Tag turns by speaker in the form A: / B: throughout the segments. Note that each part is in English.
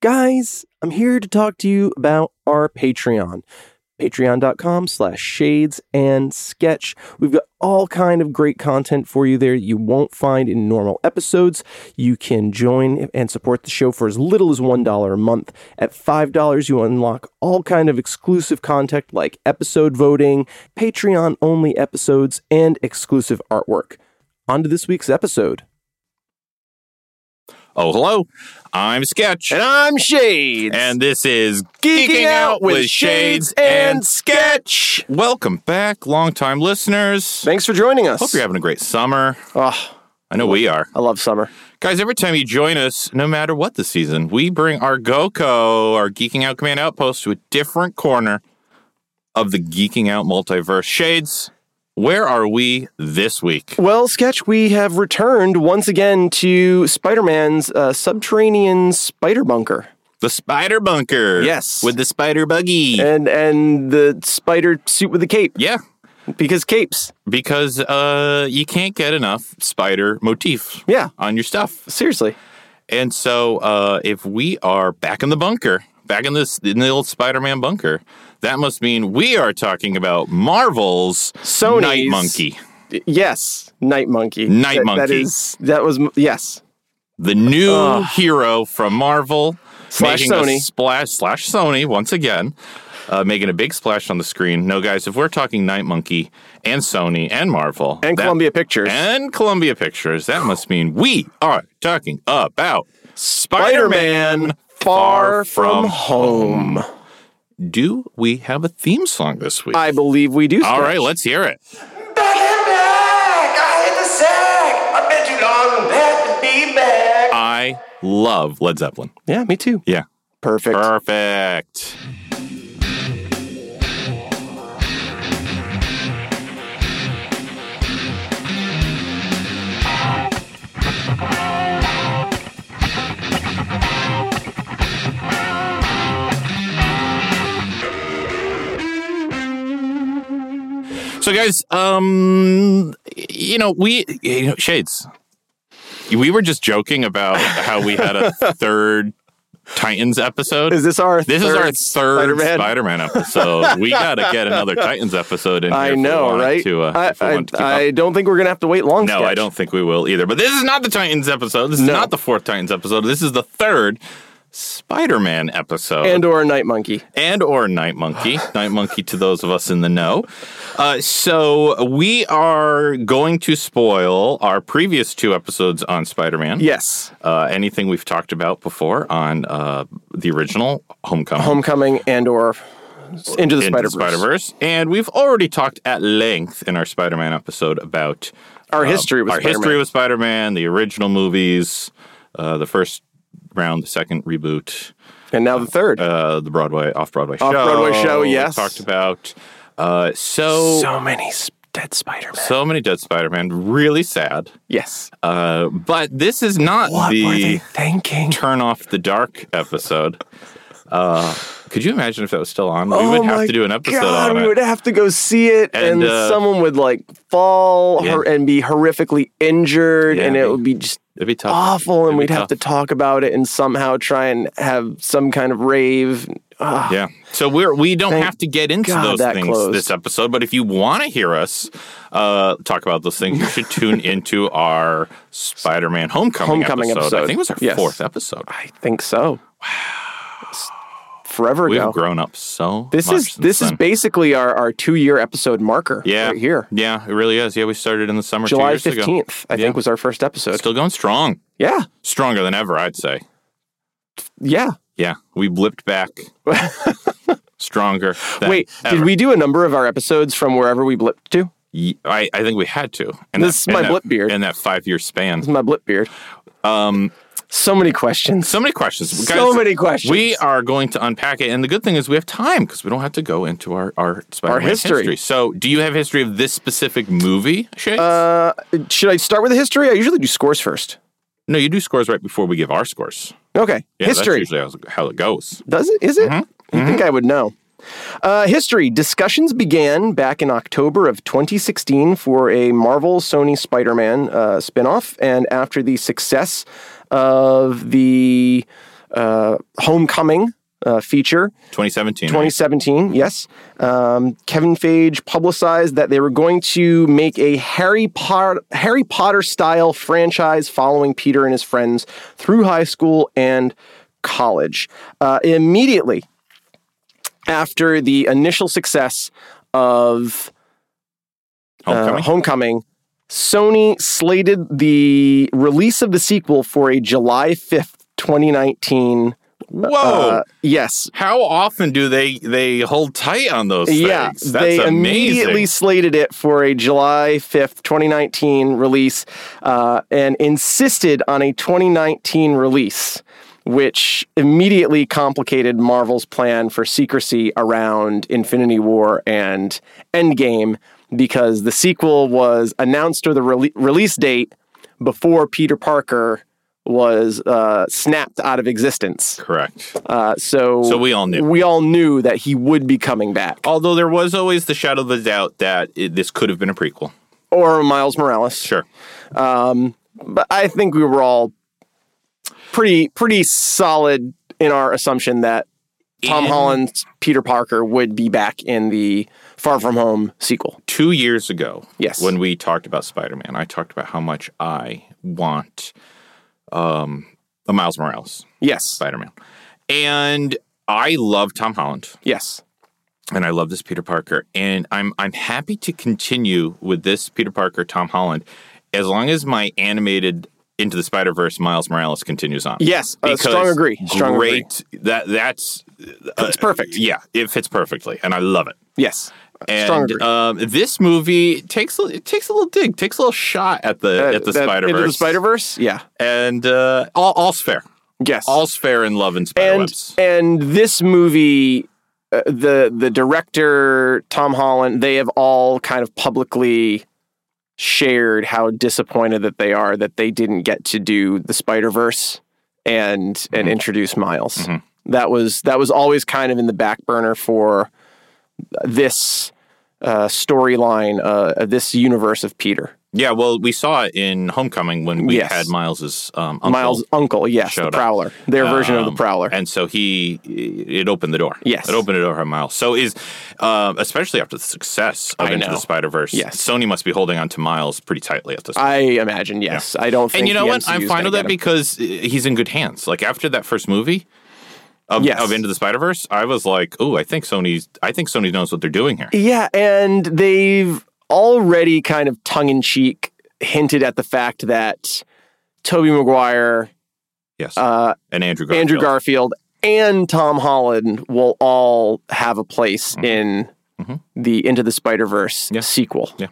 A: guys, I'm here to talk to you about our Patreon. Patreon.com slash shades and sketch. We've got all kind of great content for you there you won't find in normal episodes. You can join and support the show for as little as $1 a month. At $5, you unlock all kind of exclusive content like episode voting, Patreon only episodes, and exclusive artwork. On to this week's episode.
B: Oh, hello. I'm Sketch.
A: And I'm Shades.
B: And this is
A: Geeking, Out with Shades and Sketch.
B: Welcome back, longtime listeners.
A: Thanks for joining us.
B: Hope you're having a great summer.
A: Oh,
B: I know we are.
A: I love summer.
B: Guys, every time you join us, no matter what the season, we bring our GoCo, our Geeking Out Command Outpost, to a different corner of the Geeking Out multiverse. Shades, where are we this week?
A: Well, Sketch, we have returned once again to Spider Man's uh, subterranean spider bunker.
B: The Spider Bunker.
A: Yes. Eh.
B: With the Spider Buggy.
A: And and the spider suit with the cape
B: yeah,
A: because capes.
B: because uh, you can't get enough spider motif
A: Yeah,
B: on your stuff.
A: seriously.
B: And so, uh, if we are back in the bunker, back in this in the old Spider-Man bunker, that must mean we are talking about Marvel's
A: Sony's-
B: Night Monkey,
A: Yes, Night Monkey. That-
B: Night
A: That
B: Monkey.
A: is that was yes.
B: the new
A: Ugh.
B: hero from Marvel,
A: Slash
B: making a
A: Sony.
B: splash slash Sony once again, uh, making a big splash on the screen. No, guys, if we're talking Night Monkey and Sony and Marvel
A: And
B: that-
A: Columbia Pictures.
B: and Columbia Pictures, that must mean we are talking about
A: Spider-Man Far From Home.
B: Do we have a theme song this week?
A: I believe we do.
B: All
A: Sketch.
B: right, let's hear it.
C: Back and back! I hit the sack! I've been too long, I'm glad to be back!
B: I love Led Zeppelin.
A: Yeah, me too.
B: Yeah.
A: Perfect.
B: Perfect. So guys, um you know, we you know, shades. We were just joking about how we had a third Titans episode.
A: Is this our
B: This is our third
A: Spider-Man?
B: Spider-Man, episode. we got to get another Titans episode in here.
A: I
B: if we
A: know,
B: want
A: right?
B: To, uh, if we
A: I,
B: want to keep
A: I,
B: up.
A: I don't think we're gonna have to wait long.
B: no,
A: Sketch.
B: I don't think we will either. But this is not the Titans episode. This is
A: No.
B: not the fourth Titans episode. This is the third Spider-Man episode
A: And or a night monkey.
B: and or Night Monkey. Night Monkey to those of us in the know. Uh, so we are going to spoil our previous two episodes on Spider-Man.
A: Yes.
B: Uh, anything we've talked about before on uh, the original Homecoming.
A: Homecoming and or Into the Spider
B: Into
A: Verse.
B: Spider-Verse. And we've already talked at length in our Spider-Man episode about
A: Our history with
B: Um, our
A: Spider-Man.
B: history with Spider-Man, the original movies, uh, the first round, the second reboot,
A: and now the third.
B: uh, the Broadway off-Broadway show.
A: Off-Broadway show,
B: we
A: yes.
B: Talked about. Uh, so, so
A: many dead Spider Man.
B: many dead Spider-Man, really sad.
A: Yes.
B: Uh, but this is not the
A: thinking?
B: turn off the dark episode. Uh, could you imagine if that was still on? We
A: Oh
B: would have
A: my
B: to do an episode
A: God,
B: on
A: we
B: it.
A: would have to go see it, and,
B: And, uh,
A: someone would like fall
B: Yeah.
A: hor- and be horrifically injured,
B: Yeah,
A: and it
B: it'd
A: would be just
B: It'd be tough.
A: awful, and
B: It'd
A: we'd
B: be
A: have to
B: tough.
A: talk about it and somehow try and have some kind of rave. Ah,
B: Yeah. So we're we don't
A: Thank
B: have to get into
A: God
B: those
A: that
B: things
A: closed.
B: this episode, but if you want to hear us uh, talk about those things, you should tune into our Spider-Man Homecoming,
A: Homecoming episode.
B: I think it was our
A: Yes.
B: fourth episode.
A: I think so. Wow. Forever
B: We've
A: ago.
B: grown up so.
A: This
B: much
A: is
B: since
A: this is
B: then.
A: basically our, our two year episode marker.
B: yeah
A: right here.
B: Yeah, it really is. Yeah, we started in the summer. two
A: July
B: years ago.
A: fifteenth, I
B: Yeah.
A: think, was our first episode.
B: Still going strong,
A: yeah,
B: stronger than ever, I'd say.
A: yeah.
B: Yeah, we blipped back. stronger. Than
A: Wait, did
B: ever.
A: we do a number of our episodes from wherever we blipped to?
B: Ye- I, I think we had to. And
A: This is my blip beard.
B: In that five-year span.
A: This is my blip beard.
B: Um,
A: So many questions.
B: So many questions.
A: So many questions.
B: We are going to unpack it. And the good thing is we have time because we don't have to go into our, our Spider-Man
A: history.
B: So do you have history of this specific movie, Shay?
A: Uh, should I start with the history? I usually do scores first.
B: no, you do scores right before we give our scores.
A: Okay,
B: Yeah,
A: history.
B: That's usually how, how it goes.
A: Does it? Is it? You think I would know? Uh, history discussions began back in October of 2016 for a Marvel Sony Spider Man uh, spin off. And after the success of the uh, Homecoming uh, feature.
B: 2017. right?
A: 2017, yes. Um, Kevin Feige publicized that they were going to make a Harry Potter Harry Potter style franchise following Peter and his friends through high school and college. Uh, immediately after the initial success of uh,
B: Homecoming.
A: Homecoming, Sony slated the release of the sequel for a July 5th, 2019.
B: Whoa.
A: Uh, yes,
B: How often do they they hold tight on those things?
A: Yeah,
B: That's
A: they
B: amazing.
A: immediately slated it for a July 5th, 2019 release uh, and insisted on a 2019 release, which immediately complicated Marvel's plan for secrecy around Infinity War and Endgame because the sequel was announced or the rele- release date before Peter Parker was uh, snapped out of existence.
B: Correct.
A: Uh, so,
B: So we all knew.
A: We all knew that he would be coming back.
B: Although there was always the shadow of the doubt that it, this could have been a prequel.
A: or Miles Morales.
B: Sure.
A: But I think we were all pretty pretty solid in our assumption that Tom
B: In-
A: Holland's Peter Parker would be back in the Far From Home sequel.
B: two years ago,
A: Yes.
B: when we talked about Spider Man, I talked about how much I want um, a Miles Morales
A: Yes.
B: Spider Man, and I love Tom Holland,
A: Yes.
B: and I love this Peter Parker, and I'm I'm happy to continue with this Peter Parker Tom Holland, as long as my animated into the Spider Verse Miles Morales continues on.
A: Yes. Uh,
B: Because
A: strong agree. Strong agree.
B: great. That that's uh,
A: It's perfect.
B: yeah, it fits perfectly, and I love it.
A: Yes. Strong
B: And
A: agree.
B: um, this movie takes a- it takes a little dig, takes a little shot at the
A: Uh,
B: at the
A: that-
B: Spider
A: Into the
B: Verse,
A: Spider Verse. Yeah.
B: and uh, all, all's fair,
A: Yes.
B: all's fair in love and spider
A: and
B: webs.
A: and this movie uh, the the director Tom Holland they have all kind of publicly shared how disappointed that they are that they didn't get to do the Spider-Verse and
B: Mm-hmm.
A: and introduce Miles.
B: Mhm.
A: That was that was always kind of in the back burner for this uh, storyline uh, of this universe of Peter.
B: Yeah, well, we saw it in Homecoming when we
A: Yes.
B: had Miles's um, uncle,
A: Miles' uncle, yes,
B: showed
A: the
B: up.
A: Prowler. Their version of the
B: Um,
A: Prowler.
B: and so he it opened the door.
A: Yes.
B: it opened the door for Miles. So is um, especially after the success of
A: I
B: Into
A: know.
B: the Spider Verse.
A: Yes.
B: Sony must be holding on to Miles pretty tightly at this. point.
A: I imagine yes. I don't think
B: and you know
A: the
B: what? I'm
A: MCU 's
B: fine
A: gonna
B: with that
A: get him.
B: because uh, he's in good hands. Like after that first movie of,
A: Yes.
B: of Into the Spider Verse, I was like, "Ooh, I think Sony's. I think Sony knows what they're doing here."
A: Yeah, and they've already kind of tongue in cheek hinted at the fact that Toby Maguire,
B: Yes,
A: uh,
B: and Andrew Garfield.
A: Andrew Garfield, and Tom Holland will all have a place in
B: Mhm.
A: the Into the Spider Verse
B: Yeah.
A: sequel.
B: Yeah.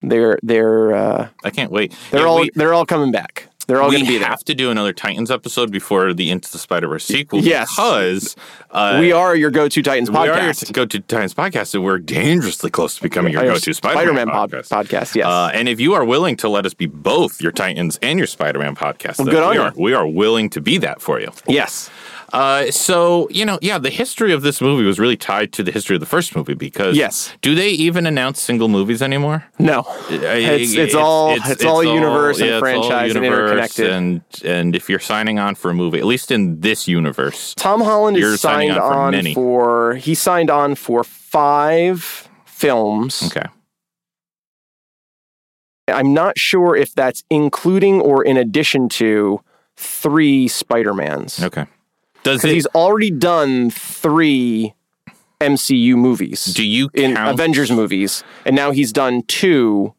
A: They're they're uh,
B: I can't wait.
A: they're
B: Yeah,
A: all
B: we-
A: they're all coming back. They're all
B: we
A: going to be there.
B: have to do another Titans episode before the Into the Spider Verse sequel.
A: Yes.
B: because uh,
A: we are your go-to Titans
B: we are your
A: podcast.
B: go to Titans podcast, and we're dangerously close to becoming your
A: Our
B: go to Spider Man
A: pod-
B: podcast.
A: podcast. Yes.
B: Uh, and if you are willing to let us be both your Titans and your Spider-Man podcast, then
A: good on
B: we,
A: you.
B: are, we are willing to be that for you.
A: yes.
B: Uh, so you know, yeah, the history of this movie was really tied to the history of the first movie because
A: Yes.
B: do they even announce single movies anymore?
A: No. It's- it's all- it's all universe and franchise and interconnected.
B: and and if you're signing on for a movie, at least in this universe,
A: Tom Holland
B: You're
A: is
B: signing
A: signed
B: on for
A: on,
B: many.
A: for he signed on for five films.
B: okay,
A: I'm not sure if that's including or in addition to three Spider Mans.
B: okay, does it?
A: He's already done three MCU movies
B: Do you
A: in
B: count?
A: Avengers movies, and now he's done two.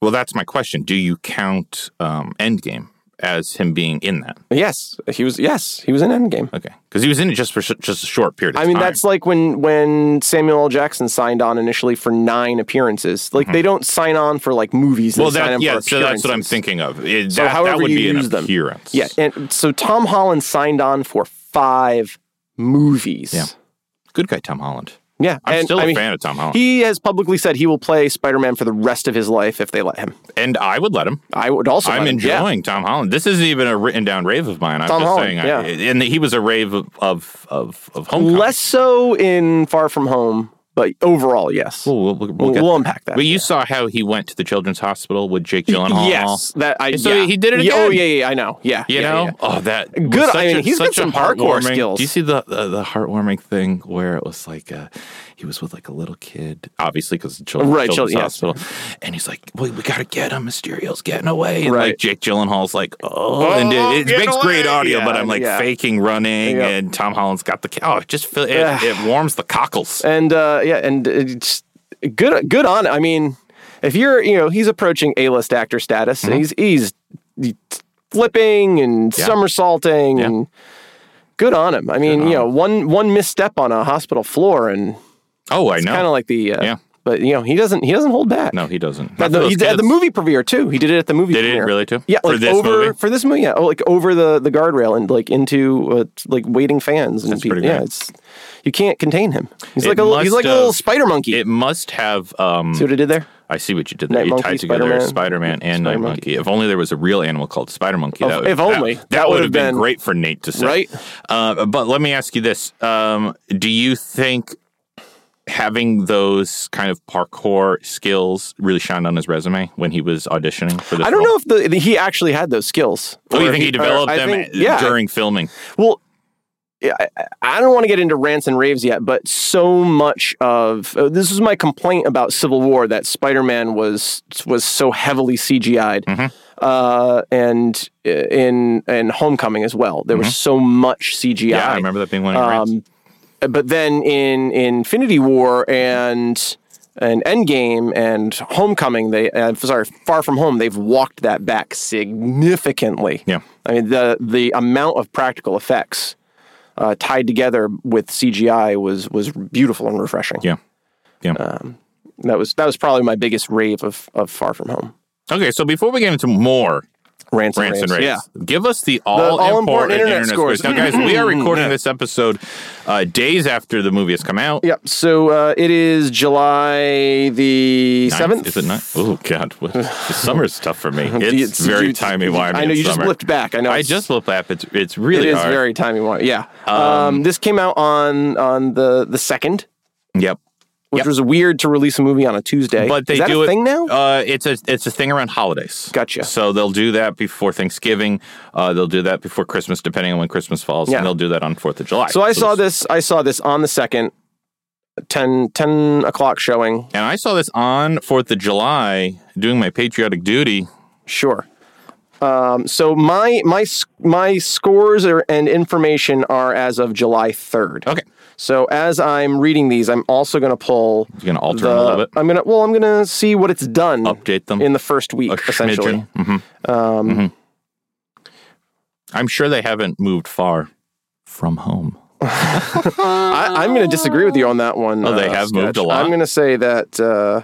B: well, that's my question. Do you count um, Endgame as him being in that?
A: Yes, he was. Yes, he was in Endgame.
B: Okay, because he was in it just for sh- just a short period. Of
A: I mean,
B: time.
A: that's like when when Samuel L. Jackson signed on initially for nine appearances. Like they don't sign on for like movies.
B: Hmm. well,
A: they sign
B: that,
A: on
B: yeah.
A: for
B: So that's what I'm
A: appearances.
B: thinking of. It-
A: So
B: that, that
A: however
B: would
A: you
B: be an
A: use them.
B: appearance.
A: Yeah, and so Tom Holland signed on for five movies.
B: Yeah. good guy Tom Holland.
A: yeah.
B: I'm
A: and,
B: still a
A: I mean,
B: fan of Tom Holland,
A: He has publicly said he will play Spider-Man for the rest of his life if they let him.
B: and I would let him.
A: I would also.
B: I'm
A: let him, yeah.
B: enjoying Tom Holland. This isn't even a written down rave of mine. I'm
A: Tom
B: just
A: Holland,
B: saying,
A: yeah.
B: I, and he was a rave of of of, of homecoming.
A: Less so in Far From Home, But overall, yes. We'll,
B: We'll, we'll, we'll
A: we'll,
B: get-
A: unpack that.
B: but you saw how he went to the children's hospital with Jake Gyllenhaal.
A: yes, that I.
B: So
A: yeah.
B: he did it
A: Yeah, Oh
B: again.
A: yeah, yeah, I know. Yeah,
B: You
A: yeah,
B: know,
A: yeah.
B: oh that was
A: Good- I
B: such
A: mean,
B: a-
A: he's got
B: such a
A: some hardcore
B: heartwarming-
A: skills.
B: Do you see the, the the heartwarming thing where it was like uh, he was with like a little kid, obviously because the children,
A: Right,
B: children's
A: children, yes.
B: hospital, and he's like, "Well, we gotta get him. Mysterio's getting away." And
A: Right.
B: like Jake Gyllenhaal's like, "Oh,", and
A: Oh,
B: it, it
A: get
B: makes great
A: away.
B: audio, but
A: Yeah,
B: I'm like
A: yeah.
B: faking running,
A: Yeah.
B: and Tom Holland's got the ca- oh, it just feel, it,
A: Ugh.
B: it warms the cockles.
A: and uh, yeah, and it's good. Good on. I mean, if you're, you know, he's approaching A-list actor status. and He's he's flipping and
B: Mm-hmm. Yeah.
A: somersaulting
B: Yeah.
A: and good on him. I mean,
B: on
A: you know, one one misstep on a hospital floor and
B: Oh, I
A: kind of
B: know.
A: like the uh,
B: Yeah.
A: But you know, he doesn't he doesn't hold back.
B: No, he doesn't.
A: At
B: Not for
A: the,
B: those
A: he did- at the
B: kids.
A: movie premiere too. He did it at the movie
B: Did it
A: premiere.
B: really, too?
A: Yeah,
B: For
A: like
B: this
A: over
B: movie?
A: for this movie, yeah, oh, like over the the guardrail and like into uh, like waiting fans and
B: That's
A: people.
B: pretty
A: Yeah,
B: great.
A: it's you can't contain him. He's
B: It
A: like a little, he's
B: must
A: like a
B: have-
A: little spider monkey.
B: It must have. Um,
A: See what I did there?
B: I see what you did
A: Night
B: there. You
A: Monkey,
B: tied together
A: Spider-Man.
B: Spider Man and Night
A: Spider
B: Monkey. If only there was a real animal called Spider Monkey.
A: Of- if only.
B: That,
A: That
B: would
A: would've
B: have
A: been-
B: been, great for Nate to say.
A: Right?
B: Uh, but let me ask you this um, Do you think having those kind of parkour skills really shined on his resume when he was auditioning for this?
A: I don't
B: role?
A: know if the, the- he actually had those skills.
B: Oh,
A: Or
B: you
A: if
B: think he
A: or
B: developed
A: I
B: them
A: think- yeah,
B: during filming?
A: Well, yeah, I, I- I don't want to get into rants and raves yet, but so much of uh, this was my complaint about Civil War that Spider Man was was so heavily CGI'd,
B: Mhm.
A: uh, and uh, in and Homecoming as well. There was so much CGI.
B: Mm-hmm. Yeah, I remember that being one of your rants.
A: Um, but then in, in Infinity War and and Endgame and Homecoming, they uh, sorry, Far From Home, they've walked that back significantly.
B: Yeah.
A: I mean the the amount of practical effects uh, tied together with CGI was was beautiful and refreshing.
B: Yeah. Yeah.
A: uh, That was that was probably my biggest rave of of Far From Home.
B: okay, so before we get into more
A: Rants and
B: Rants and
A: raves.
B: Raves.
A: Yeah.
B: Give us the all,
A: all-important
B: important,
A: internet
B: internet,
A: scores.
B: scores. Now, guys, we are recording this episode uh, days after the movie has come out.
A: Yep. So uh, it is July the
B: Ninth?
A: seventh.
B: Is it not? Oh, God. what- the summer's tough for me. It's
A: You-
B: very
A: you-
B: timey-wimey.
A: I know
B: in
A: you just
B: summer.
A: blipped back. I know.
B: I
A: it's-
B: just flip up. It's, it's really
A: it is
B: hard.
A: very timey wimey. Yeah. Um, this came out on on the the second,
B: yep.
A: which
B: Yep.
A: was weird to release a movie on a Tuesday.
B: But they
A: is that
B: do
A: a
B: it
A: thing now.
B: Uh, it's a it's a thing around holidays.
A: Gotcha.
B: So they'll do that before Thanksgiving. Uh, they'll do that before Christmas, depending on when Christmas falls.
A: Yeah.
B: And they'll do that on Fourth of July.
A: so I saw
B: this.
A: this. I saw this on the second. 10, 10 o'clock showing.
B: And I saw this on Fourth of July, doing my patriotic duty.
A: Sure. Um, so my my s- my scores are, and information are as of July third.
B: Okay.
A: So as I'm reading these, I'm also going to pull.
B: You gonna alter
A: the,
B: them a little bit?
A: I'm gonna well, I'm gonna see what it's done.
B: Update them.
A: in the first week,
B: a
A: essentially. Um,
B: smidgen. Mhm. Mhm. I'm sure they haven't moved far from home.
A: I, I'm going to disagree with you on that one. uh,
B: Oh, they have
A: Sketch.
B: moved a lot?
A: I'm going to say that uh,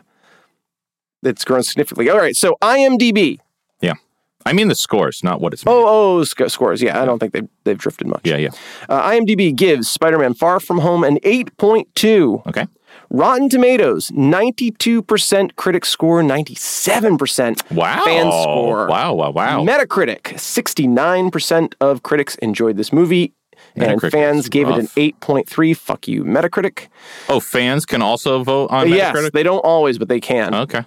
A: it's grown significantly. All right, so IMDb.
B: Yeah, I mean the scores, not what it's. made.
A: Oh, oh, sc- scores. Yeah, I don't think they've, they've drifted much.
B: yeah, yeah.
A: Uh, IMDb gives Spider Man Far From Home an 8.2.
B: Okay.
A: Rotten Tomatoes, 92% critic score, 97%
B: Wow.
A: fan score.
B: Wow. Wow. Wow.
A: Metacritic, 69% of critics enjoyed this movie.
B: Metacritic
A: and fans
B: is
A: gave it an
B: rough.
A: 8.3. Fuck you, Metacritic.
B: oh, fans can also vote on
A: Yes,
B: Metacritic.
A: they don't always, but they can.
B: okay.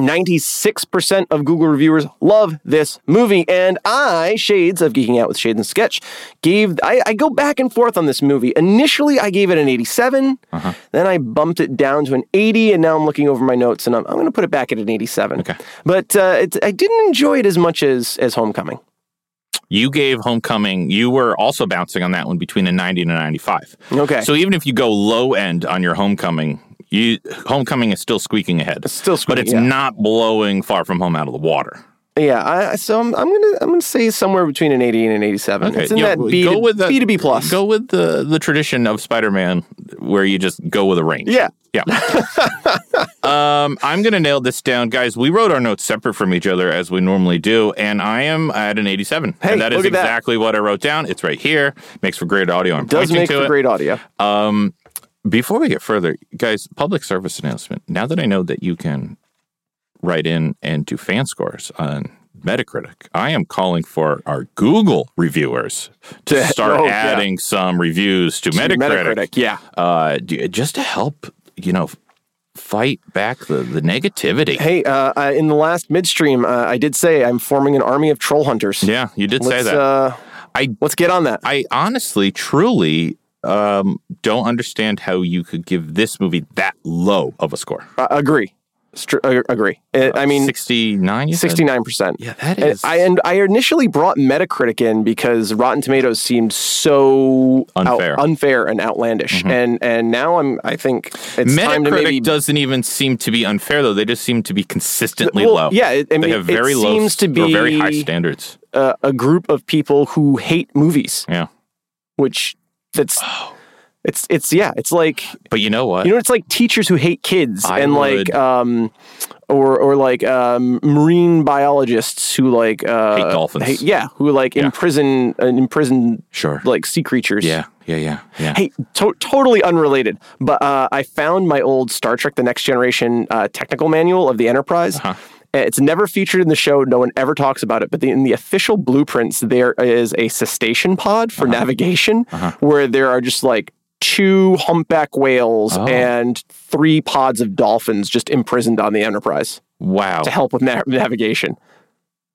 A: 96% of Google reviewers love this movie. And I, Shades of Geeking Out with Shades and Sketch, gave, I, I go back and forth on this movie. Initially, I gave it an 87.
B: Uh-huh.
A: Then I bumped it down to an 80. And now I'm looking over my notes and I'm, I'm going to put it back at an 87.
B: Okay.
A: But uh, it's, I didn't enjoy it as much as, as Homecoming.
B: You gave Homecoming. You were also bouncing on that one between a 90 and a 95.
A: Okay.
B: So even if you go low end on your Homecoming, you Homecoming is still squeaking ahead.
A: It's still
B: but
A: squeaky,
B: it's
A: yeah.
B: not blowing far from home out of the water.
A: Yeah, I, I- so I'm, I'm gonna I'm gonna say somewhere between an 80 and an 87. It's in
B: yeah,
A: that B
B: go
A: to,
B: with the-
A: B to B plus.
B: Go with the the tradition of Spider-Man, where you just go with a range.
A: Yeah.
B: yeah. um, I'm gonna nail this down, guys. We wrote our notes separate from each other as we normally do, and I am at an 87.
A: Hey,
B: and that is
A: look at that.
B: exactly what I wrote down. It's right here. Makes for great audio. I'm
A: Does
B: pointing
A: make
B: to
A: for
B: it.
A: great audio.
B: Um, before we get further, guys, public service announcement. Now that I know that you can write in and do fan scores on Metacritic, I am calling for our Google reviewers to
A: To-
B: start
A: oh, yeah.
B: adding some reviews to, Metacritic.
A: Metacritic, yeah.
B: Uh, d- just to help you know, fight back the, the negativity.
A: Hey, uh, I, in the last midstream, uh, I did say I'm forming an army of troll hunters.
B: Yeah, you did say
A: Let's,
B: that.
A: Uh,
B: I-
A: let's get on that.
B: I honestly, truly um, don't understand how you could give this movie that low of a score.
A: Uh, agree. Str- uh, agree. Uh, I mean,
B: 69, you said?
A: 69%.
B: Yeah, that
A: And
B: is.
A: I and I initially brought Metacritic in because Rotten Tomatoes seemed so out-
B: Unfair. Mm-hmm.
A: unfair and outlandish, and and now I'm I think it's time to
B: Metacritic
A: maybe
B: doesn't even seem to be unfair, though. They just seem to be consistently
A: Well,
B: low.
A: yeah, it- I
B: they
A: mean,
B: have very
A: it
B: low
A: seems to
B: or very high
A: be-
B: standards.
A: uh, a group of people who hate movies,
B: Yeah,
A: which that's
B: Oh.
A: it's it's yeah, it's like
B: but you know what?
A: you know it's like teachers who hate kids
B: I
A: and
B: would-
A: like um or or like um marine biologists who like uh
B: Hate dolphins.
A: yeah, who like
B: Yeah.
A: imprison uh, imprison
B: sure.
A: like sea creatures.
B: yeah, yeah, yeah, yeah.
A: Hey, to- totally unrelated, but uh, I found my old Star Trek: The Next Generation uh, technical manual of the Enterprise.
B: Uh-huh.
A: Uh, It's never featured in the show. No one ever talks about it. But the, in the official blueprints, there is a cetacean pod
B: Uh-huh.
A: for navigation where there are just like two humpback whales
B: Oh.
A: and three pods of dolphins just imprisoned on the Enterprise
B: wow.
A: to help with na- navigation.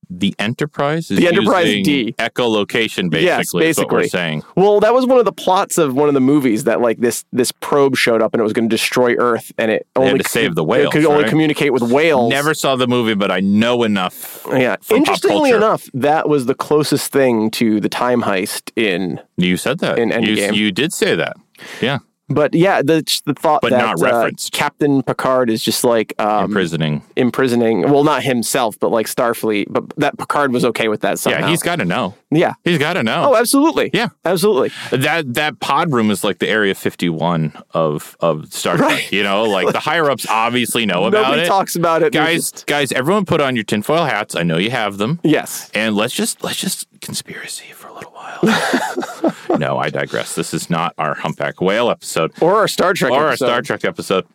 B: The Enterprise is
A: The Enterprise
B: using
A: D.
B: echolocation, basically.
A: Yes,
B: is what we're
A: basically.
B: saying.
A: Well, that was one of the plots of one of the movies that like this this probe showed up and it was going to destroy Earth and it
B: had
A: only
B: to save the
A: it could
B: whales,
A: only
B: right?
A: communicate with whales.
B: Never saw the movie, but I know enough.
A: Yeah.
B: from pop
A: Interestingly
B: culture.
A: enough, that was the closest thing to the time heist in.
B: You said that.
A: In
B: you,
A: Endgame.
B: you did say that. Yeah.
A: But yeah, the the thought
B: But
A: that
B: not
A: uh,
B: referenced.
A: Captain Picard is just like um,
B: Imprisoning.
A: imprisoning. Well, not himself, but like Starfleet. But that Picard was okay with that somehow.
B: Yeah, he's got to know.
A: yeah.
B: He's got to know.
A: Oh, absolutely.
B: Yeah.
A: absolutely.
B: That that pod room is like the Area 51 of of Star Trek.
A: Right.
B: You know, like the higher ups obviously know about
A: Nobody
B: it.
A: talks about it, There's
B: guys,
A: just-
B: guys, everyone put on your tinfoil hats. I know you have them.
A: yes.
B: And let's just let's just conspiracy for a little while. no, I digress. This is not our humpback whale episode
A: Or our Star Trek.
B: or
A: episode.
B: a Star Trek episode.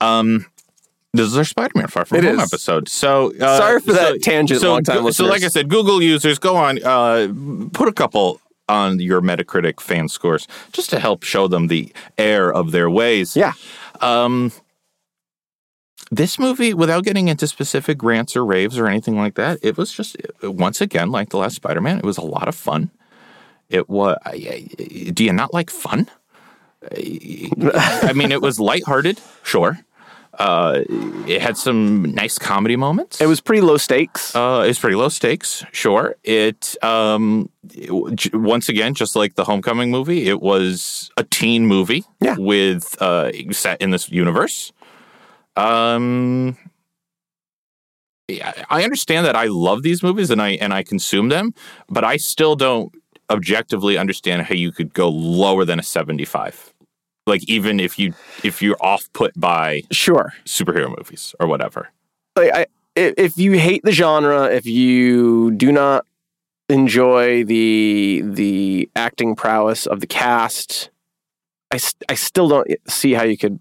B: Um, this is our Spider-Man Far From
A: It
B: Home
A: is.
B: episode. So uh,
A: Sorry for
B: so-
A: that tangent,
B: So,
A: long-time
B: go- so
A: listeners.
B: like I said, Google users, go on, uh, put a couple on your Metacritic fan scores just to help show them the error of their ways.
A: Yeah.
B: Um, this movie, without getting into specific rants or raves or anything like that, it was just once again like the last Spider-Man. It was a lot of fun. It was. Do you not like fun? I mean, it was lighthearted, sure. Uh, it had some nice comedy moments.
A: It was pretty low stakes.
B: Uh, it's pretty low stakes, sure. It, um, it w- j- once again, just like the Homecoming movie, it was a teen movie
A: Yeah.
B: with uh, set in this universe. Um, yeah, I understand that I love these movies and I and I consume them, but I still don't objectively understand how you could go lower than a seventy-five. Like even if you if you're off put by
A: sure.
B: superhero movies or whatever.
A: like I, i- if you hate the genre, if you do not enjoy the the acting prowess of the cast, I, s- I still don't see how you could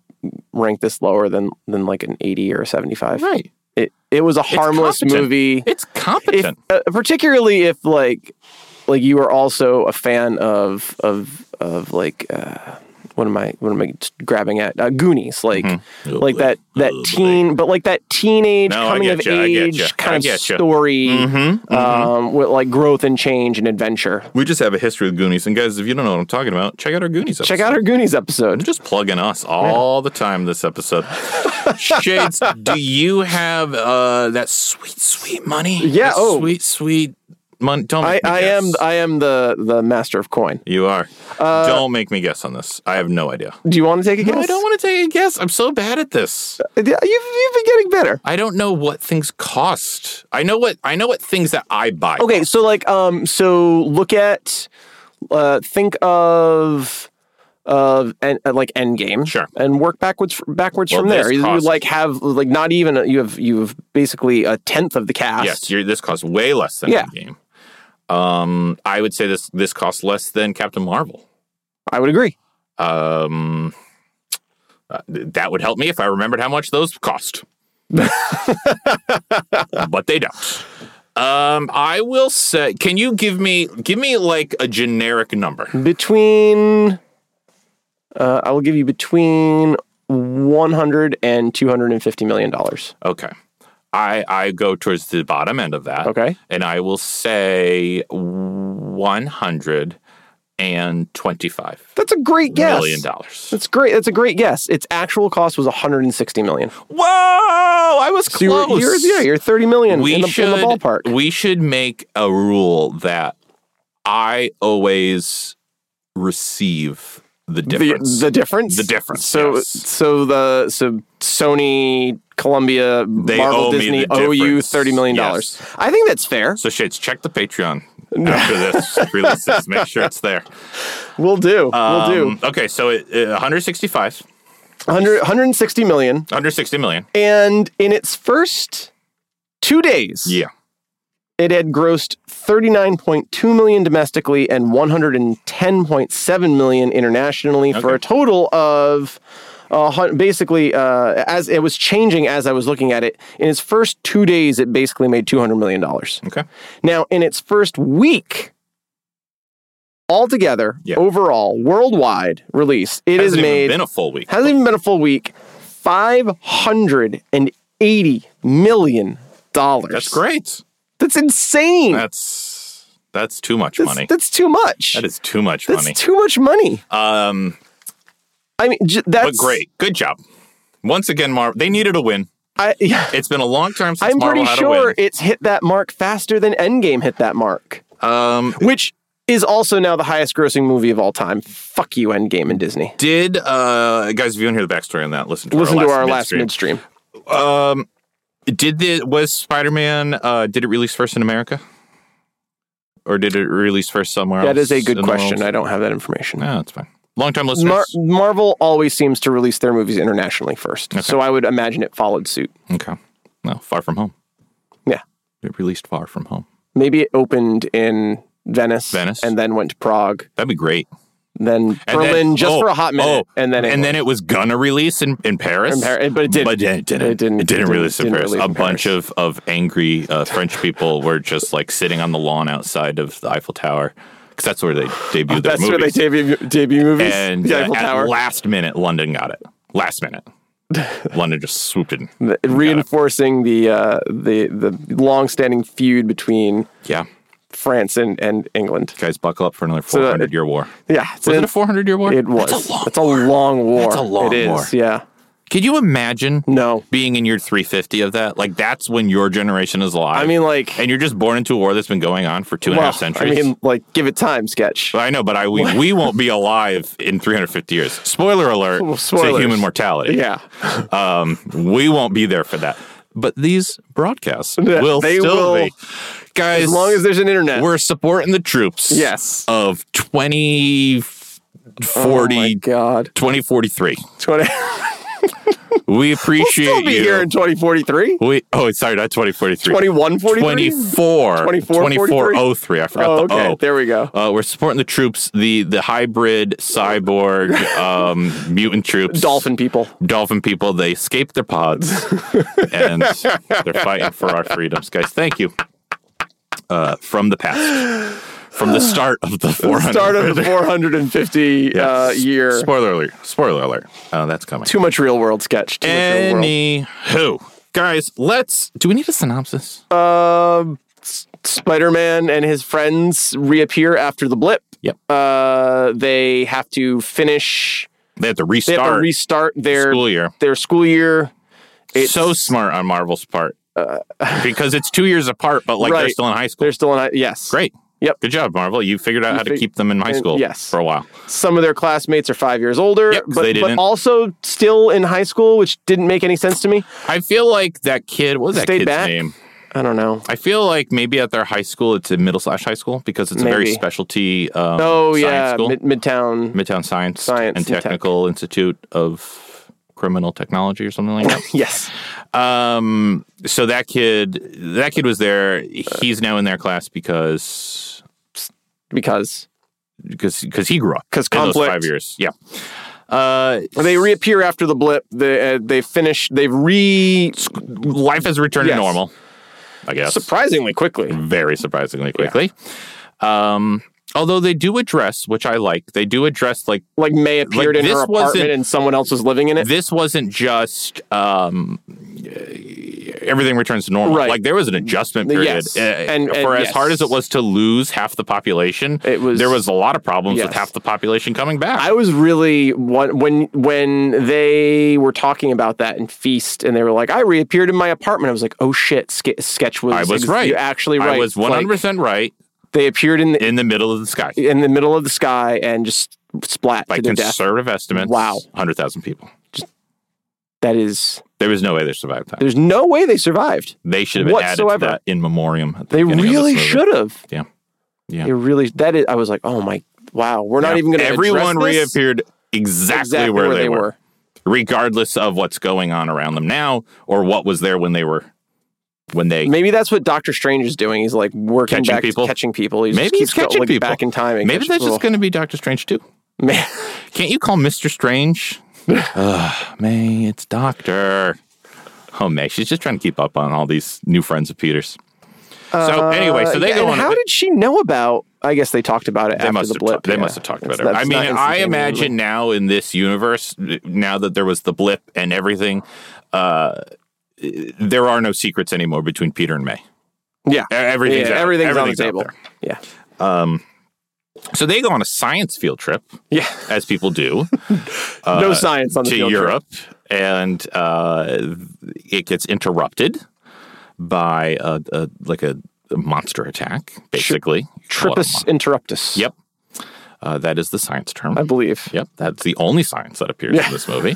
A: rank this lower than than like an 80 or a 75.
B: Right.
A: It it was a harmless
B: competent.
A: movie.
B: It's
A: If,
B: competent.
A: uh, particularly if like like you are also a fan of of of like uh what am I what am I grabbing at? Uh, Goonies like like that that teen, but like that teenage
B: No, Mm-hmm. I
A: coming
B: get
A: of
B: you, I get you,
A: age
B: I
A: kind of
B: get you.
A: story,
B: Mhm,
A: um, with like growth and change and adventure.
B: We just have a history with Goonies, and guys, if you don't know what I'm talking about, check out our Goonies. Episode.
A: Check out our Goonies
B: They're
A: episode.
B: just plugging us all the time this episode. Shades, do you have uh, that sweet, sweet money?
A: Yeah,
B: That
A: oh.
B: sweet, sweet money. Don't.
A: I,
B: Make me
A: I
B: guess.
A: am I am the the master of coin.
B: You are. don't make me guess on this. I have no idea.
A: Do you want to take a guess?
B: No, I don't want to take a guess. I'm so bad at this.
A: You've, you've been getting better.
B: I don't know what things cost. I know what I know what things that I buy.
A: Okay, so like um, so look at, uh, think of. Of and uh, like Endgame,
B: Sure.
A: and work backwards backwards
B: Well,
A: from
B: this
A: there. You
B: costs-
A: like have like not even a, you have you have basically a tenth of the cast.
B: Yes, you're, this costs way less than
A: Yeah.
B: that game. Um, I would say this this costs less than Captain Marvel.
A: I would agree.
B: Um, uh, th- that would help me if I remembered how much those cost. but they don't. Um, I will say, can you give me give me like a generic number?
A: between uh, i will give you between 100 and 250 million dollars.
B: Okay. I I go towards the bottom end of that.
A: Okay.
B: And I will say 125
A: That's a great guess.
B: million dollars.
A: That's great. That's a great guess. Its actual cost was 160 million.
B: Whoa! I was
A: So you're,
B: close.
A: you're, yeah, you're 30 million in the, in the ballpark.
B: We should make a rule that I always receive the difference.
A: The, the difference.
B: The difference,
A: So
B: yes.
A: so the so Sony, Columbia,
B: They
A: Marvel,
B: owe me
A: Disney
B: the
A: owe you
B: difference.
A: thirty million dollars.
B: Yes.
A: I think that's fair.
B: so shades, check the Patreon after this releases. Make sure it's there.
A: We'll do. we'll do.
B: Um, Okay, so it, it, 165,
A: 100, 160 million,
B: 160 million.
A: and in its first two days,
B: Yeah.
A: it had grossed thirty nine point two million domestically and one hundred and ten point seven million internationally for
B: Okay.
A: a total of. Uh, hun- basically, uh, as it was changing as I was looking at it, in its first two days, it basically made two hundred million dollars.
B: Okay.
A: Now, in its first week, altogether,
B: Yeah.
A: overall, worldwide release, it has
B: hasn't
A: made
B: even been a full week.
A: hasn't even been a full week, five hundred and eighty million dollars.
B: That's great.
A: That's insane.
B: That's that's too much
A: That's,
B: money.
A: that's too much.
B: That is too much
A: That's
B: money.
A: too much money.
B: um,
A: I mean, j-
B: but
A: that's
B: great, good job. Once again, Marvel. They needed a win.
A: I,
B: It's been a long time since
A: I'm
B: Marvel
A: pretty
B: had
A: sure
B: a
A: it's hit that mark faster than Endgame hit that mark,
B: win. Um,
A: which is also now the highest grossing movie of all time. Fuck you, Endgame and Disney.
B: did uh, guys? If you want to hear the backstory on that, listen to
A: Listen
B: our
A: to
B: last
A: our last
B: midstream.
A: midstream.
B: Um, did the was Spider Man? Uh, did it release first in America, or did it release first somewhere?
A: That is a
B: else
A: good
B: in the
A: question. I
B: world?
A: don't have that information.
B: No, it's fine. Long time listeners.
A: Mar- Marvel always seems to release their movies internationally first, so I would imagine it followed suit.
B: okay. No, far from home.
A: Yeah.
B: It released far from home.
A: Maybe it opened in Venice,
B: Venice.
A: and then went to Prague,
B: That'd be great.
A: then
B: And
A: Berlin,
B: then-
A: just
B: oh,
A: for a hot minute,
B: oh,
A: and then
B: and then it was gonna release in, in Paris,
A: In Par- but it didn't.
B: But it didn't.
A: It didn't-
B: It didn't
A: didn't-
B: release in
A: didn't
B: Paris.
A: release
B: a
A: in
B: bunch of of angry uh, French people were just like sitting on the lawn outside of the Eiffel Tower because that's where they debuted their
A: that's
B: movies.
A: where they debut debut movies.
B: and
A: the
B: uh,
A: Eiffel
B: at
A: Tower
B: last minute, London got it. Last minute, London just swooped in.
A: The- reinforcing the uh, the the long-standing feud between
B: Yeah,
A: France and, and England.
B: guys, buckle up for another
A: that-
B: four hundred year war.
A: Yeah, uh, it's
B: Was
A: an-
B: it a four hundred year war?
A: it was.
B: That's a long
A: It's a long war.
B: That's a
A: It
B: long
A: is.
B: war.
A: Yeah.
B: Could you imagine
A: No.
B: being in your 350 of that? Like, that's when your generation is alive.
A: I mean, like
B: and you're just born into a war that's been going on for two and a
A: well,
B: half
A: I
B: centuries.
A: mean, like give it time, sketch.
B: But I know, but I we, we won't be alive in 350 years. Spoiler alert to
A: spoilers.
B: human mortality.
A: Yeah.
B: Um, we won't be there for that. But these broadcasts
A: Yeah,
B: will
A: they
B: still
A: will-
B: be. Guys,
A: As long as there's an internet.
B: we're supporting the troops
A: yes.
B: of 2040,
A: Oh my god.
B: 2043.
A: 20
B: We appreciate
A: We'll be
B: you.
A: here in 2043.
B: we, oh, sorry, not 2043.
A: 2143.
B: 24 2403 I forgot
A: Oh,
B: the
A: okay.
B: O.
A: There we go.
B: Uh, we're supporting the troops, the the hybrid cyborg um, mutant troops,
A: Dolphin people.
B: dolphin people. They escaped their pods, and they're fighting for our freedoms, guys. Thank you uh, from the past, from the start of the 400.
A: Start of the 450 uh,
B: Yes.
A: year.
B: Spoiler alert! Spoiler alert! Oh, that's coming.
A: Too much real world sketch. Too much real
B: Anywho, guys, let's. Do we need a synopsis?
A: world. Um, S- Spider-Man and his friends reappear after the blip.
B: Yep.
A: Uh, they have to finish.
B: They have to
A: They
B: restart
A: have to restart their
B: school year.
A: their school year. It's- Uh,
B: so smart on Marvel's part because it's two years apart, but like they're
A: Right.
B: still in high school.
A: They're still in. high- Yes.
B: Great.
A: Yep.
B: Good job, Marvel. You figured out how to
A: fig-
B: keep them in high
A: and-
B: school
A: yes.
B: for a while.
A: Some of their classmates are five years older,
B: Yep, 'cause
A: but,
B: they
A: but
B: didn't-
A: also still in high school, which didn't make any sense to me.
B: I feel like that kid, what was that
A: Stayed
B: kid's
A: back?
B: name?
A: I don't know.
B: I feel like maybe at their high school, it's a middle slash high school because it's a very
A: Maybe.
B: specialty um,
A: Oh
B: science
A: yeah,
B: school.
A: Mid- Midtown.
B: Midtown Science,
A: Science
B: and
A: and Tech.
B: Technical Institute of Criminal Technology or something like that.
A: yes.
B: Um, so that kid, that kid was there. He's now in their class because
A: Because
B: because because he grew up
A: 'Cause
B: in those
A: conflict.
B: five years. Yeah. Uh,
A: they reappear after the blip. They uh, they finish. They re
B: life has returned
A: Yes.
B: to normal. I guess
A: surprisingly quickly.
B: very surprisingly quickly. Um, Although they do address, which I like, they do address like
A: Like May appeared in
B: this
A: her
B: wasn't-
A: apartment and someone else was living in it.
B: this wasn't just um, everything returns to normal.
A: Right.
B: Like there was an adjustment period.
A: Yes.
B: Uh,
A: And- and
B: for as
A: yes.
B: hard as it was to lose half the population,
A: It was-
B: there was a lot of problems with
A: Yes.
B: half the population coming back.
A: I was really one- when when they were talking about that in Feast, and they were like, "I reappeared in my apartment." I was like, "Oh shit!" Ske- sketch was
B: I was
A: ex-
B: right.
A: You're actually right.
B: I was
A: Like,
B: 100% right
A: they appeared in the
B: in the middle of the sky.
A: in the middle of the sky and just splat
B: By
A: to their death.
B: conservative estimates,
A: Wow.
B: 100,000 people.
A: That is,
B: There was no way they survived that.
A: there's no way they survived.
B: They should have been added
A: whatsoever.
B: to that in memoriam. at the
A: They
B: beginning of this
A: really
B: movie.
A: should have.
B: Yeah. Yeah.
A: They really. That is. I was like, "Oh my, wow." We're
B: Yeah.
A: not even going to.
B: Everyone reappeared exactly,
A: exactly
B: where, they, were. regardless of what's going on around them now or what was there when they were when they
A: Maybe that's what Doctor Strange is doing. He's like working
B: Catching
A: back,
B: people?
A: catching people. He
B: Maybe
A: just keeps
B: he's catching
A: going
B: people.
A: back in time. and
B: maybe
A: catch
B: that's just
A: people.
B: going to be Doctor Strange too.
A: Man,
B: Can't you call Mister Strange? Ugh, May, it's Doctor. Oh, May, she's just trying to keep up on all these new friends of Peter's. So anyway, so they
A: Uh, yeah,
B: go
A: and
B: on. a
A: How
B: bit-
A: did she know about? I guess they talked about it
B: they
A: after
B: must
A: the
B: have
A: blip.
B: ta- they
A: yeah.
B: must have talked about
A: That's-
B: it. I
A: that's
B: mean,
A: not
B: I
A: instantaneous.
B: imagine now in this universe, now that there was the blip and everything, uh, there are no secrets anymore between Peter and May.
A: Yeah,
B: E- Everything's
A: Yeah,
B: out-
A: everything's on the
B: out
A: table.
B: there. Um,
A: yeah,
B: So they go on a science field trip,
A: yeah.
B: as people do,
A: no
B: uh,
A: science on the
B: to
A: field trip.
B: Europe, and uh, it gets interrupted by a, a like a monster attack, basically. A lot of
A: Trippus
B: mon-
A: interruptus.
B: Yep. uh, that is the science term.
A: I believe.
B: Yep, that's the only science that appears in
A: Yeah.
B: this movie.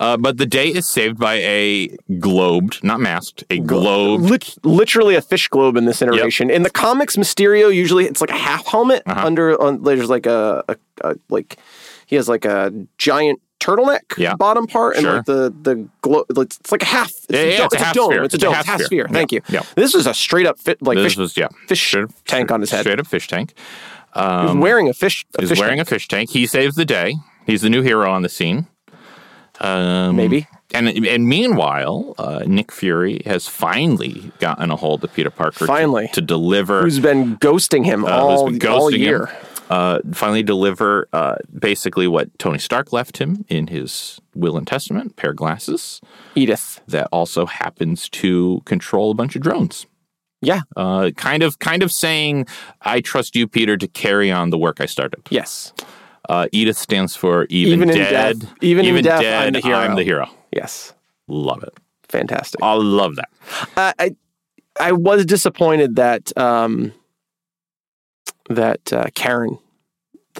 B: uh, but the day is saved by a globed, not masked, a globed.
A: Lit- literally a fish globe in this iteration. In the comics, Mysterio usually it's like a half helmet
B: Uh-huh.
A: under. On, there's like a, a, a like he has like a giant turtleneck
B: Yeah.
A: bottom part, and
B: Sure.
A: like the the globe. It's, it's like a half. It's,
B: Yeah,
A: a,
B: yeah,
A: dome,
B: it's a half
A: dome.
B: sphere.
A: It's a dome. It's a half sphere. Thank you.
B: Yeah.
A: This is a straight up fit like
B: this
A: fish
B: was yeah,
A: fish tank on his head.
B: Straight up fish tank.
A: He's wearing a fish. A
B: He's
A: fish
B: wearing
A: tank.
B: a fish tank. He saves the day. He's the new hero on the scene. Um,
A: Maybe.
B: And and meanwhile, uh, Nick Fury has finally gotten a hold of Peter Parker. to-
A: Finally.
B: to, deliver
A: who's been ghosting him
B: uh,
A: all,
B: who's been
A: all
B: ghosting
A: year.
B: him, uh, finally deliver uh, basically what Tony Stark left him in his will and testament, a pair of glasses
A: Edith.
B: that also happens to control a bunch of drones.
A: Yeah.
B: Uh, kind of, kind of saying, "I trust you, Peter, to carry on the work I started."
A: Yes.
B: Uh, Edith stands for even,
A: Even in
B: dead,
A: death- even in death, I'm the hero.
B: I'm the hero.
A: Yes.
B: Love it.
A: Fantastic.
B: I love that.
A: I I- I was disappointed that um that uh, Karen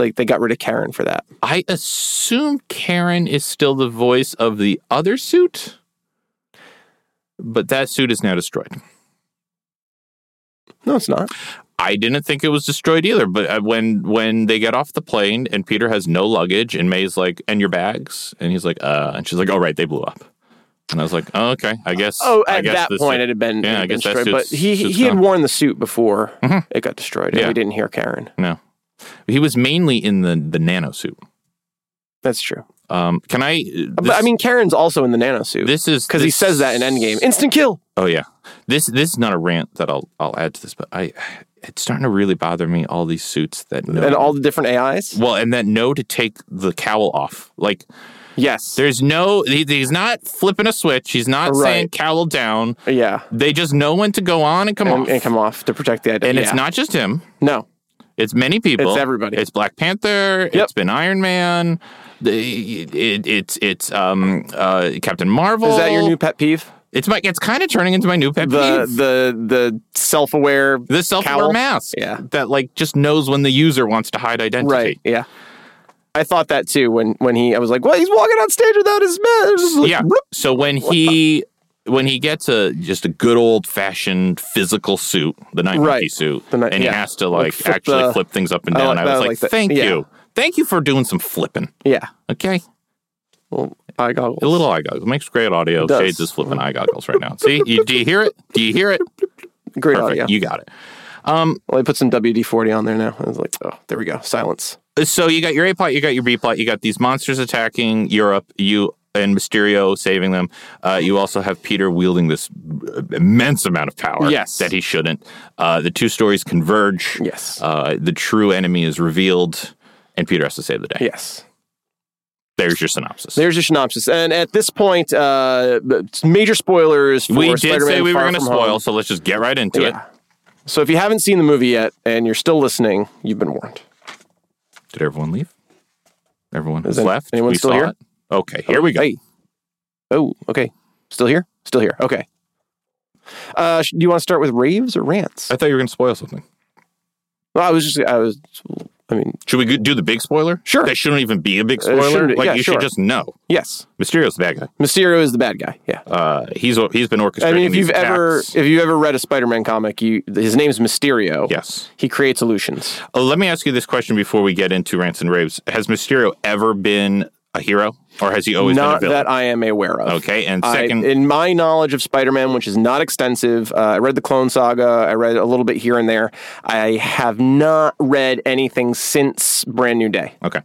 A: like they got rid of Karen for that.
B: I assume Karen is still the voice of the other suit, but that suit is now destroyed.
A: No, it's not.
B: I didn't think it was destroyed either. But uh, when when they get off the plane and Peter has no luggage and May's like, "And your bags?" and he's like, "Uh," and she's like, "Oh right, they blew up." And I was like, "Oh okay, I guess."
A: Oh,
B: I
A: at
B: guess
A: that
B: this-
A: point it had been,
B: Yeah,
A: it
B: I
A: had been
B: guess that
A: destroyed. But
B: suit's-
A: he
B: suit's
A: he had
B: gone.
A: worn the suit before
B: Mhm.
A: it got destroyed, and
B: Yeah.
A: we didn't hear Karen.
B: no, he was mainly in the the nano suit.
A: That's true.
B: Um, can I?
A: but I mean, Karen's also in the nano suit
B: this is
A: because he
B: this-
A: says that in Endgame. Instant kill.
B: Oh yeah, this this is not a rant that I'll I'll add to this, but I it's starting to really bother me all these suits that know
A: And all the different AIs.
B: well and that know to take the cowl off. Like
A: Yes.
B: there's no he, he's not flipping a switch. He's not
A: Right.
B: saying cowl down.
A: Yeah.
B: They just know when to go on and come
A: and,
B: off.
A: and come off to protect the idea.
B: And it's not just him.
A: no.
B: It's many people.
A: It's everybody.
B: It's Black Panther.
A: Yep.
B: It's been Iron Man. The, it, it's it's um uh Captain Marvel.
A: Is that your new pet peeve?
B: It's my. It's kind of turning into my new pet
A: The
B: peeve.
A: the the self aware
B: the self-aware
A: cowl?
B: mask
A: Yeah.
B: that like just knows when the user wants to hide identity
A: Right. Yeah. I thought that too when when he I was like, well, he's walking on stage without his mask. Like,
B: yeah
A: bloop.
B: so when he when he gets a just a good old-fashioned physical suit the night
A: Right.
B: suit
A: The ni-
B: and he
A: yeah.
B: has to
A: Like,
B: like,
A: flip
B: actually
A: the-
B: flip things up and
A: I
B: down
A: like
B: i,
A: that, I
B: was like,
A: like that.
B: thank
A: Yeah.
B: you thank you for doing some flipping
A: Yeah.
B: okay
A: Well, eye goggles.
B: a little eye goggles makes great audio
A: It does.
B: shades is flipping eye goggles right now see you, do you hear it do you hear it
A: Great
B: perfect
A: audio.
B: you got it
A: well, I put some WD forty on there now. I was like, oh, there we go. Silence.
B: so you got your A plot, you got your B plot, you got these monsters attacking Europe. You and Mysterio saving them. Uh, you also have Peter wielding this uh, immense amount of power
A: Yes.
B: that he shouldn't. Uh, the two stories converge.
A: Yes.
B: Uh, the true enemy is revealed, and Peter has to save the day.
A: yes.
B: There's your synopsis.
A: There's your synopsis. And at this point, uh, major spoilers for
B: we did
A: Spider-Man
B: say we were
A: Far
B: going to
A: From Home.
B: spoil, so let's just get right into it.
A: Yeah. So if you haven't seen the movie yet and you're still listening, you've been warned.
B: Did everyone leave? Everyone has
A: Is an-
B: left.
A: anyone
B: we
A: still
B: saw
A: here?
B: it. Okay, here we go.
A: Hey. Oh, okay. Still here? Still here. Okay. Uh, sh- do you want to start with raves or rants?
B: I thought you were going to spoil something.
A: Well, I was just, I was, I mean,
B: Should we go- do the big spoiler?
A: Sure.
B: That shouldn't even be a big
A: Uh, shouldn't
B: spoiler.
A: it?
B: like
A: Yeah,
B: you
A: sure.
B: should just know.
A: yes,
B: Mysterio's the bad guy.
A: Mysterio is the bad guy. Yeah.
B: Uh, he's he's been orchestrating.
A: I mean, if
B: these
A: you've ever,
B: attacks.
A: if you ever read a Spider-Man comic, you, his name's Mysterio.
B: yes.
A: He creates illusions.
B: Oh, let me ask you this question before we get into rants and raves: Has Mysterio ever been a hero, or has he always
A: Not
B: been a villain?
A: that I am aware of.
B: okay, and
A: I-
B: second,
A: in my knowledge of Spider-Man, which is not extensive, uh, I read the Clone Saga. I read a little bit here and there. I have not read anything since Brand New Day
B: okay.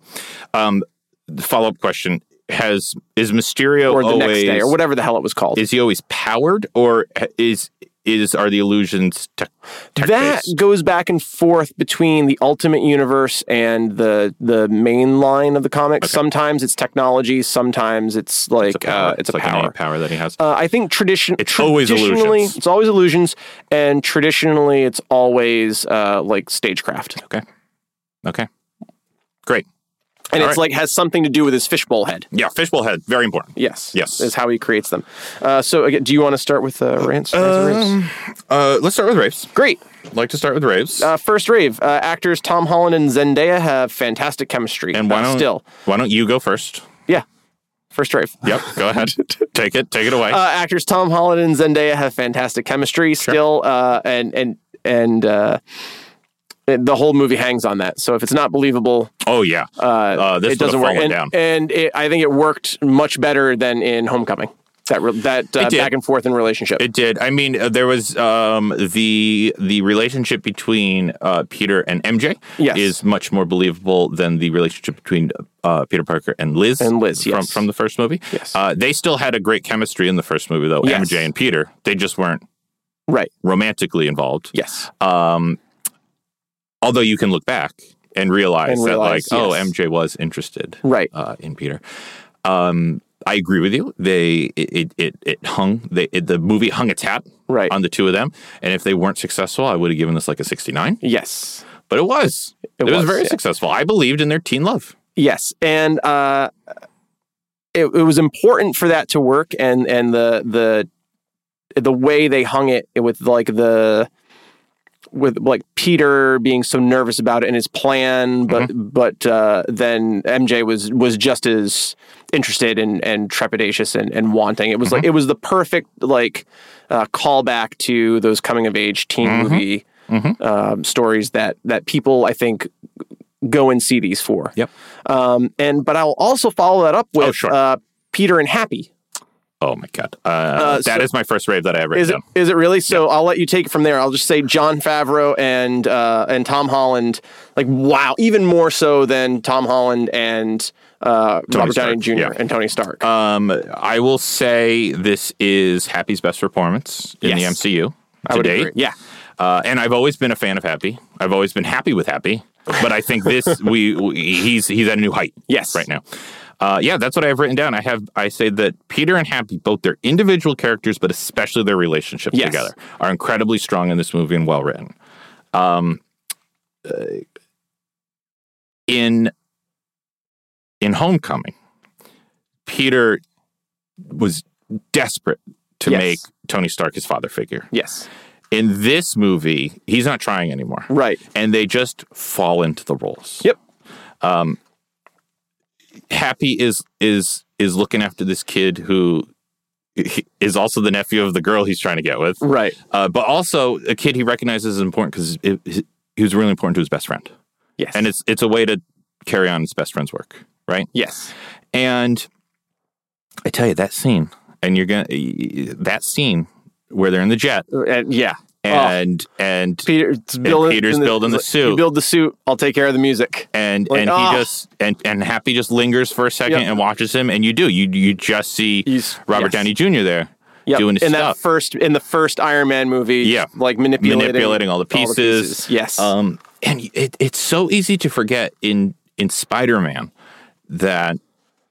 B: Um, the follow-up question: Has is Mysterio
A: or the
B: Oh, always
A: next day or whatever the hell it was called.
B: is he always powered, or is is are the illusions tech, tech
A: that
B: based?
A: goes back and forth between the Ultimate Universe and the the main line of the comics. Sometimes it's technology. Sometimes it's like
B: It's a power.
A: uh, it's, a
B: like an
A: power.
B: innate power that he has.
A: Uh, I think tradition.
B: It's always
A: traditionally-
B: illusions.
A: It's always illusions, and traditionally, it's always uh, like stagecraft,
B: okay, great.
A: and
B: All
A: it's
B: right.
A: like has something to do with his fishbowl head.
B: Yeah, fishbowl head, very important.
A: Yes,
B: Yes.
A: is how he creates them. Uh, so, again, do you want to start with uh, rants? rants and raves?
B: Um, uh, let's start with raves.
A: Great.
B: Like to start with raves.
A: Uh, first rave. Uh, actors Tom Holland and Zendaya have fantastic chemistry.
B: and why
A: Uh,
B: don't
A: still?
B: why don't you go first?
A: Yeah. First rave.
B: Yep, go ahead. take it. Take it away.
A: uh, actors Tom Holland and Zendaya have fantastic chemistry still, uh, and and and uh, the whole movie hangs on that. So if it's not believable,
B: oh yeah. Uh, this
A: it doesn't
B: would
A: work.
B: have fallen
A: And,
B: down.
A: and it, I think it worked much better than in Homecoming. That re- that uh,
B: did.
A: back and forth in relationship.
B: it did. I mean, uh, there was um, the the relationship between uh, Peter and MJ
A: Yes.
B: is much more believable than the relationship between uh, Peter Parker and Liz
A: And Liz,
B: from
A: yes.
B: from the first movie.
A: Yes.
B: Uh, they still had a great chemistry in the first movie, though.
A: Yes.
B: MJ and Peter, they just weren't
A: right.
B: romantically involved.
A: Yes.
B: Um, although you can look back and realize
A: And
B: that,
A: realize,
B: like,
A: yes.
B: oh, MJ was interested
A: Right.
B: uh, in Peter. Um, I agree with you. They it it, it hung. They it, the movie hung its hat
A: Right.
B: on the two of them. And if they weren't successful, I would have given this like a sixty nine.
A: yes.
B: But it was. It, was,
A: was,
B: very
A: yeah.
B: successful. I believed in their teen love.
A: Yes, and uh, it, it was important for that to work, and and the the the way they hung it with like the with like Peter being so nervous about it and his plan, but but uh, then MJ was was just as interested and and trepidatious and, and wanting. It was like it was the perfect like uh, callback to those coming of age teen movie Um, stories that that people I think go and see these for.
B: Yep. Oh,
A: Um, and but I'll also follow that up with
B: sure.
A: uh, Peter and Happy.
B: Oh my god. Uh, that is
A: so-
B: my first rave that I ever
A: Is
B: done.
A: it is it really? So I'll let you take it from there. I'll just say John Favreau and uh, and Tom Holland. Like wow, even more so than Tom Holland and uh, Robert Downey
B: Stark,
A: Jr.
B: yeah.
A: and Tony Stark.
B: Um, I will say this is Happy's best performance in
A: Yes.
B: the MCU
A: I
B: to
A: would
B: date.
A: agree. Yeah.
B: Uh, and I've always been a fan of Happy. I've always been happy with Happy, but I think this we, we he's he's at a new height.
A: Yes.
B: right now. Uh, yeah, that's what I have written down. I have I say that Peter and Happy, both their individual characters, but especially their relationship
A: Yes.
B: together, are incredibly strong in this movie and well written. Um, uh, in in Homecoming, Peter was desperate to
A: Yes.
B: make Tony Stark his father figure
A: Yes.
B: in this movie, he's not trying anymore.
A: Right.
B: And they just fall into the roles.
A: Yep.
B: Um, Happy is is is looking after this kid who he- is also the nephew of the girl he's trying to get with,
A: Right.
B: uh, but also a kid he recognizes is important because he was really important to his best friend,
A: Yes.
B: and it's it's a way to carry on his best friend's work, right?
A: yes.
B: And I tell you that scene, and you're gonna that scene where they're in the jet
A: And yeah.
B: and and
A: Peter, it's building,
B: Peter's
A: and the-
B: building the
A: you
B: suit.
A: build the suit. I'll take care of the music.
B: and
A: Like,
B: and
A: ah.
B: he just and and Happy just lingers for a second
A: Yep.
B: and watches him, and you do you you just see
A: He's yes.
B: Robert Downey Jr. there
A: Yep.
B: doing his
A: in
B: stuff,
A: that first in the first Iron Man movie.
B: Yeah.
A: like manipulating
B: manipulating all the pieces.
A: Yes,
B: Um, and it, it's so easy to forget in in Spider Man that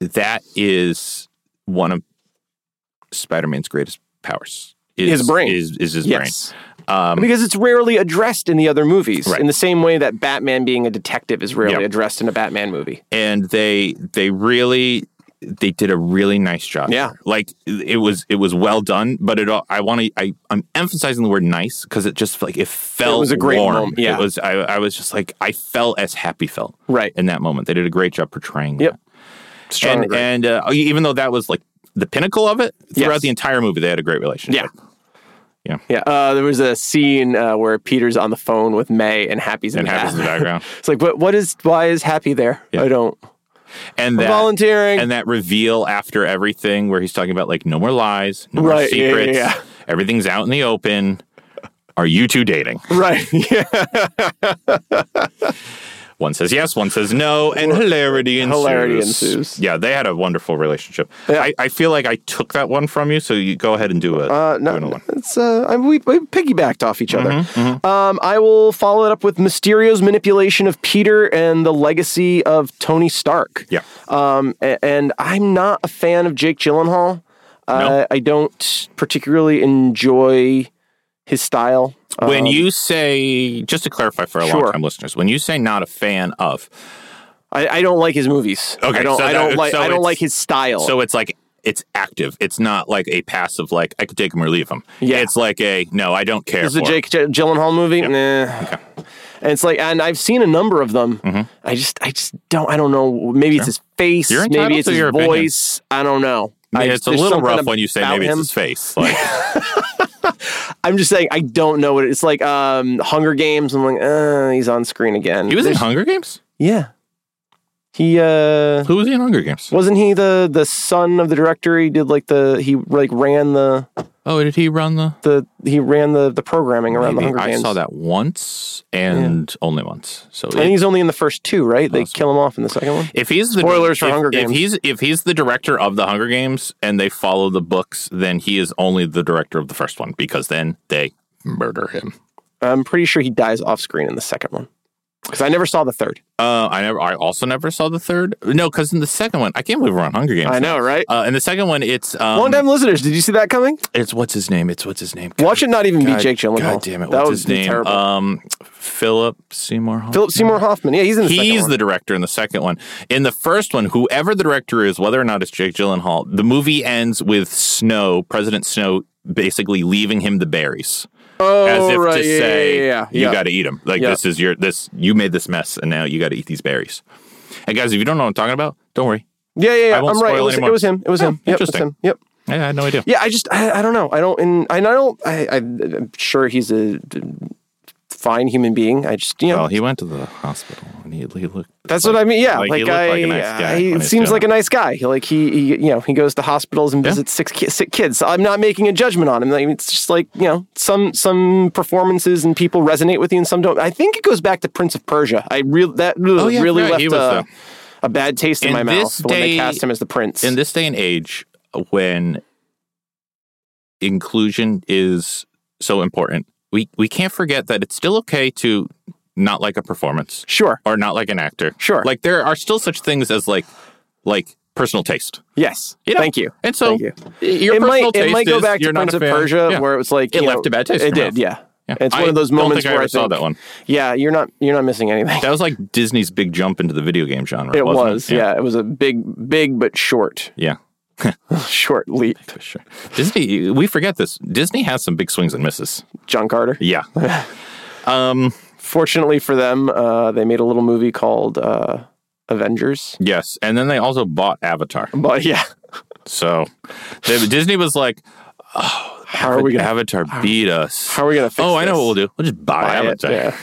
B: that is one of Spider Man's greatest powers. Is,
A: His brain.
B: is, is his
A: yes,
B: brain. Um,
A: because it's rarely addressed in the other movies
B: Right.
A: in the same way that Batman being a detective is rarely
B: Yeah.
A: addressed in a Batman movie.
B: and they they really they did a really nice job.
A: Yeah.
B: like it was it was well done. But it all I want to I I'm emphasizing the word nice because it just like it felt
A: was a great
B: warm.
A: moment, yeah.
B: it was I I was just like I felt as happy felt
A: Right.
B: in that moment. They did a great job portraying.
A: Yep.
B: that.
A: Strong
B: and
A: agree.
B: and uh, even though that was like the pinnacle of it throughout
A: Yes.
B: the entire movie, they had a great relationship.
A: Yeah. Yeah, uh, there was a scene uh, where Peter's on the phone with May and Happy's in
B: and
A: the
B: happens in the
A: back.
B: background.
A: It's like, what? What is? Why is Happy there?
B: Yeah.
A: I don't
B: And that
A: volunteering.
B: and that reveal after everything where he's talking about like no more lies, no more
A: Right, yeah, yeah,
B: secrets,
A: yeah.
B: everything's out in the open. Are you two dating?
A: right. Yeah.
B: One says yes, one says no, and hilarity ensues.
A: Hilarity ensues.
B: Yeah, they had a wonderful relationship.
A: Yeah.
B: I, I feel like I took that one from you, so you go ahead and do it.
A: Uh,
B: do another
A: no,
B: one. Mm-hmm,
A: it's uh, I, we, we piggybacked off each other. Um, I will follow it up with Mysterio's manipulation of Peter and the legacy of Tony Stark.
B: Yeah.
A: Um, a- and I'm not a fan of Jake Gyllenhaal. Uh, I don't particularly enjoy his style. Uh,
B: When you say, just to clarify for a long
A: Sure.
B: time listeners, when you say not a fan of,
A: I, I don't like his movies.
B: Okay,
A: I don't.
B: so
A: I don't
B: that-
A: like.
B: so
A: I
B: it's-
A: don't like his style.
B: so it's like it's active. It's not like a passive, like I could take him or leave him.
A: Yeah.
B: It's like a no, I don't care.
A: Is the
B: for
A: Jake Gy- Gyllenhaal movie? Nah. And it's like, and I've seen a number of them.
B: Mm-hmm.
A: I just, I just don't, I don't know. Maybe it's his face.
B: You're entitled
A: maybe it's
B: to
A: his
B: your opinion.
A: voice. I don't know.
B: I mean,
A: I-
B: it's a
A: there's
B: little
A: something
B: rough when you say
A: about
B: maybe
A: him.
B: it's his face. Like,
A: I'm just saying, I don't know what it, it's like. Um, Hunger Games. I'm like, uh, he's on screen again.
B: he was in
A: There's-
B: Hunger Games.
A: yeah. He uh,
B: Who was he in Hunger Games?
A: wasn't he the the son of the director? He did like the he like ran the
B: Oh, did he run the?
A: the he ran the the programming around
B: Maybe.
A: the Hunger
B: I
A: Games.
B: saw that once and only once. So
A: And
B: it-
A: he's only in the first two, right? They
B: Awesome.
A: kill him off in the second one.
B: if he's the
A: Spoilers for
B: if,
A: Hunger
B: if
A: Games.
B: he's if he's the director of the Hunger Games and they follow the books, then he is only the director of the first one because then they murder him.
A: I'm pretty sure he dies off screen in the second one because I never saw the third.
B: Uh, I never. I also never saw the third. No, because in the second one, I can't believe we're on Hunger Games.
A: I know, right?
B: Uh, in the second one, it's um,
A: Long time listeners, did you see that coming?
B: It's what's his name? It's what's his name?
A: Watch it not even
B: God,
A: be Jake Gyllenhaal.
B: God damn it!
A: that
B: What's
A: would
B: his
A: be
B: name?
A: terrible.
B: Um, Philip Seymour. Hoffman.
A: Philip Seymour Hoffman. Yeah, he's in the second
B: He's
A: one.
B: the director in the second one. In the first one, whoever the director is, whether or not it's Jake Gyllenhaal, the movie ends with Snow, President Snow, basically leaving him the berries,
A: oh,
B: as if
A: right.
B: to
A: yeah,
B: say,
A: yeah, yeah,
B: "You
A: yeah.
B: got to eat them. Like
A: Yeah.
B: this is your this. You made this mess, and now you got to eat these berries." And guys, if you don't know what I'm talking about, don't worry.
A: yeah, yeah, yeah.
B: I won't
A: I'm right. It
B: spoil
A: was, it
B: anymore.
A: was him. It was
B: Oh,
A: him. Yep, it was
B: interesting.
A: him. Yep.
B: I had no idea.
A: Yeah, I just, I, I don't know. I don't, and I don't, I, I, I'm sure he's a fine human being. I just, you know,
B: Well, he went to the hospital and he, he looked.
A: That's
B: like-
A: what I mean. Yeah,
B: like,
A: like,
B: he looked
A: I,
B: like a nice guy
A: I-
B: when
A: he
B: he's
A: seems
B: doing
A: like
B: it.
A: a nice guy. He, like he, he, you know, he goes to hospitals and
B: Yeah.
A: visits six ki- sick kids. So I'm not making a judgment on him. I mean, it's just like you know, some some performances and people resonate with you and some don't. I think it goes back to Prince of Persia. I real that
B: Oh, yeah,
A: really
B: right,
A: left
B: he was
A: a,
B: the-
A: a bad taste in,
B: In
A: my
B: this
A: mouth when
B: day-
A: they cast him as the prince.
B: in this day and age when inclusion is so important we we can't forget that it's still okay to not like a performance
A: sure.
B: or not like an actor
A: Sure.
B: like there are still such things as like like personal taste
A: Yes.
B: You know,
A: Thank you.
B: and so
A: Thank you.
B: your
A: it
B: personal
A: might
B: taste
A: it might go
B: is
A: back to
B: you're not
A: Prince
B: a
A: of
B: fan.
A: Persia
B: Yeah.
A: where it was like
B: It
A: you
B: left
A: know,
B: a bad taste in
A: It
B: your
A: did.
B: mouth.
A: Yeah.
B: Yeah.
A: It's
B: I
A: one of those
B: don't
A: moments
B: think I
A: where
B: ever
A: I
B: saw
A: think,
B: that one
A: yeah, you're not you're not missing anything.
B: that was like disney's big jump into the video game genre
A: It
B: wasn't
A: was, yeah. It was a big, big but short,
B: yeah, yeah.
A: short leap.
B: For sure. Disney, we forget this. Disney has some big swings and misses.
A: John Carter.
B: Yeah. um,
A: Fortunately for them, uh, they made a little movie called uh, Avengers.
B: Yes, and then they also bought Avatar.
A: But yeah,
B: So they- Disney was like,
A: how are we gonna?
B: Avatar beat us."
A: How are we gonna? Fix
B: oh, I
A: this?
B: know what we'll do. We'll just buy,
A: Buy it,
B: Avatar.
A: yeah.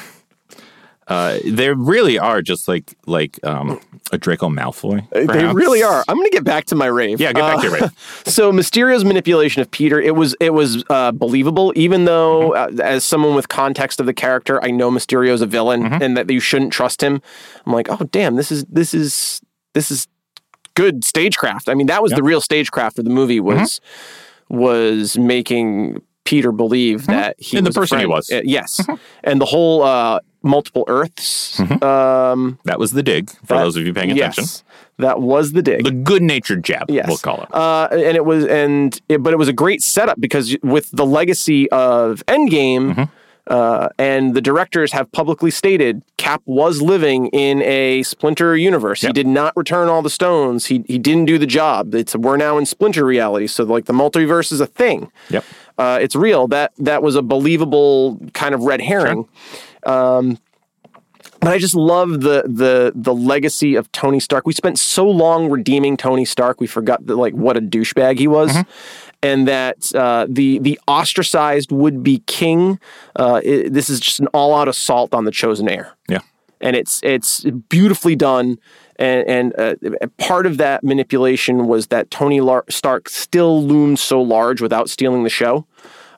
B: Uh, they really are just like like um, a Draco Malfoy.
A: They
B: perhaps.
A: really are. I'm going to get back to my rave.
B: Yeah, get back to
A: Uh,
B: your right.
A: So Mysterio's manipulation of Peter, it was it was uh, believable, even though
B: Mm-hmm.
A: uh, as someone with context of the character, I know Mysterio's a villain
B: Mm-hmm.
A: and that you shouldn't trust him. I'm like, oh damn, this is this is this is good stagecraft. I mean, that was the real stagecraft of the movie was
B: Mm-hmm.
A: was making Peter believe that he
B: And Mm-hmm. the
A: was a
B: person he
A: friend.
B: was. Mm-hmm.
A: Uh, yes, and the whole uh, multiple Earths. Um,
B: That was the dig for
A: that-
B: those of you Mm-hmm. paying attention.
A: Yes, that was the dig
B: The good-natured jab,
A: yes.
B: we'll call it.
A: Uh, and it was, and it, but it was a great setup because with the legacy of Endgame, uh, and the directors have publicly stated Cap was living in a Splinter universe. He
B: Yep.
A: did not return all the stones. He he didn't do the job. It's we're now in Splinter reality. So like the multiverse is a thing.
B: Yep.
A: Uh, it's real. That that was a believable kind of red herring. Um, but I just love the the the legacy of Tony Stark. We spent so long redeeming Tony Stark, we forgot that like what a douchebag he was, and that uh, the the ostracized would be king. Uh, i this is just an all out assault on the chosen heir
B: Yeah.
A: and it's it's beautifully done. And, and uh, part of that manipulation was that Tony Lar- Stark still loomed so large without stealing the show.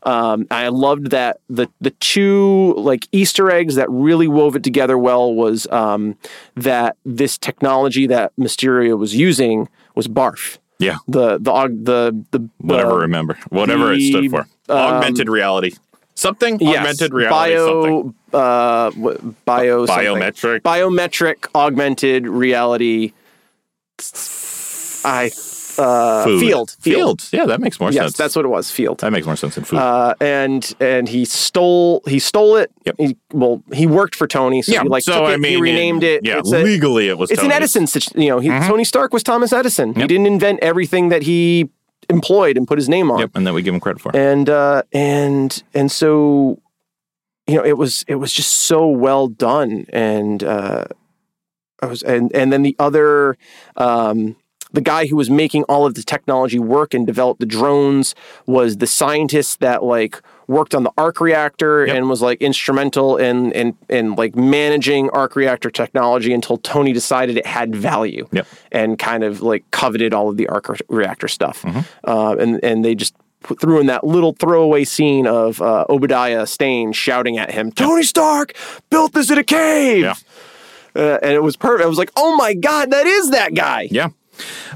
A: Um, I loved that the the two like Easter eggs that really wove it together well was um, that this technology that Mysterio was using was barf.
B: Yeah.
A: The the aug- the the
B: Whatever,
A: uh,
B: remember. Whatever it stood for.
A: the, um,
B: augmented reality. Something?
A: yes,
B: augmented reality. something.
A: bio uh, wh- bio something.
B: Biometric.
A: biometric augmented reality I uh,
B: Food.
A: field
B: Field. Yeah, that makes more
A: Yes,
B: sense.
A: that's what it was. Field.
B: that makes more sense than food.
A: Uh, and and he stole he stole it.
B: Yep.
A: He, well, he worked for Tony, so
B: yeah,
A: he like
B: so
A: took
B: I
A: it,
B: mean,
A: he renamed it.
B: Yeah,
A: it's, a-
B: legally it was.
A: it's an
B: Tony's. Mm-hmm.
A: Edison. situ- You know, he, Tony Stark was Thomas Edison. He
B: Yep.
A: didn't invent everything that he employed and put his name on
B: Yep, and that we give him credit for.
A: and uh and and so you know it was it was just so well done and uh i was and and then the other um the guy who was making all of the technology work and developed the drones was the scientist that like worked on the arc reactor
B: Yep.
A: and was like instrumental in in in like managing arc reactor technology until Tony decided it had value
B: Yep.
A: and kind of like coveted all of the arc re- reactor stuff.
B: Mm-hmm.
A: Uh, and and they just put, threw in that little throwaway scene of uh, Obadiah Stane shouting at him, "Tony Stark built this in a cave."
B: Yeah.
A: Uh, and it was perfect. I was like, "Oh my god, that is that guy!"
B: yeah,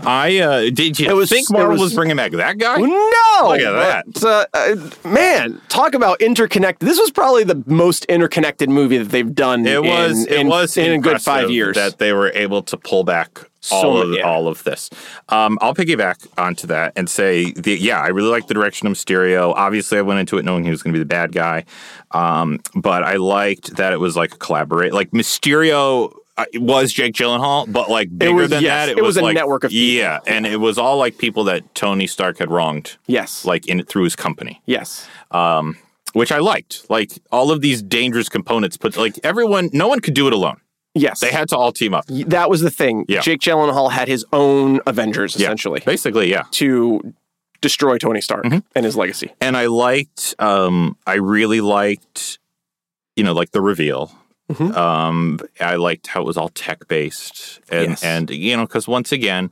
B: I uh, did. You
A: It was-
B: think
A: it
B: Marvel was,
A: was-
B: bringing back that guy?
A: No,
B: Look at
A: But, uh, uh, man! Talk about interconnected. This was probably the most interconnected movie that they've done.
B: It was.
A: in,
B: it
A: in-
B: was
A: in a good five
B: impressive
A: years.
B: that they were able to pull back all
A: So,
B: of
A: yeah.
B: all of this. Um, I'll piggyback onto that and say, the, yeah, I really like the direction of Mysterio. Obviously, I went into it knowing he was going to be the bad guy, um, but I liked that it was like a collaborate. Like Mysterio. uh, was Jake Gyllenhaal, but like bigger
A: was-
B: than
A: yes,
B: that, it,
A: it
B: was,
A: was a
B: like,
A: network of people.
B: yeah, and it was all like people that Tony Stark had wronged,
A: yes,
B: like in through his company
A: yes.
B: um, which I liked. Like all of these dangerous components, put like everyone, no one could do it alone.
A: Yes.
B: They had to all team up.
A: Y- that was the thing.
B: Yeah.
A: Jake Gyllenhaal had his own Avengers
B: Yeah.
A: essentially
B: Basically, yeah.
A: to destroy Tony Stark
B: Mm-hmm.
A: and his legacy.
B: And I liked, um, I really liked, you know, like the reveal.
A: Mhm.
B: Um, I liked how it was all tech based, and
A: Yes.
B: and you know, because once again,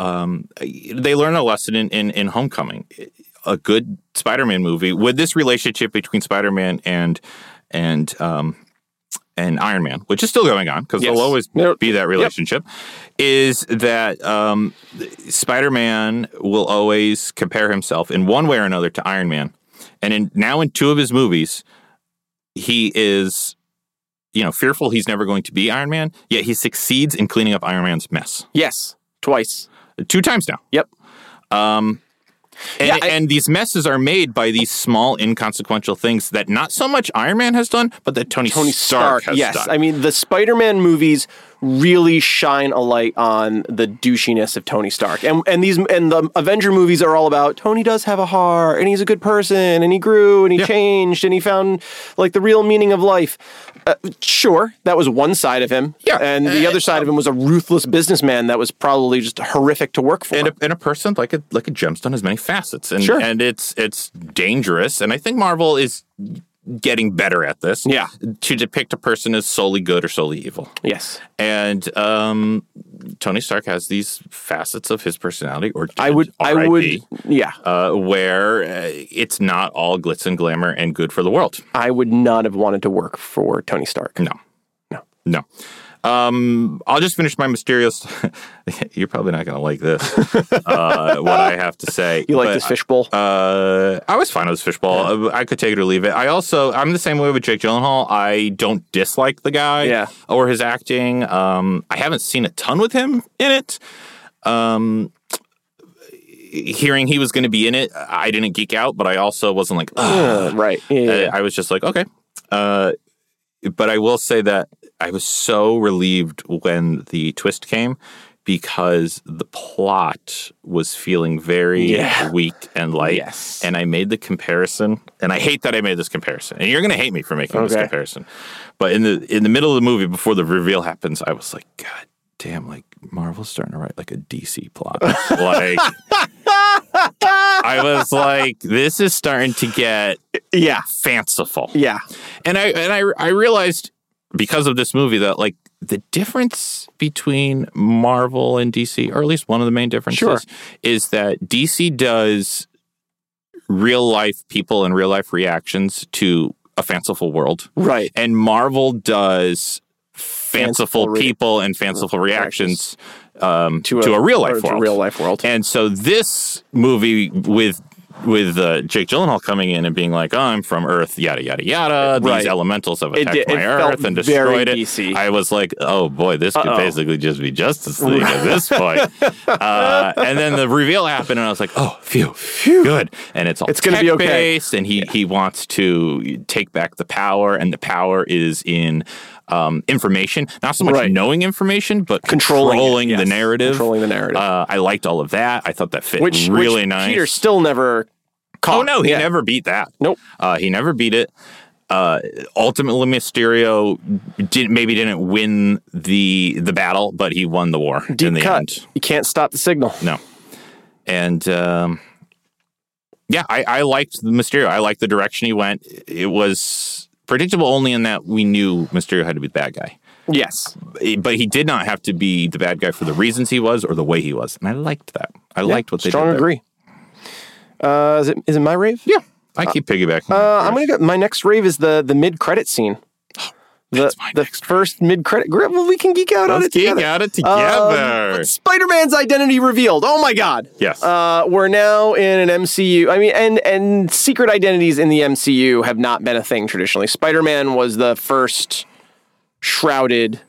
B: um, they learn a lesson in in, in Homecoming. A good Spider-Man movie with this relationship between Spider-Man and and um, and Iron Man, which is still going on because
A: Yes.
B: there'll always
A: Yep.
B: be that relationship, is that um, Spider Man will always compare himself in one way or another to Iron Man. And in, now in two of his movies, he is, you know, fearful he's never going to be Iron Man, yet he succeeds in cleaning up Iron Man's mess.
A: Yes, twice.
B: Two times now.
A: Yep.
B: Um, and,
A: Yeah, I-
B: and these messes are made by these small, inconsequential things that not so much Iron Man has done, but that Tony,
A: Tony
B: Stark,
A: Stark.
B: has
A: yes,
B: done.
A: I mean the Spider-Man movies really shine a light on the douchiness of Tony Stark, and and these and the Avenger movies are all about Tony does have a heart, and he's a good person, and he grew, and he
B: Yeah.
A: changed, and he found like the real meaning of life. Uh, sure, that was one side of him,
B: Yeah.
A: and the other side of him was a ruthless businessman that was probably just horrific to work for.
B: and a, and a person like a like a gemstone has many facets and
A: Sure.
B: and it's it's dangerous and i think marvel is getting better at this.
A: Yeah.
B: To depict a person as solely good or solely evil.
A: Yes.
B: And um, Tony Stark has these facets of his personality, or
A: I would. I
B: RIP,
A: would. Yeah.
B: uh, where uh, it's not all glitz and glamour and good for the world.
A: I would not have wanted to work for Tony Stark.
B: No, no, no. Um, I'll just finish my mysterious. You're probably not going to like this. uh, what I have to say.
A: You like
B: but
A: this fishbowl?
B: Uh, I was fine with this fishball. I could take it or leave it. I also, I'm the same way with Jake Gyllenhaal. I don't dislike the guy
A: Yeah.
B: or his acting. Um, I haven't seen a ton with him in it. Um, hearing he was going to be in it, I didn't geek out, but I also wasn't like,
A: Uh,
B: Ugh.
A: right. Yeah, yeah,
B: Uh,
A: yeah.
B: I was just like, okay. Uh, but I will say that I was so relieved when the twist came because the plot was feeling very
A: Yeah.
B: weak and light.
A: Yes.
B: And I made the comparison, and I hate that I made this comparison. And you're going to hate me for making this
A: Okay.
B: comparison. But in the in the middle of the movie, before the reveal happens, I was like, God damn! Like Marvel's starting to write like a DC plot. like I was like, this is starting to get
A: yeah.
B: fanciful.
A: Yeah.
B: And I and I I realized because of this movie that like the difference between Marvel and DC, or at least one of the main differences,
A: Sure.
B: is that DC does real life people and real life reactions to a fanciful world,
A: Right.
B: and Marvel does fanciful,
A: Fanciful re-
B: people and fanciful reactions um, to, a, real
A: or
B: life
A: to a
B: world.
A: real life world.
B: And so this movie with with uh, Jake Gyllenhaal coming in and being like, oh, "I'm from Earth," yada yada yada. These
A: Right.
B: elementals have
A: It
B: attacked
A: did-
B: my
A: it felt
B: Earth and
A: very
B: destroyed it.
A: DC.
B: I was like, "Oh boy, this could
A: Uh-oh.
B: basically just be Justice League at this point." uh, and then the reveal happened, and I was like, "Oh, phew, phew. good." And it's all
A: It's gonna be okay.
B: tech-based, And he he wants to take back the power, and the power is in. Um, information, not so much
A: Right.
B: knowing information, but
A: Controlling
B: controlling,
A: it, yes.
B: the narrative.
A: Controlling the narrative.
B: Uh, I liked all of that. I thought that fit really
A: which
B: nice.
A: Peter still never. Caught.
B: oh no, he
A: Yeah.
B: never beat that.
A: Nope.
B: Uh, he never beat it. Uh, ultimately, Mysterio didn't maybe didn't win the the battle, but he won the war in
A: Deep
B: the
A: cut.
B: end.
A: You can't stop the signal.
B: No, and um, yeah, I, I liked the Mysterio. I liked the direction he went. It was predictable only in that we knew Mysterio had to be the bad guy,
A: Yes.
B: but he did not have to be the bad guy for the reasons he was or the way he was, and I liked that. I liked what they
A: Strong
B: did. there.
A: agree. Uh, is it is it my rave?
B: Yeah, I keep piggybacking.
A: Uh, I'm gonna go. My next rave is the the mid credit scene. The
B: Oh, That's my
A: the first mid credit. Well, we can geek out on
B: Let's
A: it together. Um,
B: geek out it together.
A: Spider Man's identity revealed. Oh my god.
B: yes.
A: Uh, we're now in an MCU. I mean, and and secret identities in the MCU have not been a thing traditionally. Spider Man was the first shrouded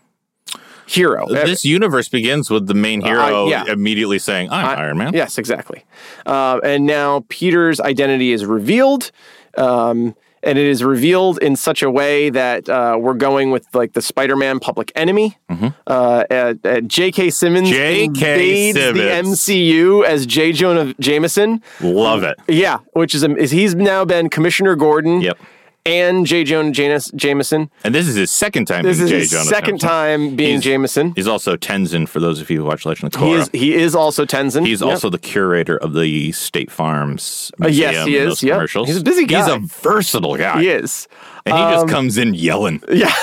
A: hero.
B: this universe begins with the main hero
A: Uh, yeah.
B: immediately saying, I'm
A: I-
B: Iron Man.
A: Yes, exactly. Uh, and now Peter's identity is revealed, um, and it is revealed in such a way that uh, we're going with like the Spider-Man public enemy.
B: Mm-hmm.
A: Uh, at, at J.K. Simmons
B: J.K.
A: invades
B: Simmons.
A: the MCU as J. Jonah Jameson.
B: Love it.
A: Yeah, which is, is he's now been Commissioner Gordon.
B: Yep.
A: And J. Jonah Janus, Jameson.
B: And this is his second time
A: This
B: being
A: is
B: J.
A: his
B: Jonah
A: second
B: Jameson.
A: time being
B: He's-
A: Jameson.
B: He's also Tenzin, for those of you who watch Legend of
A: He
B: Korra.
A: is, he is also Tenzin.
B: He's
A: Yep.
B: also the curator of the State Farms.
A: Uh, yes,
B: Museum
A: he
B: and
A: is.
B: Those
A: Yep.
B: commercials.
A: He's a busy
B: He's
A: guy. um,
B: a versatile guy.
A: He is.
B: And he just comes in yelling.
A: Yeah,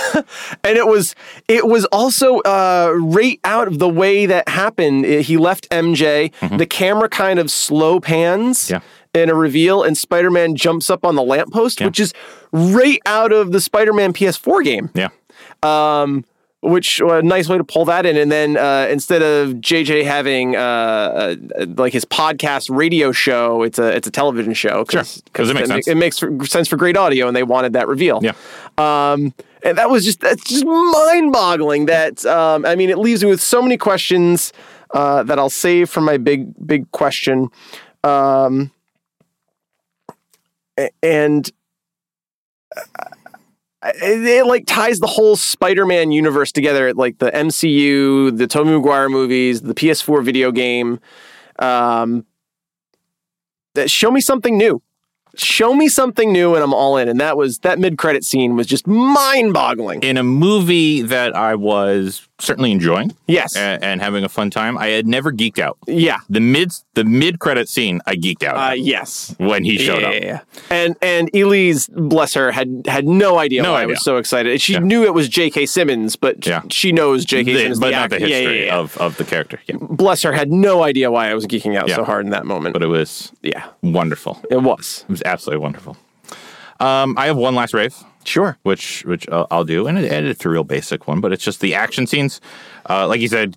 A: and it was it was also uh, right out of the way that happened. It- He left MJ. The camera kind of slow pans
B: Mm-hmm. Yeah.
A: in a reveal, and Spider Man jumps up on the lamppost, which is right out of the Spider Man PS4 game.
B: Yeah.
A: Which a nice way to pull that in, and then uh, instead of JJ having uh, uh, like his podcast radio show, it's a it's a television show.
B: Sure. 'Cause it makes
A: then
B: sense.
A: It makes for- sense for great audio, and they wanted that reveal.
B: Yeah.
A: Um, and that was just that's just mind boggling. That um, I mean, it leaves me with so many questions uh, that I'll save for my big big question. Um, a- and uh, it, it like ties the whole Spider-Man universe together, like the MCU, the Tobey Maguire movies, the PS4 video game. Um, that show me something new show me something new and I'm all in. And that was that mid credit scene was just mind boggling.
B: in a movie that I was certainly enjoying
A: Yes.
B: and, and having a fun time. I had never geeked out.
A: yeah.
B: The mid the mid credit scene, I geeked out
A: Uh, yes.
B: when he showed up.
A: yeah. And and Elise, bless her, had had no idea
B: No
A: why I
B: idea.
A: was so excited. She
B: Yeah.
A: knew it was J.K. Simmons, but
B: Yeah.
A: she knows J.K.
B: The-
A: Simmons,
B: but
A: the
B: not the
A: actor. Yeah,
B: history
A: yeah, yeah.
B: of of the character. Yeah,
A: Bless her, had no idea why I was geeking out
B: Yeah.
A: so hard in that moment.
B: but it was
A: yeah,
B: wonderful. It
A: it was
B: was absolutely wonderful. Um, I have one last rave.
A: sure.
B: which which I'll, I'll do, and, it, and it's a real basic one, but it's just the action scenes. Uh, like you said,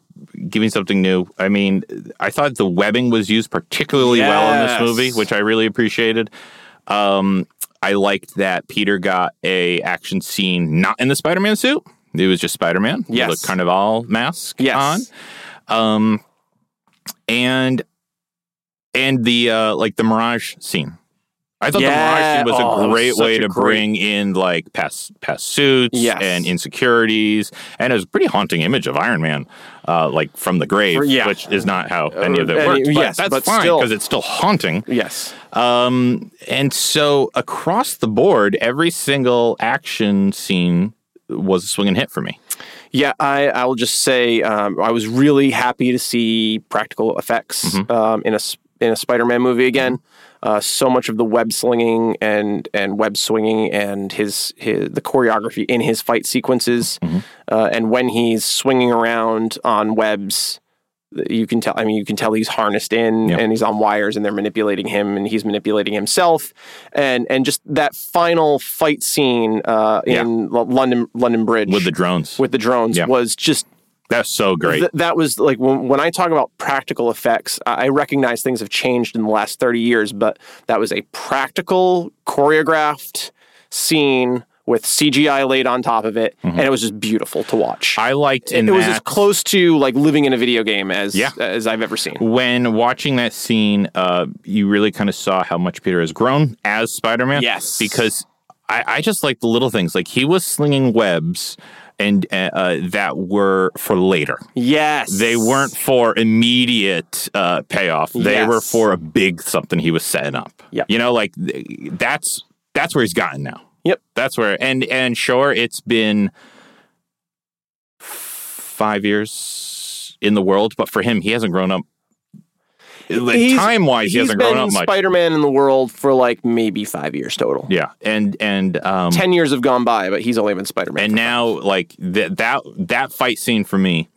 B: give me something new. I mean, I thought the webbing was used particularly well in this
A: Yes.
B: movie, which I really appreciated. Um, I liked that Peter got a action scene not in the Spider Man suit. It was just Spider Man.
A: Yes.
B: looked kind of all mask
A: Yes.
B: on um and and the uh like the mirage scene i thought
A: Yeah.
B: the mirage scene was
A: Oh, that
B: a
A: was
B: great
A: such
B: way
A: a
B: to
A: great-
B: bring in like past past suits
A: Yes.
B: and insecurities and it was a pretty haunting image of iron man uh like from the grave
A: Yeah. Uh,
B: which is not how any of that
A: Any-
B: worked but
A: yes,
B: that's
A: but
B: fine
A: still-
B: because it's still haunting
A: Yes.
B: um, and so across the board every single action scene was a swing and hit for me
A: Yeah, I, I will just say um, I was really happy to see practical effects
B: Mm-hmm.
A: um, in a s- in a Spider-Man movie again. Uh, so much of the web slinging and and web swinging and his his the choreography in his fight sequences,
B: Mm-hmm.
A: uh, and when he's swinging around on webs, you can tell. I mean, you can tell he's harnessed in
B: Yep.
A: and he's on wires, and they're manipulating him, and he's manipulating himself, and and just that final fight scene uh,
B: Yeah.
A: in L- London London Bridge
B: with the drones
A: with the drones
B: Yeah.
A: was just
B: that's so great
A: th- that was like when, when I talk about practical effects, I I recognize things have changed in the last 30 years, but that was a practical, choreographed scene with CGI laid on top of it, and it was just beautiful to watch.
B: Mm-hmm. I liked in
A: it was
B: that
A: as close to like living in a video game as
B: Yeah.
A: as I've ever seen.
B: when watching that scene, uh, you really kind of saw how much Peter has grown as Spider Man.
A: Yes.
B: because I, I just like the little things. Like he was slinging webs, and uh, uh, that were for later.
A: Yes,
B: They weren't for immediate uh, payoff. They
A: Yes.
B: were for a big something he was setting up.
A: Yep.
B: you know, like th- that's that's where he's gotten now.
A: Yep.
B: that's where. And and sure, it's been five years in the world, but for him, he hasn't grown up.
A: He's-
B: Time wise, he
A: He's
B: hasn't grown
A: been
B: up much.
A: Spider-Man in the world for like maybe five years total.
B: yeah, and and um,
A: Ten years have gone by, but he's only been Spider-Man.
B: and
A: for-
B: now like that that that fight scene for me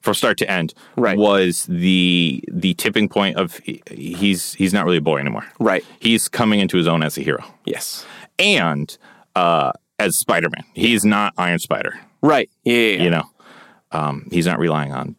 B: from start to end
A: Right.
B: was the the tipping point of he- he's he's not really a boy anymore
A: right?
B: he's coming into his own as a hero
A: Yes,
B: and uh as spider-man he's not iron spider
A: right. Yeah, yeah, yeah.
B: you know um he's not relying on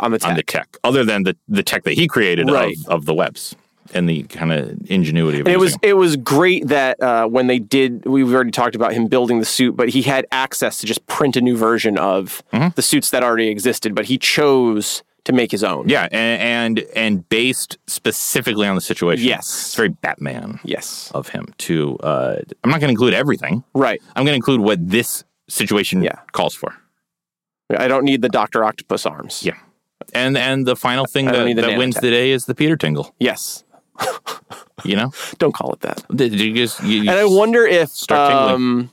A: on the tech.
B: on the tech other than the the tech that he created
A: Right.
B: of, of the webs and the kind of ingenuity of
A: And it was
B: using
A: it was great that uh, when they did, we've already talked about him building the suit, but he had access to just print a new version of
B: Mm-hmm.
A: the suits that already existed, but he chose to make his own.
B: yeah and, and and based specifically on the situation
A: Yes.
B: it's very batman
A: Yes.
B: of him to uh i'm not going to include everything
A: Right.
B: i'm going to include what this situation
A: Yeah.
B: calls for
A: I don't need the Doctor Octopus arms.
B: Yeah. and and the final thing
A: I don't
B: that,
A: need the
B: that
A: nano
B: wins
A: tech.
B: the day is the peter tingle
A: Yes.
B: you know
A: Don't call it that.
B: Did you just you,
A: And I wonder if
B: Start tingling.
A: um,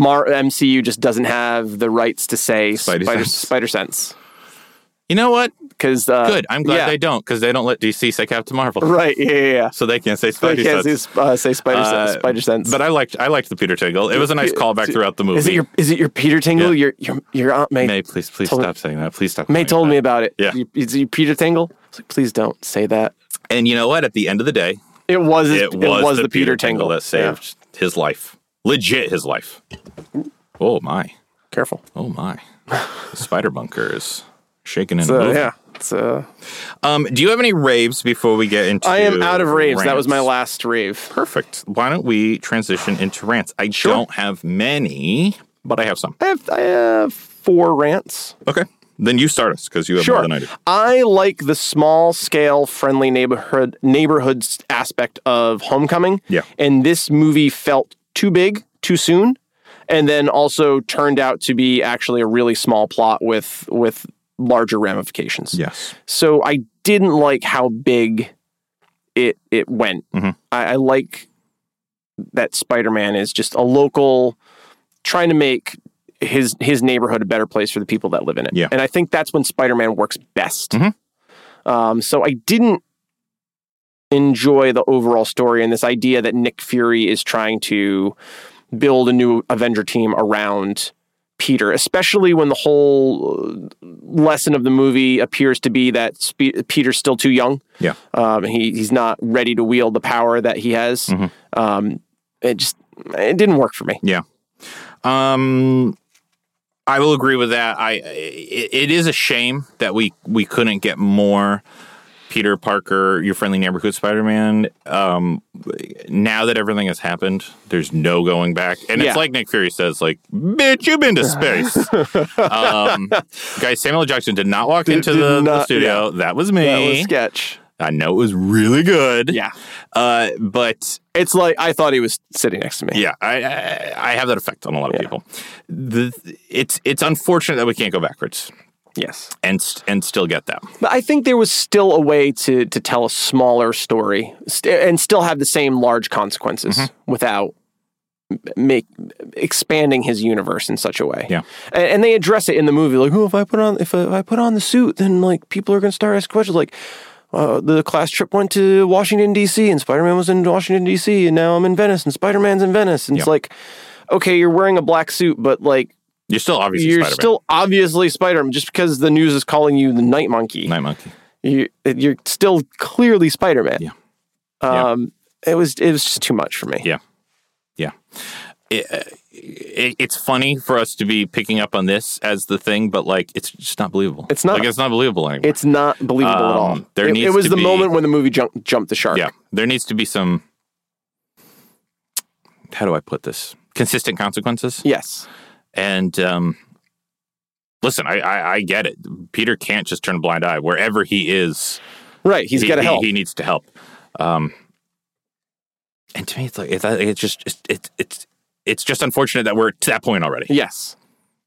A: Mar- MCU just doesn't have the rights to say
B: Spidey
A: Spider Spider
B: sense.
A: Sense.
B: you know what
A: Because uh,
B: good i'm glad
A: yeah.
B: they don't because they don't let dc say captain marvel
A: Right. Yeah. yeah, yeah.
B: so they can't say
A: They
B: Spidey
A: can't
B: sense.
A: say, uh, say Spider
B: Uh,
A: Sense. Spider Sense.
B: but i liked i liked the peter tingle it was a nice callback throughout the movie
A: Is it your is it your Peter Tingle? Your your your aunt May
B: may please please
A: told-
B: stop saying that please stop
A: May
B: calling
A: told
B: that.
A: me about it.
B: Yeah.
A: You- is it your Peter Tingle? I was like, please don't say that.
B: and you know what at the end of the day
A: It was
B: it, was,
A: the, Peter Tingle,
B: that saved his life legit his life oh my
A: Yeah. Careful.
B: Oh my, the spider bunker is shaking in a
A: So
B: movie.
A: yeah, it's uh,
B: Um, do you have any raves before we get into?
A: I am out of raves. That was my
B: rants?
A: last rave,
B: Perfect. Why don't we transition into rants? I don't have many, but I have some.
A: I have I have four rants.
B: Okay, then you start us because you have more than I do.
A: I like the small scale friendly neighborhood neighborhoods aspect of homecoming.
B: Yeah.
A: And this movie felt too big too soon and then also turned out to be actually a really small plot with with larger ramifications.
B: Yes.
A: So I didn't like how big it it went.
B: Mhm.
A: I, I like that Spider Man is just a local trying to make his his neighborhood a better place for the people that live in it.
B: Yeah.
A: And I think that's when Spider-Man works best.
B: Mhm.
A: Um, so I didn't enjoy the overall story and this idea that Nick Fury is trying to build a new Avenger team around Peter, especially when the whole uh, lesson of the movie appears to be that Spe- Peter's still too young.
B: Yeah.
A: Um, he, he's not ready to wield the power that he has.
B: Mhm.
A: Um, it just it didn't work for me.
B: Um, I will agree with that. I it, it is a shame that we we couldn't get more Peter Parker, your friendly neighborhood Spider Man. Um, now that everything has happened, there's no going back, and
A: Yeah.
B: it's like Nick Fury says, like, "Bitch, you've been to space." um, guys, Samuel L. Jackson did not walk
A: Did-
B: into
A: did
B: the, the
A: not-
B: studio. That was
A: That
B: me.
A: was sketch.
B: I know it was really good.
A: Yeah.
B: uh, but
A: It's like I thought he was sitting next to me.
B: yeah, I, I I have that effect on a lot of people. The it's it's unfortunate that we can't go backwards
A: Yes.
B: and st- and still get that.
A: But I think there was still a way to to tell a smaller story st- and still have the same large consequences
B: Mm-hmm.
A: without m- make expanding his universe in such a way.
B: Yeah.
A: A- and, they address it in the movie like, "Oh, if I put on if, uh, if I put on the suit, then like people are going to start asking questions like." Uh, the class trip went to Washington D.C. and Spider-Man was in Washington D.C. and now I'm in Venice and Spider-Man's in Venice and it's
B: Yeah.
A: like, okay, you're wearing a black suit, but like
B: You're still obviously
A: you're
B: Spider-Man.
A: still obviously Spider-Man just because the news is calling you the Night Monkey
B: Night Monkey.
A: you you're still clearly Spider Man.
B: Yeah. Yeah.
A: Um, it was it was just too much for me.
B: Yeah. It, uh, it, it's funny for us to be picking up on this as the thing, but like it's just not believable.
A: It's not.
B: like it's not believable anymore.
A: It's not believable at all.
B: Um, there
A: it,
B: needs
A: it was
B: to
A: the
B: be-
A: moment when the movie jumped jumped the shark.
B: yeah, there needs to be some. How do I put this? Consistent consequences.
A: Yes.
B: And um, listen, I, I I get it. Peter can't just turn a blind eye wherever he is.
A: Right. He's
B: he,
A: got to
B: he-
A: help.
B: He, needs to help. Um, and to me, it's like it's, it's just it's it's it's it's just unfortunate that we're to that point already.
A: yes.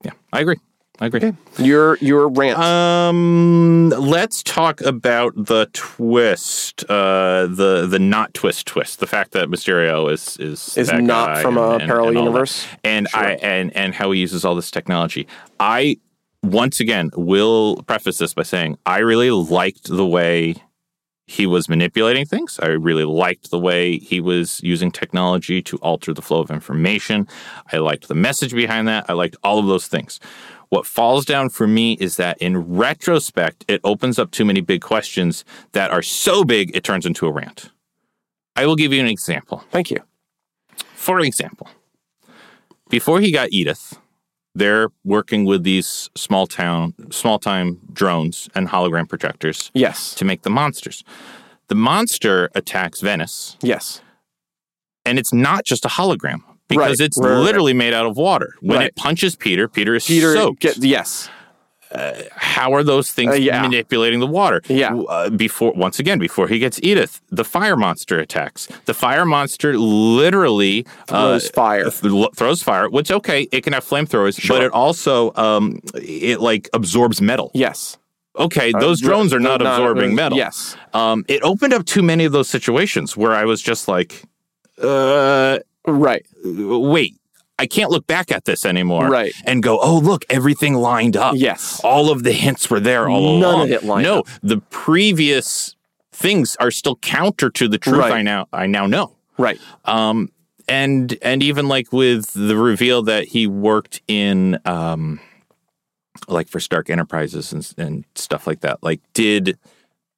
B: Yeah, I agree. I agree.
A: Your your rant.
B: Uh, Um, let's talk about the twist. Uh, the the not twist twist. The fact that Mysterio is is
A: is
B: that
A: not
B: guy
A: from
B: and-
A: a
B: and-
A: parallel
B: and all that
A: universe.
B: and
A: Sure.
B: I and and how he uses all this technology. I once again will preface this by saying I really liked the way he was manipulating things. I really liked the way he was using technology to alter the flow of information. I liked the message behind that. I liked all of those things. What falls down for me is that in retrospect, it opens up too many big questions that are so big it turns into a rant. I will give you an example.
A: Thank you.
B: For example, before he got Edith, they're working with these small town, small time drones and hologram projectors
A: Yes.
B: to make the monsters. The monster attacks Venice,
A: Yes.
B: and it's not just a hologram because
A: Right,
B: it's
A: right, right.
B: literally made out of water. When
A: Right.
B: it punches Peter, Peter is
A: Peter.
B: soaked.
A: Get, yes.
B: How are those things
A: Uh, yeah.
B: manipulating the water?
A: Yeah.
B: Uh, before once again, before he gets Edith, the fire monster attacks. The fire monster literally uh,
A: Throws fire.
B: th- throws fire, which okay, it can have flamethrowers, but it also um, it like absorbs metal.
A: Yes.
B: Okay, those
A: Uh,
B: drones are not
A: they're
B: absorbing metal.
A: Yes.
B: Um, it opened up too many of those situations where I was just like, uh,
A: Right.
B: wait, I can't look back at this anymore,
A: Right.
B: And go, oh look, everything lined up.
A: Yes.
B: all of the hints were there all
A: None
B: along.
A: of it lined
B: No, the previous things are still counter to the truth.
A: Right.
B: I now I now know.
A: Right.
B: Um, and and even like with the reveal that he worked in, um, like for Stark Enterprises and and stuff like that. Like, did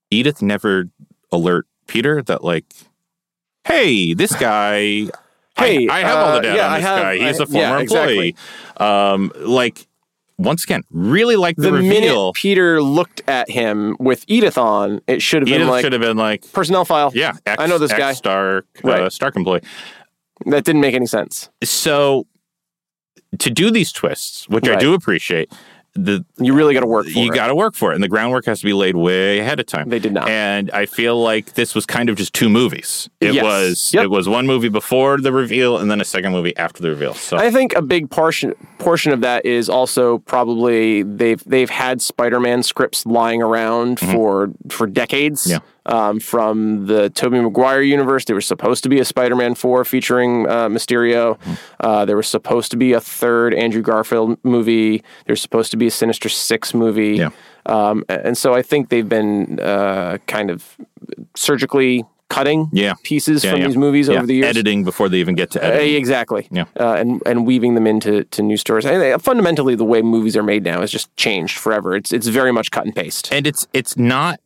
B: Edith never alert Peter that like, hey, this guy.
A: Hey,
B: I, I have all
A: uh,
B: the data
A: yeah,
B: on
A: I
B: this
A: have-
B: guy. He's
A: I-
B: a former
A: yeah,
B: employee. Um, like, once again, really like the,
A: The,
B: reveal.
A: minute Peter looked at him with Edith on, it should have been
B: Edith
A: like
B: should have been like,
A: personnel file.
B: yeah, X,
A: I know this
B: X
A: guy.
B: Stark, uh,
A: Right.
B: Stark employee.
A: That didn't make any sense.
B: so to do these twists, which I
A: Right.
B: do appreciate, the
A: You really got to work for
B: you
A: it.
B: got to work for it, and the groundwork has to be laid way ahead of time.
A: They did not.
B: And I feel like this was kind of just two movies. It
A: Yes.
B: was
A: Yep.
B: it was one movie before the reveal, and then a second movie after the reveal. So
A: I think a big portion portion of that is also probably they've they've had Spider-Man scripts lying around for for decades.
B: Mm-hmm. Yeah.
A: um, from the Tobey Maguire universe. There was supposed to be a Spider-Man four featuring uh, Mysterio.
B: Mm-hmm.
A: Uh, there was supposed to be a third Andrew Garfield movie. There's supposed to be a Sinister Six movie.
B: Yeah.
A: Um, a- and so I think they've been uh, kind of surgically cutting
B: Yeah.
A: pieces
B: Yeah,
A: from
B: yeah.
A: these movies
B: Yeah,
A: over the years.
B: Editing before they even get to
A: Uh,
B: editing.
A: exactly.
B: Yeah.
A: Uh, and and weaving them into to new stories. I, think fundamentally, the way movies are made now has just changed forever. It's it's very much cut and paste.
B: and it's it's not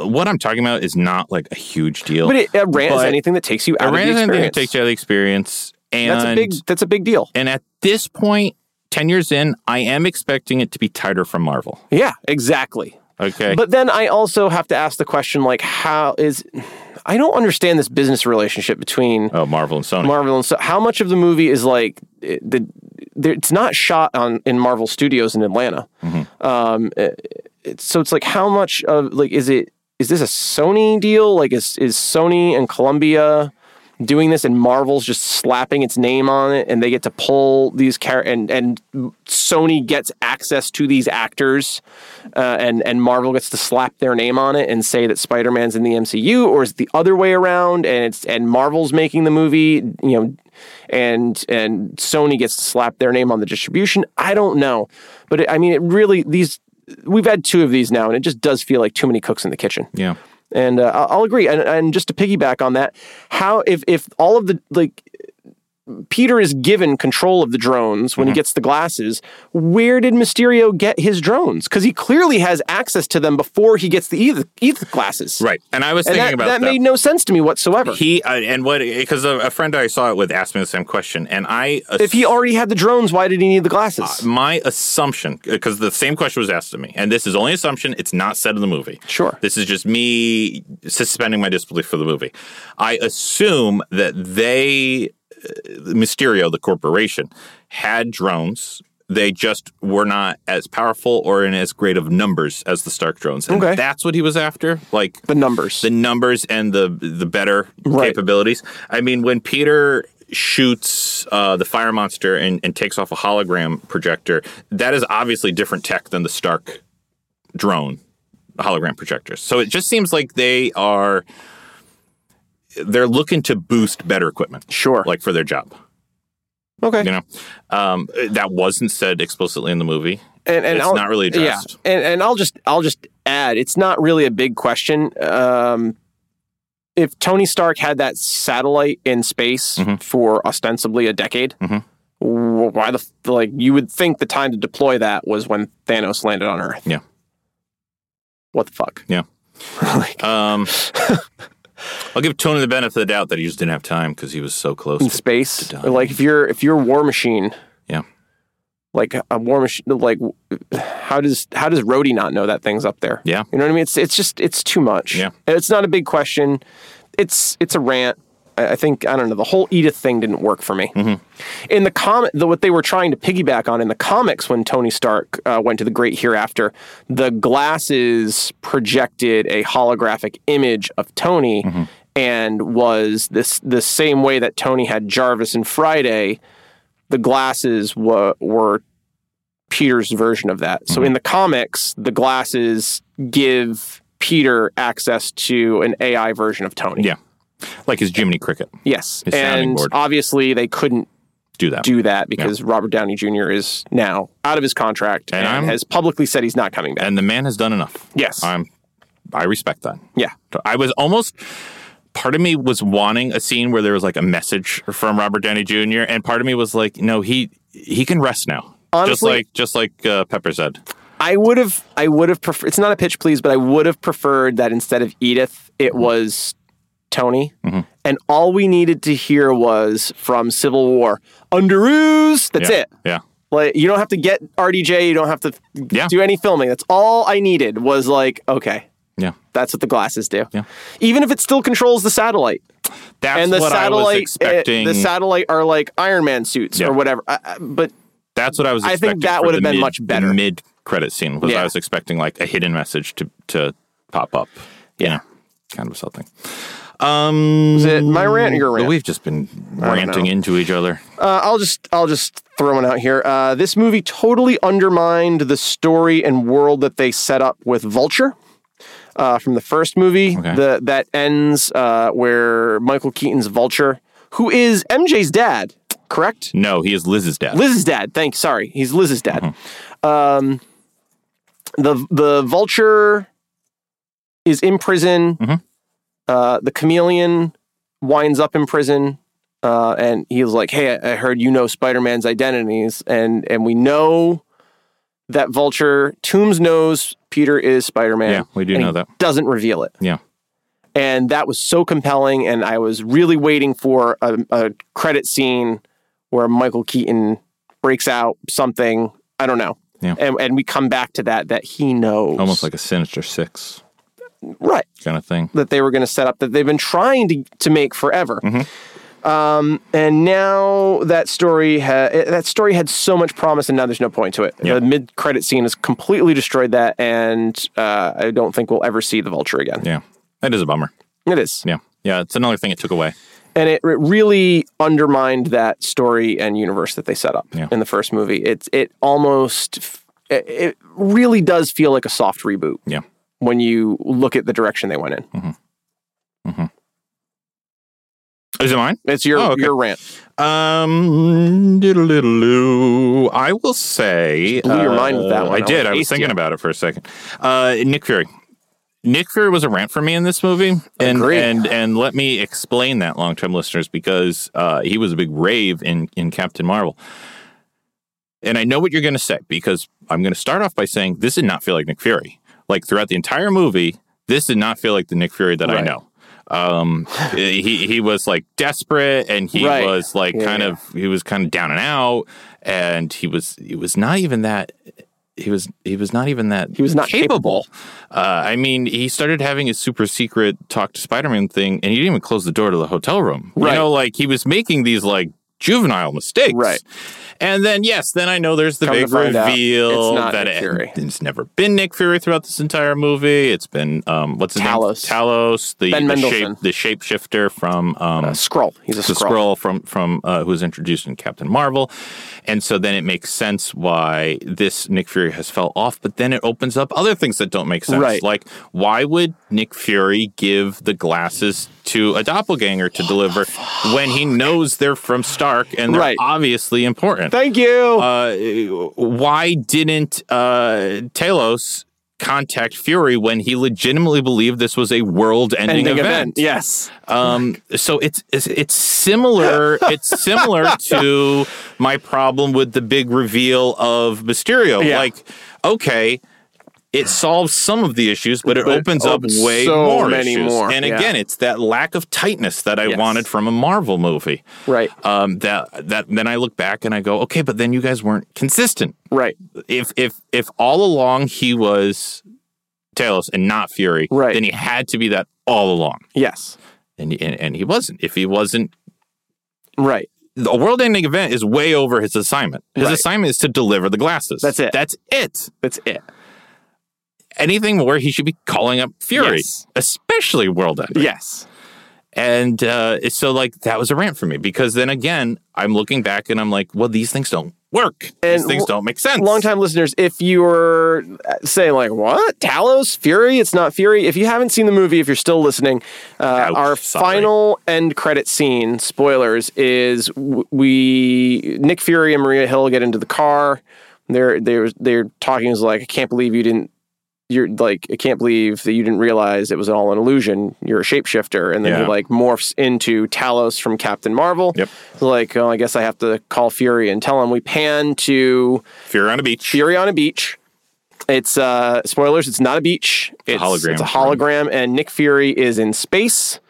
B: what I'm talking about is not like a huge deal.
A: But it, it ran as
B: But-
A: anything that takes you out
B: Iran
A: of the
B: is anything that
A: experience.
B: takes you out of the experience. And
A: that's a big that's a big deal.
B: and at this point, ten years in, I am expecting it to be tighter from Marvel.
A: Yeah, exactly.
B: Okay.
A: But then I also have to ask the question like how is I don't understand this business relationship between
B: oh, Marvel and Sony.
A: Marvel and so how much of the movie is like it- the there- it's not shot on in Marvel Studios in Atlanta. Um, it- it's, so it's like how much of like is it is this a Sony deal? Like is is Sony and Columbia doing this and Marvel's just slapping its name on it and they get to pull these char- and and Sony gets access to these actors uh, and and Marvel gets to slap their name on it and say that Spider-Man's in the MCU or is it the other way around and it's and Marvel's making the movie, you know, and and Sony gets to slap their name on the distribution. I don't know. But it, I mean it really these we've had two of these now and it just does feel like too many cooks in the kitchen.
B: yeah.
A: And uh, I'll I'll agree. And, and just to piggyback on that, how if if all of the like Peter is given control of the drones
B: Mm-hmm.
A: when he gets the glasses, where did Mysterio get his drones? Because he clearly has access to them before he gets the ETH, ETH glasses.
B: Right. And I was
A: And
B: thinking
A: that, that
B: about
A: made no sense to me whatsoever.
B: he uh, and what because a, a friend I saw it with asked me the same question, and I
A: if he already had the drones, why did he need the glasses?
B: Uh, my assumption because the same question was asked to me, and this is only assumption; it's not said in the movie.
A: Sure.
B: this is just me suspending my disbelief for the movie. I assume that they, uh, Mysterio, the corporation, had drones. They just were not as powerful or in as great of numbers as the Stark drones, and
A: Okay.
B: that's what he was after. Like
A: the numbers.
B: the numbers and the the better
A: Right.
B: capabilities. I mean, when Peter shoots uh, the fire monster and, and takes off a hologram projector, that is obviously different tech than the Stark drone hologram projectors. So it just seems like they are they're looking to boost better equipment,
A: sure.
B: like for their job.
A: okay.
B: You know, um, that wasn't said explicitly in the movie.
A: and, and
B: It's
A: I'll,
B: not really addressed.
A: Yeah, and and I'll just I'll just add, it's not really a big question. Um, if Tony Stark had that satellite in space
B: Mm-hmm.
A: for ostensibly a decade,
B: Mhm.
A: wh- why the f- like you would think the time to deploy that was when Thanos landed on Earth?
B: Yeah.
A: What the fuck?
B: Yeah.
A: like
B: Um, I'll give Tony the benefit of the doubt that he just didn't have time because he was so close.
A: in
B: to-
A: space,
B: die.
A: or like if you're if you're War Machine,
B: Yeah.
A: like a War Machine, like how does how does Rhodey not know that thing's up there?
B: Yeah.
A: You know what I mean? It's it's just it's too much.
B: Yeah.
A: And it's not a big question. It's it's a rant. I I think I don't know. The whole Edith thing didn't work for me.
B: Mm-hmm.
A: In the comic, the, what they were trying to piggyback on in the comics when Tony Stark uh, went to the Great Hereafter, the glasses projected a holographic image of Tony,
B: Mm-hmm.
A: and was this the same way that Tony had Jarvis and Friday. The glasses were were Peter's version of that.
B: Mm-hmm.
A: So in the comics, the glasses give Peter access to an AI version of Tony.
B: Yeah. like his Jiminy Cricket.
A: Yes.
B: His sounding
A: and
B: board.
A: obviously they couldn't
B: Do that.
A: do that because Robert Downey Jr. is now out of his contract
B: And
A: and,
B: I'm-
A: has publicly said he's not coming back.
B: and the man has done enough.
A: yes.
B: I'm. I respect that.
A: yeah.
B: I was almost. Part of me was wanting a scene where there was like a message from Robert Downey Jr. and part of me was like, no, he he can rest now. just
A: Honestly-
B: like just like uh, Pepper said.
A: I would have I would have preferred it's not a pitch please, but I would have preferred that instead of Edith, it
B: Mm-hmm.
A: was Tony. And all we needed to hear was from Civil War, under ruse. That's
B: yeah.
A: it.
B: Yeah.
A: Like you don't have to get RDJ, you don't have to
B: Yeah.
A: do any filming. That's all I needed was like, okay,
B: Yeah.
A: that's what the glasses do.
B: Yeah.
A: Even if it still controls the satellite.
B: That's
A: and the
B: what
A: satellite
B: I was
A: eh,
B: expecting.
A: the satellite are like Iron Man suits
B: Yeah.
A: or whatever. I, I- but
B: That's what I was.
A: I think
B: Expecting
A: that
B: for
A: would have
B: the
A: been
B: mid-
A: much better.
B: The mid credit scene was I
A: Yeah.
B: was expecting like a hidden message to to pop up. Yeah, kind of something. Um,
A: is it my rant or your rant?
B: We've just been ranting
A: know.
B: into each other.
A: Uh, I'll just I'll just throw one out here. Uh, this movie totally undermined the story and world that they set up with Vulture. uh, from the first movie.
B: Okay.
A: The that ends uh, where Michael Keaton's Vulture, who is MJ's dad, correct?
B: No, he is Liz's dad.
A: Liz's dad. Thanks. Sorry, he's Liz's dad.
B: Mm-hmm.
A: Um, the the vulture is in prison.
B: Mhm.
A: Uh, the chameleon winds up in prison, uh, and he's like, "Hey, I, I heard you know Spider Man's identities, and and we know that Vulture Toombs knows Peter is Spider Man.
B: yeah, we do know that.
A: Doesn't reveal it.
B: Yeah.
A: And that was so compelling, and I was really waiting for a, a credit scene where Michael Keaton breaks out something. I don't know.
B: Yeah.
A: And, and we come back to that that he knows
B: Almost like a Sinister Six
A: right
B: kind of thing.
A: that they were going to set up that they've been trying to, to make forever.
B: Mm-hmm.
A: Um, and now that story ha- eh, that story had so much promise, and now there's no point to it.
B: Yeah.
A: The mid credit scene has completely destroyed that, and uh, I don't think we'll ever see the Vulture again.
B: Yeah, that is a bummer.
A: It is,
B: Yeah, yeah, it's another thing it took away.
A: and it, it really undermined that story and universe that they set up
B: Yeah.
A: in the first movie. It's it almost f- it, it really does feel like a soft reboot
B: Yeah.
A: when you look at the direction they went in.
B: Is it mine?
A: It's your
B: Oh, okay.
A: your rant.
B: Um, diddle-diddle-loo. I will say, uh,
A: Blew your mind with that one.
B: I
A: I
B: did. I
A: was
B: was
A: hasty.
B: thinking about it for a second. Uh, Nick Fury. Nick Fury was a rant for me in this movie, and
A: Agreed.
B: and and let me explain that long-term listeners because uh, he was a big rave in in Captain Marvel. And I know what you're going to say because I'm going to start off by saying this did not feel like Nick Fury. Like throughout the entire movie, this did not feel like the Nick Fury that I
A: Right.
B: know. Um, he he was like desperate, and he
A: Right.
B: was like
A: Yeah,
B: kind
A: yeah.
B: of he was kind of down and out, and he was he was not even that. He was he was not even that
A: He was not
B: Uh, I mean, he started having his super secret talk to Spider Man thing, and he didn't even close the door to the hotel room.
A: Right.
B: You know, like he was making these like juvenile mistakes.
A: Right.
B: And then yes, then I know there's the
A: Come to
B: big
A: find out,
B: reveal
A: it's not
B: that
A: Nick
B: it-
A: Fury.
B: it's never been Nick Fury throughout this entire movie. It's been um what's his
A: Talos.
B: name? Talos, the,
A: Ben
B: the
A: Mendelsohn.
B: shape the shapeshifter from um
A: Uh, Skrull. He's a
B: the
A: Skrull.
B: scroll from from uh, who was introduced in Captain Marvel, and so then it makes sense why this Nick Fury has fell off. But then it opens up other things that don't make sense.
A: Right.
B: Like why would Nick Fury give the glasses to a doppelganger to deliver when he knows they're from Stark and they're
A: Right.
B: obviously important?
A: Thank you.
B: uh, why didn't uh, Talos contact Fury when he legitimately believed this was a world-ending event?
A: Yes.
B: Um, so it's, it's it's similar. It's similar to my problem with the big reveal of Mysterio.
A: Yeah.
B: Like, okay, it solves some of the issues, but it
A: But it
B: opens
A: opens
B: up way
A: so
B: more
A: many
B: issues.
A: more,
B: And
A: yeah.
B: again, it's that lack of tightness that I
A: Yes.
B: wanted from a Marvel movie.
A: Right.
B: Um, that that then I look back and I go, okay, but then you guys weren't consistent
A: Right.
B: if if if all along he was Talos and not Fury,
A: Right.
B: then he had to be that all along.
A: Yes.
B: And and, and he wasn't. If he wasn't
A: Right.
B: the world ending event is way over his assignment. His
A: Right.
B: assignment is to deliver the glasses.
A: That's it.
B: That's it.
A: That's it.
B: Anything more, he should be calling up Fury,
A: Yes.
B: especially world ending.
A: Yes.
B: And uh, so, like, that was a rant for me because then again, I'm looking back and I'm like, well, these things don't work.
A: And
B: these things
A: lo-
B: don't make sense.
A: Longtime listeners, if you're uh, saying like, "What Talos Fury?" It's not Fury. If you haven't seen the movie, if you're still listening, uh,
B: Ouch,
A: our
B: sorry.
A: final end credit scene (spoilers) is w- we Nick Fury and Maria Hill get into the car. They're they're they're talking is like, "I can't believe you didn't." You're like, I can't believe that you didn't realize it was all an illusion. You're a shapeshifter, and then
B: Yeah.
A: he like morphs into Talos from Captain Marvel.
B: Yep.
A: Like, oh, I guess I have to call Fury and tell him. We pan to
B: Fury on a beach.
A: Fury on a beach. It's uh spoilers, it's not a beach.
B: a
A: It's
B: hologram
A: It's a hologram, and Nick Fury is in space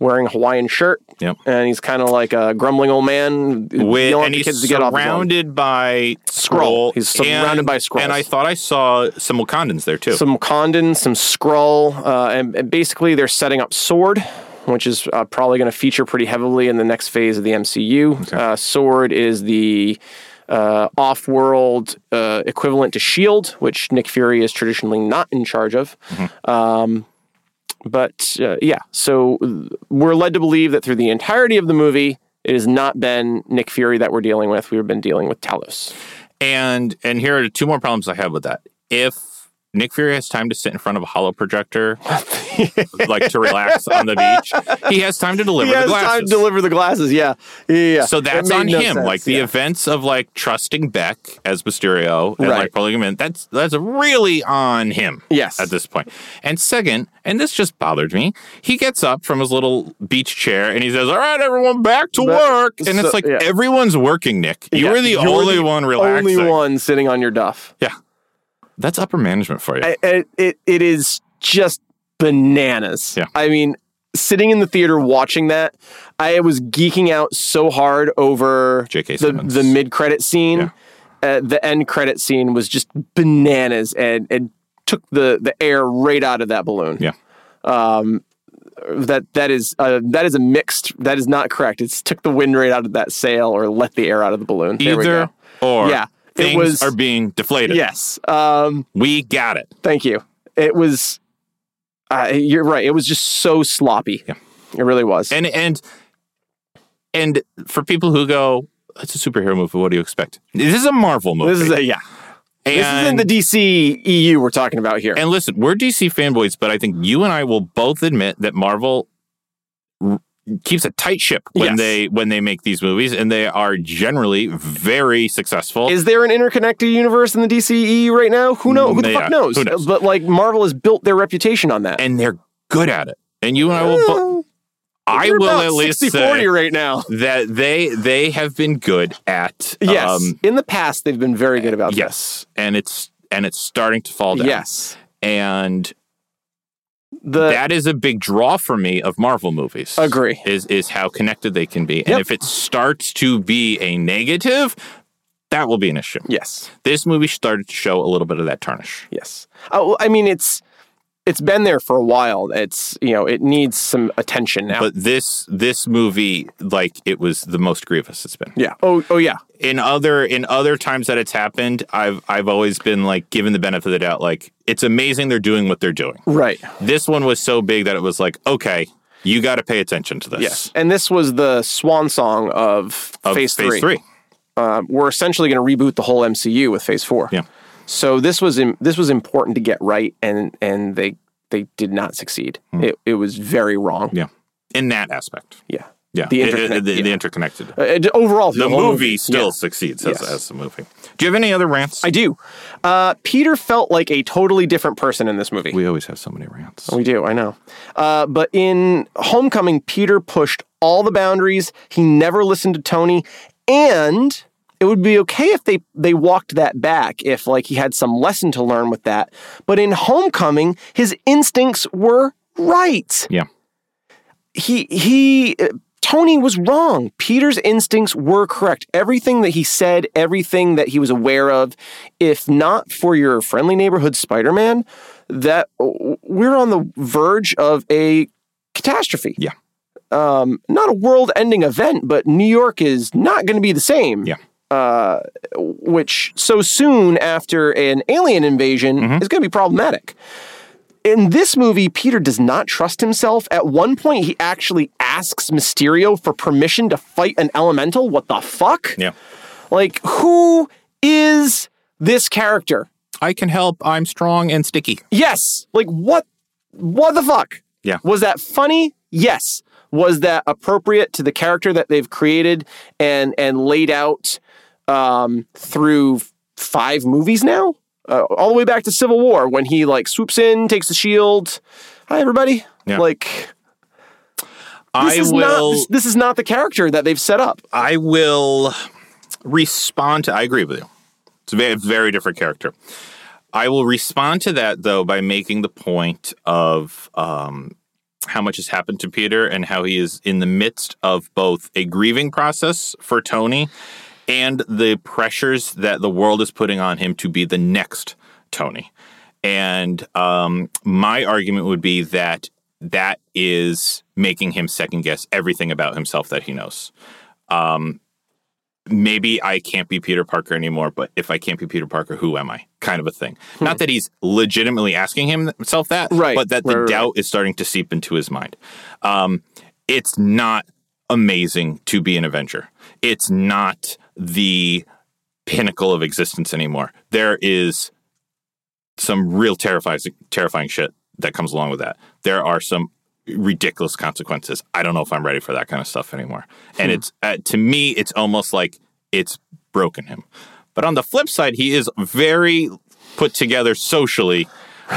A: wearing a Hawaiian shirt.
B: Yep.
A: And he's kind of like a grumbling old man.
B: with
A: yelling at
B: and
A: the
B: he's
A: kids to get off his lawn.
B: surrounded by
A: Skrull.
B: scroll.
A: He's surrounded by Skrulls.
B: And I thought I saw some Wakandans there too.
A: Some Condon, some Skrull, uh, and, and basically they're setting up Sword, which is uh, probably going to feature pretty heavily in the next phase of the MCU. Uh, Sword is the uh, off-world uh, equivalent to Shield, which Nick Fury is traditionally not in charge of. Um, but uh, yeah, so uh, we're led to believe that through the entirety of the movie. It has not been Nick Fury that we're dealing with. We've been dealing with Talos.
B: and and here are two more problems I have with that. If Nick Fury has time to sit in front of a hollow projector, like to relax on the beach. He has time to deliver
A: he has
B: the glasses.
A: time to deliver the glasses. Yeah, yeah. yeah, yeah.
B: So
A: That
B: that's
A: made
B: on
A: no
B: him.
A: sense,
B: Like the
A: yeah.
B: events of like trusting Beck as Mysterio and
A: Right.
B: like pulling him in. That's that's really on him.
A: Yes.
B: At this point. And second, and this just bothered me, he gets up from his little beach chair and he says, All right, everyone back to
A: But-
B: work. And
A: so-
B: it's like
A: yeah.
B: everyone's working, Nick. You
A: Yeah,
B: were the
A: you're
B: only
A: the
B: one relaxing.
A: Only one sitting on your duff.
B: Yeah. That's upper management for you.
A: I, I- it it is just bananas.
B: Yeah.
A: I mean, sitting in the theater watching that, I was geeking out so hard over
B: JK
A: the
B: Simmons.
A: the mid credit scene.
B: Yeah.
A: Uh, the end credit scene was just bananas and and took the the air right out of that balloon.
B: Yeah.
A: Um, that that is uh, that is a mixed. That is not correct. It's took the wind right out of that sail or let the air out of the balloon. There we
B: Either
A: go.
B: or
A: Yeah, it
B: things
A: was-
B: are being deflated.
A: Yes. Um,
B: We got it.
A: Thank you. It was. Uh, you're right. It was just so sloppy.
B: Yeah.
A: It really was.
B: And and and for people who go, it's a superhero movie. What do you expect? This is a Marvel movie.
A: this is a yeah.
B: and,
A: this is in the DC EU we're talking about here.
B: and listen, we're DC fanboys, but I think you and I will both admit that Marvel r- keeps a tight ship when
A: Yes.
B: they when they make these movies, and they are generally very successful.
A: is there an interconnected universe in the DC EU right now? Who knows? Who the
B: Yeah,
A: fuck knows?
B: who knows?
A: But like Marvel has built their reputation on that.
B: and they're good at it. And you and I will. Bo- I
A: They're
B: will
A: about
B: at least
A: 60,
B: say
A: 40 right now.
B: that they they have been good at
A: Yes.
B: um,
A: in the past, they've been very good about
B: yes, and it's and it's starting to fall
A: this.
B: down.
A: Yes.
B: and
A: The
B: that is a big draw for me of Marvel movies.
A: Uh, Agree.
B: Is is how connected they can be.
A: Yep.
B: And if it starts to be a negative, that will be an issue.
A: yes.
B: This movie started to show a little bit of that tarnish.
A: Yes. Oh, well, I mean, it's it's been there for a while. It's you know, it needs some attention now.
B: But this this movie, like it was the most grievous it's been.
A: yeah. Oh. Oh. Yeah.
B: In other in other times that it's happened, I've I've always been like given the benefit of the doubt, like it's amazing they're doing what they're doing.
A: Right.
B: This one was so big that it was like, okay, you gotta pay attention to this.
A: Yes. And this was the swan song of,
B: Of
A: Phase Three.
B: three.
A: Um, we're essentially going to reboot the whole MCU with Phase Four.
B: Yeah.
A: So this was im- this was important to get right, and and they they did not succeed. It it was very wrong.
B: Yeah. In that aspect.
A: Yeah.
B: Hmm. Yeah.
A: The
B: It- it-
A: interconnect-
B: the, the
A: yeah.
B: interconnected.
A: Uh, and overall,
B: The
A: whole
B: movie still
A: yeah.
B: succeeds as,
A: Yes.
B: as a movie. Do you have any other rants?
A: I do. Uh, Peter felt like a totally different person in this movie.
B: we always have so many rants.
A: We do, I know. Uh, but in Homecoming, Peter pushed all the boundaries. He never listened to Tony, and it would be okay if they they walked that back if like he had some lesson to learn with that. But in Homecoming, his instincts were right.
B: Yeah.
A: He he. uh, Tony was wrong. Peter's instincts were correct. Everything that he said, everything that he was aware of, if not for your friendly neighborhood Spider Man, that uh, we're on the verge of a catastrophe.
B: Yeah.
A: Um, not a world ending event, but New York is not going to be the same.
B: Yeah.
A: Uh, which so soon after an alien invasion
B: Mm-hmm.
A: is going to be problematic. In this movie, Peter does not trust himself. At one point, he actually asks Mysterio for permission to fight an elemental. What the fuck?
B: Yeah.
A: Like, who is this character?
B: I can help. I'm strong and sticky.
A: Yes. Like what? What the fuck?
B: Yeah.
A: Was that funny? Yes. Was that appropriate to the character that they've created and and laid out um, through five movies now? Uh, all the way back to Civil War when he like swoops in, takes the shield. Hi everybody.
B: Yeah.
A: Like this
B: I
A: is not
B: will
A: this, this is not the character that they've set up.
B: I will respond to I agree with you. It's a very, very different character. I will respond to that though by making the point of um, how much has happened to Peter and how he is in the midst of both a grieving process for Tony and the pressures that the world is putting on him to be the next Tony. And um, my argument would be that that is making him second guess everything about himself that he knows Um, maybe I can't be Peter Parker anymore, but if I can't be Peter Parker, who am I? Kind of a thing. Not that he's legitimately asking himself that,
A: Hmm. Right,
B: but that
A: right,
B: the
A: right,
B: doubt is starting to seep into his mind. Um, it's not amazing to be an Avenger. It's not the pinnacle of existence anymore. There is some real terrifying terrifying shit that comes along with that. There are some ridiculous consequences. I don't know if I'm ready for that kind of stuff anymore. And it's uh, to me, it's almost like it's broken him. But on the flip side, he is very put together socially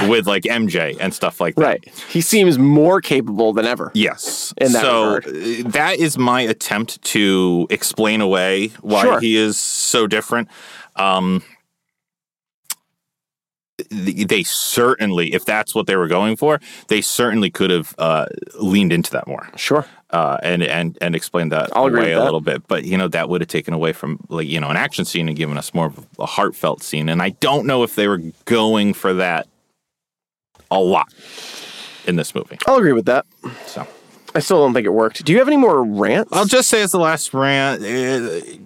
B: with like MJ and stuff like that.
A: Right. He seems more capable than ever.
B: Yes.
A: In that
B: so
A: regard.
B: uh, that is my attempt to explain away why
A: Sure.
B: he is so different. Um, th- they certainly, if that's what they were going for, they certainly could have uh, leaned into that more
A: Sure.
B: uh, and and and explained that
A: I'll agree
B: away
A: with
B: a
A: that.
B: little bit. But you know that would have taken away from like you know an action scene and given us more of a heartfelt scene. And I don't know if they were going for that a lot in this movie.
A: I'll agree with that.
B: So.
A: I still don't think it worked. Do you have any more rants?
B: I'll just say as the last rant, eh,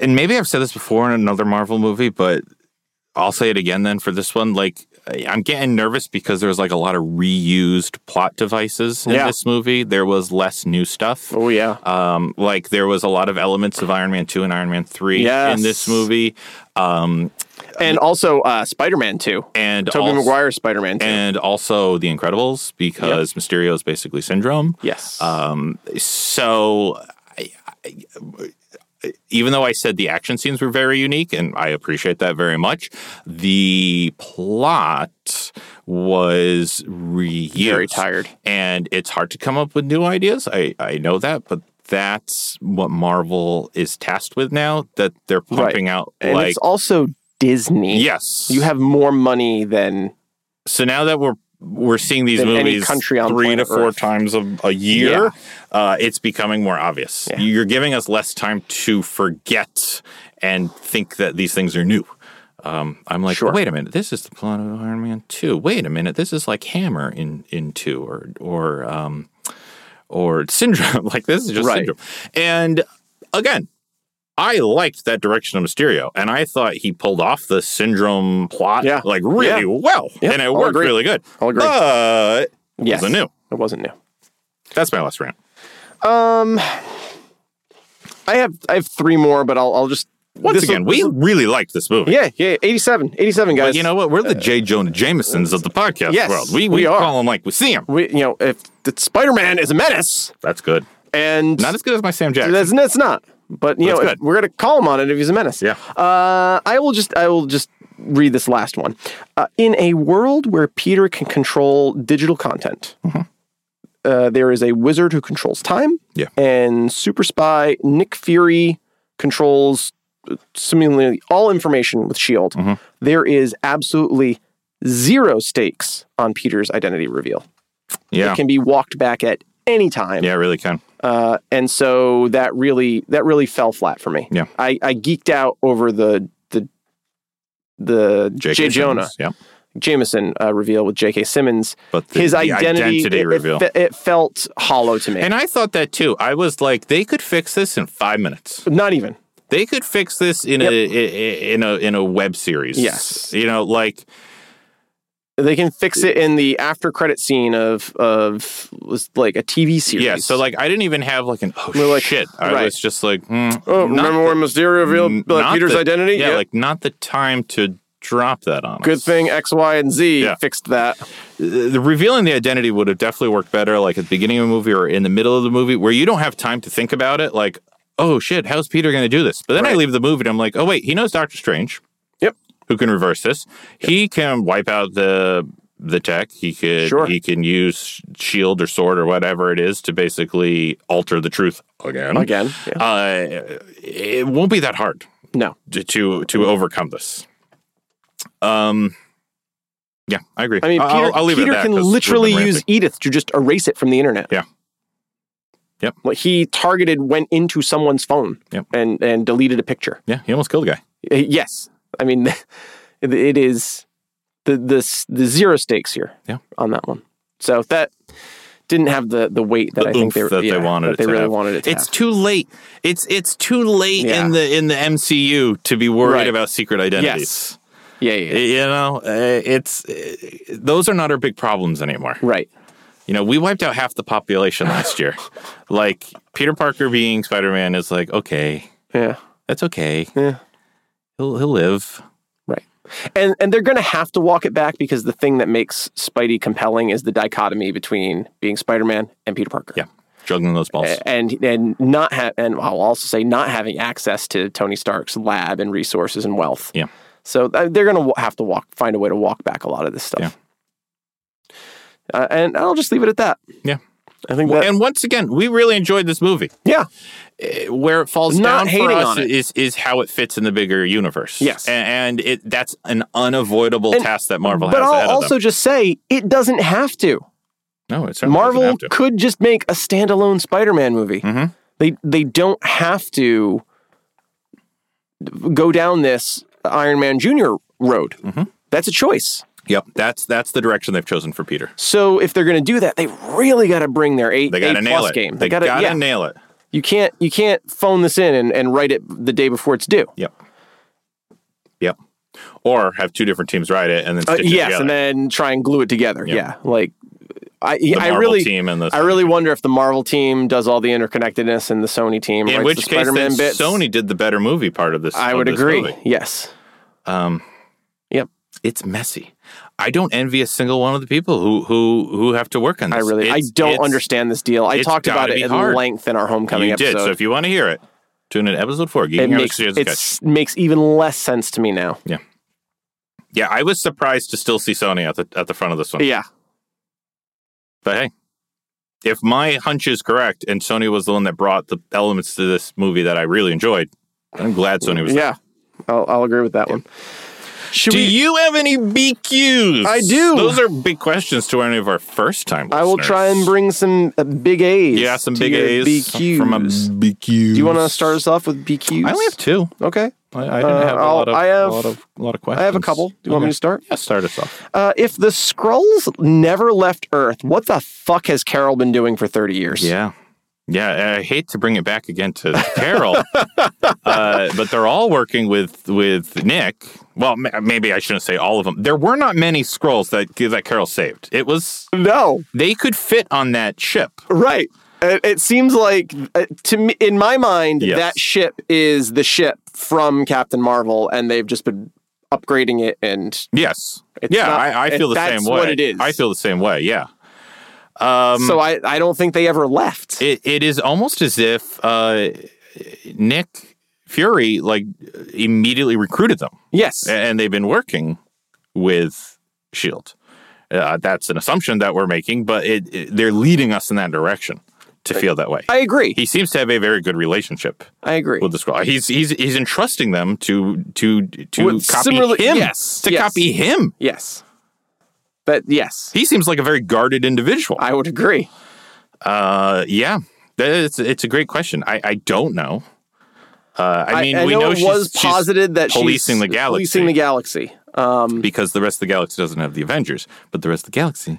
B: and maybe I've said this before in another Marvel movie, but I'll say it again then for this one. Like, I- I'm getting nervous because there's like a lot of reused plot devices in
A: Yeah.
B: this movie. There was less new stuff.
A: oh yeah.
B: Um, like there was a lot of elements of Iron Man two and Iron Man three
A: Yes.
B: in this movie, um,
A: And also uh, Spider-Man 2.
B: and
A: Tobey
B: also,
A: Maguire's Spider-Man 2.
B: and also the Incredibles because Mysterio is basically Syndrome.
A: yes.
B: Um, so, I, I, even though I said the action scenes were very unique, and I appreciate that very much, the plot was reused.
A: Very tired.
B: And it's hard to come up with new ideas. I, I know that, but that's what Marvel is tasked with now that they're pumping out
A: and
B: like.
A: it's also Disney.
B: Yes.
A: You have more money than
B: so now that we're we're seeing these
A: Than any
B: movies
A: country on
B: three to
A: planet
B: four
A: Earth.
B: times a, a year, uh, it's becoming more obvious.
A: Yeah.
B: You're giving us less time to forget and think that these things are new. Um, I'm like,
A: Sure.
B: wait a minute, this is the plot of Iron Man two. Wait a minute, this is like Hammer in in two or or um, or Syndrome. like this is just
A: Right.
B: Syndrome. And again, I liked that direction of Mysterio, and I thought he pulled off the Syndrome plot
A: Yeah.
B: like really
A: Yeah.
B: well,
A: Yeah,
B: and it
A: I'll
B: worked
A: agree.
B: really good.
A: I'll agree.
B: But
A: yes.
B: wasn't new.
A: It wasn't new.
B: That's my last rant.
A: Um, I have I have three more, but I'll I'll just
B: Once
A: this'll-
B: again, we
A: this'll-
B: really like this movie.
A: yeah yeah 87 87 guys. uh,
B: But you know what? We're the J. Jonah Jamesons of the podcast
A: Yes,
B: world. We, we,
A: we are.
B: call them like we see them.
A: we you know if Spider Man is a menace
B: That's good.
A: and
B: Not as good as my Sam Jackson.
A: that's it's not, but you
B: That's
A: know if-
B: good.
A: we're gonna call him on it if he's a menace.
B: Yeah.
A: Uh, I will just I will just read this last one. Uh, in a world where Peter can control digital content,
B: Mm-hmm.
A: uh, there is a wizard who controls time.
B: Yeah.
A: And super spy Nick Fury controls uh, seemingly all information with Shield.
B: Mhm.
A: E There is absolutely zero stakes on Peter's identity reveal.
B: yeah.
A: It can be walked back at any time
B: Yeah, really can.
A: uh, and so that really that really fell flat for me.
B: Yeah.
A: I, I geeked out over the the the J. Jonah
B: Yeah.
A: Jameson uh, reveal with J.K. Simmons.
B: But the,
A: His
B: the
A: identity, it- it,
B: reveal.
A: fe- it felt hollow to me.
B: and I thought that too. I was like, they could fix this in five minutes.
A: Not even
B: They could fix this in a i- i- in a in a web series.
A: Yes.
B: you know, like
A: they can fix it in the after credit scene of of was like a TV series.
B: yeah. So like, I didn't even have like an oh
A: We're like,
B: shit. I
A: right.
B: was just like, mm,
A: oh,
B: not
A: remember when Mysterio revealed uh,
B: Not
A: Peter's
B: the-
A: identity?
B: Yeah, like not the time to drop that on.
A: good
B: us.
A: thing X, Y, and Z
B: Yeah.
A: fixed that.
B: The the revealing the identity would have definitely worked better, like at the beginning of a movie or in the middle of the movie, where you don't have time to think about it. Like, oh shit, how's Peter going to do this? But then I
A: Right.
B: leave the movie and I'm like, oh wait, he knows Doctor Strange.
A: Yep.
B: Who can reverse this? He can wipe out the the tech. He could.
A: Sure.
B: He can use shield or sword or whatever it is to basically alter the truth again.
A: Again, yeah.
B: Uh, it won't be that hard
A: no,
B: to to, to overcome this. Um, yeah, I agree.
A: I mean Peter,
B: I'll, I'll leave
A: Peter
B: it at that
A: can
B: 'cause we've been
A: literally
B: ranting.
A: use Edith to just erase it from the internet.
B: Yeah. Yep.
A: Like he targeted went into someone's phone
B: Yep.
A: and and deleted a picture.
B: Yeah, he almost killed a guy.
A: Uh, Yes, I mean it, it is the the s- the zero stakes here.
B: Yeah.
A: on that one. So that didn't have the the weight that
B: The
A: I think
B: oomph
A: they
B: that they
A: yeah,
B: wanted
A: that
B: it
A: they
B: to
A: really
B: have.
A: wanted it. To
B: It's too late. It's it's too late
A: Yeah.
B: in the in the MCU to be worried
A: Right.
B: about secret identities.
A: have. yeah, yeah, yeah.
B: You know, uh, it's uh, those are not our big problems anymore.
A: right.
B: You know, we wiped out half the population last year. like Peter Parker being Spider Man is like okay,
A: Yeah,
B: that's okay.
A: yeah,
B: He'll he'll live.
A: Right. and and they're going to have to walk it back because the thing that makes Spidey compelling is the dichotomy between being Spider-Man and Peter Parker.
B: Yeah. Juggling those balls.
A: A- And and not ha- and I'll also say not having access to Tony Stark's lab and resources and wealth.
B: Yeah.
A: So uh, they're going to have to walk find a way to walk back a lot of this stuff. Uh, and I'll just leave it at that.
B: Yeah.
A: I think
B: Well,
A: that
B: and once again, we really enjoyed this movie.
A: yeah.
B: Eh, Where it falls
A: Not
B: down for
A: hating
B: us
A: on it.
B: is is how it fits in the bigger universe.
A: Yes.
B: A- and, it that's an unavoidable
A: And-
B: task that Marvel
A: but
B: has
A: I'll
B: ahead
A: also
B: of
A: just say it doesn't have to.
B: them. No, it's
A: Marvel could just make a standalone Spider-Man movie.
B: Mhm.
A: They they don't have to go down this Iron Man Junior road.
B: Mm-hmm.
A: That's a choice.
B: Yep, that's that's the direction they've chosen for Peter.
A: So if they're going to do that, they really got to bring their eight,
B: They got to
A: eight
B: nail
A: plus
B: it.
A: game.
B: They, got to
A: gotta- yeah.
B: nail it.
A: You can't you can't phone this in and, and write it the day before it's due.
B: Yep. Yep. Or have two different teams write it and then
A: Uh,
B: stitch it
A: yes,
B: together.
A: and then try and glue it together.
B: Yeah.
A: Yeah, like I
B: the
A: I
B: Marvel
A: really
B: team and the
A: I really wonder if the Marvel team does all the interconnectedness and the Sony team
B: in
A: writes
B: which
A: the
B: case
A: Spider-Man
B: then
A: bits.
B: Sony did the better movie part of this.
A: I
B: of
A: would
B: this
A: agree.
B: movie.
A: Yes.
B: Um,
A: Yep.
B: it's messy. I don't envy a single one of the people who who who have to work on
A: I
B: this.
A: really I
B: It's-
A: don't
B: it's-
A: understand this deal. I
B: it's
A: talked about
B: gotta
A: it
B: be
A: at
B: hard.
A: length in our homecoming
B: You
A: episode.
B: did. So if you want to hear it, tune in to episode four.
A: it
B: Geeking Out
A: makes
B: Studios
A: it
B: Sketch.
A: makes even less sense to me now.
B: Yeah, I was surprised to still see Sony at the at the front of this one.
A: Yeah.
B: But hey, if my hunch is correct and Sony was the one that brought the elements to this movie that I really enjoyed, I'm glad Sony was there.
A: Yeah. I'll, I'll agree with that one. Should
B: Do
A: we
B: you have any BQs?
A: I do.
B: Those are big questions to any of our first time
A: I will try and bring some uh, big A's.
B: Yeah, some
A: to
B: big
A: your
B: A's
A: BQs.
B: from a BQ.
A: Do you want to start us off with BQs?
B: I only have two.
A: Okay.
B: I, I didn't
A: Uh,
B: have a
A: I'll-
B: lot of.
A: I have-
B: a lot of, a lot of questions.
A: I have a couple. Do you want me to start?
B: Yeah, start us off.
A: Uh, if the Skrulls never left Earth, what the fuck has Carol been doing for 30 years?
B: Yeah. Yeah, I hate to bring it back again to Carol, uh, but they're all working with with Nick. Well, ma- maybe I shouldn't say all of them. There were not many scrolls that that Carol saved. It was
A: No.
B: they could fit on that ship.
A: Right. It, it seems like uh, to me, in my mind,
B: Yes.
A: that ship is the ship from Captain Marvel, and they've just been upgrading it. And
B: Yes,
A: It's
B: yeah,
A: not-
B: I, I feel
A: it-
B: the
A: that's
B: same way.
A: what it is.
B: I feel the same way. Yeah. Um,
A: so I, I don't think they ever left.
B: it, it is almost as if uh, Nick Fury like immediately recruited them.
A: yes.
B: and they've been working with Shield. E Uh, that's an assumption that we're making, but it, it- they're leading us in that direction to feel that way.
A: I agree.
B: He seems to have a very good relationship
A: I agree.
B: with the scroll. He's he's he's entrusting them to to to
A: With
B: copy
A: similarly-
B: him.
A: yes,
B: to
A: yes.
B: copy him.
A: Yes. But yes,
B: He seems like a very guarded individual.
A: I would agree.
B: Uh, yeah, it's it's a great question. I I don't know. Uh, I mean,
A: I
B: we
A: know,
B: know,
A: it
B: she's-
A: was
B: she's
A: posited that
B: policing
A: she's
B: the galaxy.
A: Policing the galaxy. Um,
B: because the rest of the galaxy doesn't have the Avengers, but the rest of the galaxy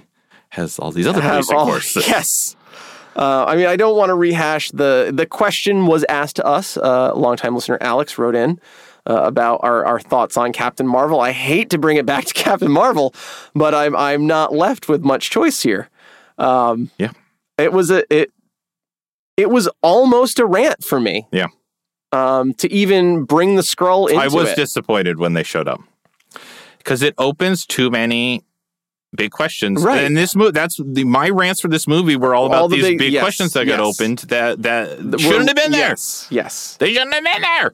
B: has all these other
A: have
B: policing
A: all-
B: forces.
A: yes. Uh, I mean, I don't want to rehash the the question was asked to us. Uh, longtime listener Alex wrote in uh, about our, our thoughts on Captain Marvel. I hate to bring it back to Captain Marvel, but I'm I'm not left with much choice here. Um,
B: Yeah.
A: it was a it it was almost a rant for me.
B: Yeah.
A: um, to even bring the scroll into
B: I was
A: it.
B: disappointed when they showed up because it opens too many big questions.
A: Right.
B: And this movie, that's the, my rants for this movie were all about
A: All the
B: these
A: big-
B: big,
A: yes,
B: questions that got
A: yes.
B: opened that that
A: That
B: shouldn't
A: were-
B: have been there.
A: Yes, yes.
B: They shouldn't have been there.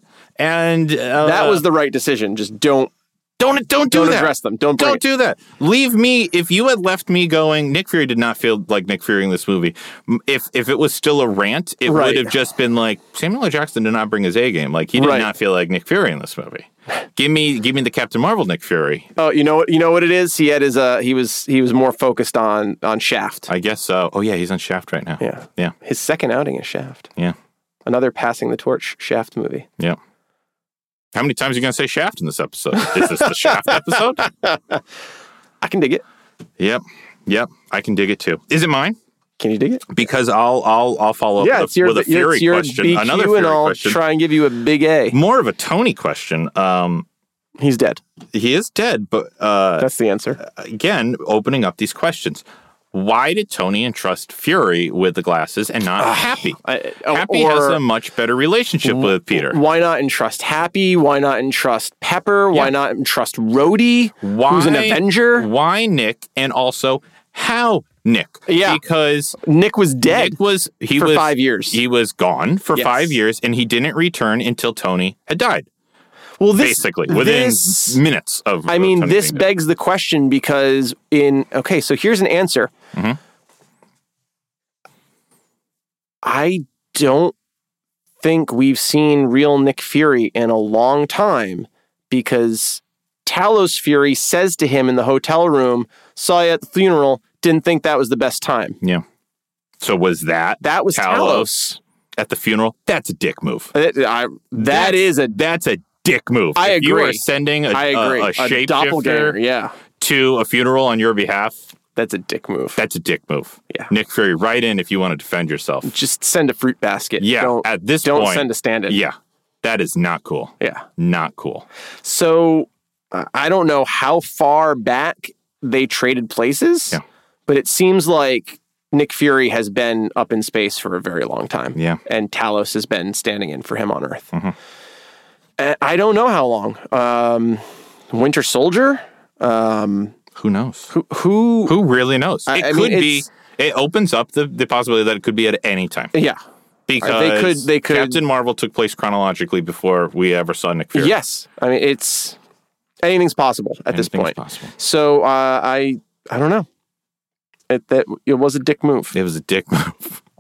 B: And uh,
A: That was the right decision. Just don't
B: don't don't do
A: don't
B: that.
A: address them. Don't bring
B: Don't
A: it.
B: do that. Leave me. If you had left me going, Nick Fury did not feel like Nick Fury in this movie. M- If if it was still a rant, it
A: Right.
B: would have just been like Samuel L. Jackson did not bring his A game. Like he did
A: Right.
B: not feel like Nick Fury in this movie. Give me give me the Captain Marvel Nick Fury.
A: Oh, you know what? You know what it is. He had his. Uh, he was. He was more focused on on Shaft.
B: I guess so. Oh yeah, he's on Shaft right now.
A: Yeah.
B: yeah,
A: His second outing is Shaft.
B: yeah,
A: Another passing the torch Shaft movie.
B: yeah. How many times are you gonna say Shaft in this episode? Is this the Shaft episode?
A: I can dig it.
B: Yep, yep. I can dig it too. Is it mine?
A: Can you dig it?
B: Because I'll I'll I'll follow
A: yeah,
B: up
A: it's
B: with,
A: your.
B: a, with a Fury
A: it's your
B: question.
A: BQ,
B: Another Fury
A: and I'll
B: question.
A: try and give you a big A.
B: more of a Tony question. Um,
A: He's dead.
B: he is dead, but uh,
A: That's the answer.
B: again, opening up these questions. why did Tony entrust Fury with the glasses and not Happy?
A: I,
B: oh, Happy has a much better relationship with Peter.
A: Why not entrust Happy? Why not entrust Pepper?
B: Yeah.
A: Why not entrust Rhodey,
B: Why,
A: who's an Avenger?
B: Why Nick? And also, how Nick?
A: Yeah.
B: Because
A: Nick was dead
B: Nick was he
A: for
B: was
A: five years.
B: He was gone for
A: Yes.
B: five years, and he didn't return until Tony had died.
A: well, this
B: basically, within
A: this-
B: minutes of.
A: I
B: of
A: mean,
B: Tony
A: this
B: being dead.
A: begs the question because in okay, so here's an answer.
B: Mhm.
A: I don't think we've seen real Nick Fury in a long time because Talos Fury says to him in the hotel room, "Saw you at the funeral. Didn't think that was the best time."
B: So was that
A: That was Talos.
B: Talos at the funeral? That's a dick move.
A: That- I- that
B: That's-
A: is a
B: That's a dick move.
A: I
B: If You
A: agree.
B: are sending a,
A: I
B: a-
A: agree.
B: a
A: doppelganger.
B: shapeshifter
A: Yeah,
B: to a funeral on your behalf.
A: that's a dick move.
B: That's a dick move.
A: Yeah.
B: Nick Fury, right in if you want to defend yourself.
A: Just send a fruit basket.
B: Yeah.
A: Don't,
B: at this
A: don't
B: point,
A: send a stand in.
B: yeah, that is not cool.
A: Yeah.
B: Not cool.
A: So uh, I don't know how far back they traded places,
B: Yeah.
A: but it seems like Nick Fury has been up in space for a very long time.
B: Yeah.
A: And Talos has been standing in for him on Earth.
B: Mhm.
A: And I don't know how long. Um, Winter Soldier? Um,
B: Who knows?
A: who, who?
B: Who really knows?
A: I-
B: it
A: I mean,
B: could be.
A: it's-
B: It opens up the, the possibility that it could be at any time
A: Yeah.
B: because
A: could- they could-
B: Captain Marvel took place chronologically before we ever saw Nick Fury.
A: Yes. I mean, it's anything's possible at this
B: Anything's
A: point.
B: possible.
A: So uh, I, I don't know. It, that it was a dick move.
B: It was a dick move.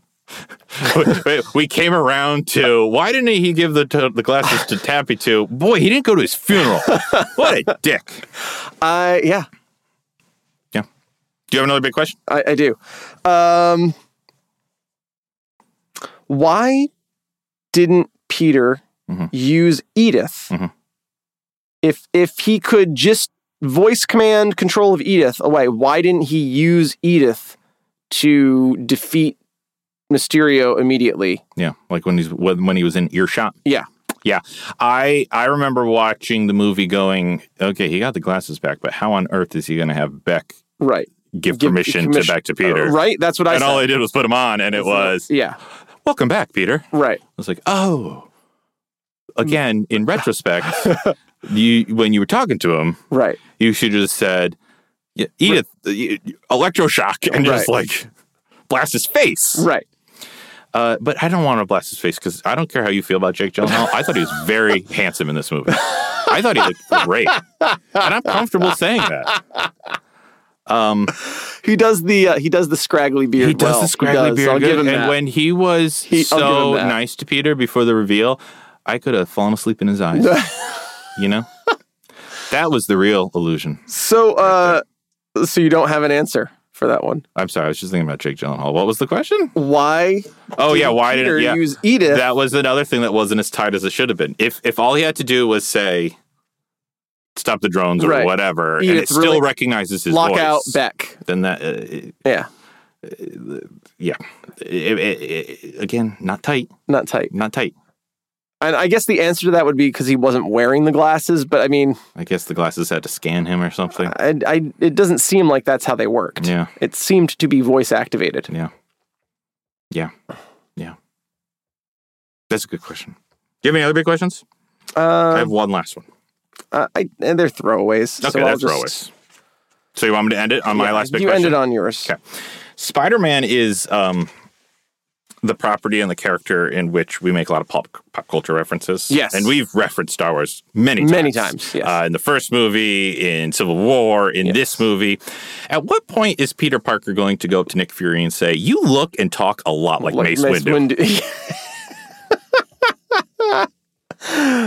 B: We- we came around to why didn't he give the to, the glasses to Tappy to? Boy, he didn't go to his funeral. what a dick!
A: Uh, yeah.
B: Do you have another big question?
A: I, I do. Um, why didn't Peter
B: Mhm.
A: use Edith?
B: Mhm.
A: If if he could just voice command control of Edith away, why didn't he use Edith to defeat Mysterio immediately?
B: Yeah, like when he's when when he was in earshot.
A: Yeah.
B: yeah. I I remember watching the movie, going, okay, he got the glasses back, but how on earth is he going to have Beck
A: Right.
B: give,
A: Give
B: permission,
A: commission-
B: to back to Peter?
A: Right. That's what I
B: And
A: said.
B: all I did was put him on, and it was
A: yeah.
B: welcome back, Peter.
A: Right.
B: I was like, oh.
A: Mm.
B: Again, in retrospect, you when you were talking to him,
A: Right.
B: you should have just said, yeah, Edith, uh, y- y- electroshock, and just like blast his face.
A: Right.
B: Uh, but I don't want to blast his face because I don't care how you feel about Jake Gyllenhaal. I thought he was very handsome in this movie. I thought he looked great, and I'm comfortable saying that. Um,
A: He does the uh, he does the scraggly beard.
B: he does
A: well.
B: the scraggly
A: does.
B: beard,
A: I'll
B: good.
A: give him
B: and
A: that.
B: when he was
A: He- I'll give
B: so
A: him that.
B: nice to Peter before the reveal, I could have fallen asleep in his eyes. you know, that was the real illusion.
A: So, uh, so you don't have an answer for that one.
B: I'm sorry, I was just thinking about Jake Gyllenhaal. What was the question?
A: Why?
B: Oh yeah, why
A: Peter
B: did yeah?
A: use Edith?
B: That was another thing that wasn't as tight as it should have been. If if all he had to do was say, "Stop the drones" or
A: Right.
B: whatever, and
A: Edith
B: it still
A: really-
B: recognizes his
A: lock
B: voice,
A: out Beck.
B: then that uh,
A: Yeah,
B: yeah, It- it- it- again, not tight,
A: not tight.
B: not tight.
A: And I guess the answer to that would be because he wasn't wearing the glasses. But I mean,
B: I guess the glasses had to scan him or something.
A: I, I, it doesn't seem like that's how they worked.
B: Yeah,
A: It seemed to be voice activated.
B: yeah, yeah, yeah. That's a good question. Do you have any other big questions? I
A: Uh,
B: have one last one.
A: uh, I, and they're throwaways.
B: Okay,
A: so I'll
B: that's
A: just,
B: throwaways. So you want me to end it on my
A: Yeah,
B: last big
A: You
B: question?
A: ended on yours.
B: Okay. Spider Man is um, the property and the character in which we make a lot of pop, pop culture references.
A: Yes.
B: And we've referenced Star Wars many times.
A: Many times, yes.
B: Uh, in the first movie, in Civil War, in this movie. At what point is Peter Parker going to go up to Nick Fury and say, You look and talk a lot like,
A: Like
B: Mace,
A: Mace
B: Windu?
A: Windu.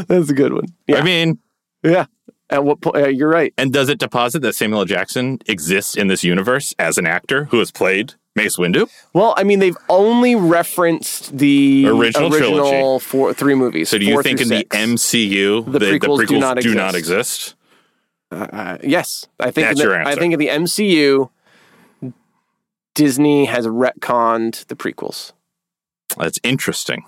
A: that's a good one. Yeah,
B: I mean,
A: yeah. At what point? Uh, you're right.
B: and does it deposit that Samuel L. Jackson exists in this universe as an actor who has played Mace Windu?
A: Well, I mean, they've only referenced the
B: Original
A: original,
B: trilogy.
A: four, three movies.
B: So do you
A: four
B: think
A: through
B: in
A: six.
B: the MCU,
A: The prequels do not
B: do not
A: exist.
B: exist?
A: Uh, yes, I think.
B: That's
A: in the,
B: your answer.
A: I think in the MCU, Disney has retconned the prequels.
B: That's interesting.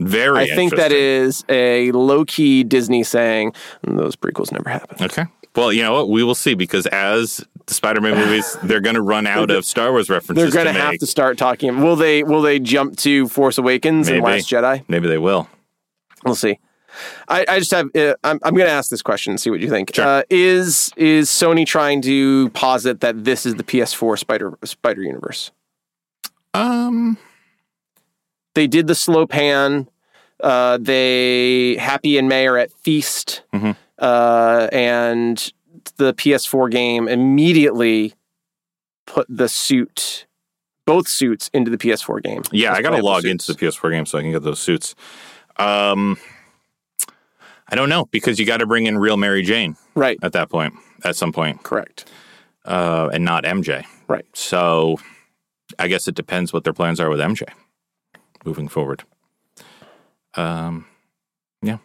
B: Very.
A: I think that is a low key Disney saying "Mm, those prequels never happened.
B: Okay. Well, you know what? We will see because as the Spider-Man movies, they're going to run out of Star Wars
A: They're
B: references.
A: going to
B: to
A: have
B: make.
A: to start talking. Will they? Will they jump to Force Awakens and
B: Maybe.
A: Last Jedi?
B: Maybe they will.
A: We'll see. I, I just have. Uh, I'm, I'm going to ask this question and see what you think.
B: Sure.
A: Uh, is is Sony trying to posit that this is the PS4 Spider Spider Universe?
B: Um,
A: They did the slow pan. Uh, they Happy and May are at Feast,
B: Mhm.
A: uh, and the PS4 game immediately put the suit, both suits, into the PS4 game.
B: yeah,
A: Those
B: I got to
A: playable
B: log
A: suits.
B: into the PS4 game so I can get those suits. Um, I don't know because you got to bring in real Mary Jane
A: Right.
B: at that point, at some point,
A: Correct.
B: uh, and not MJ.
A: Right.
B: So, I guess it depends what their plans are with MJ moving forward. Um, yeah.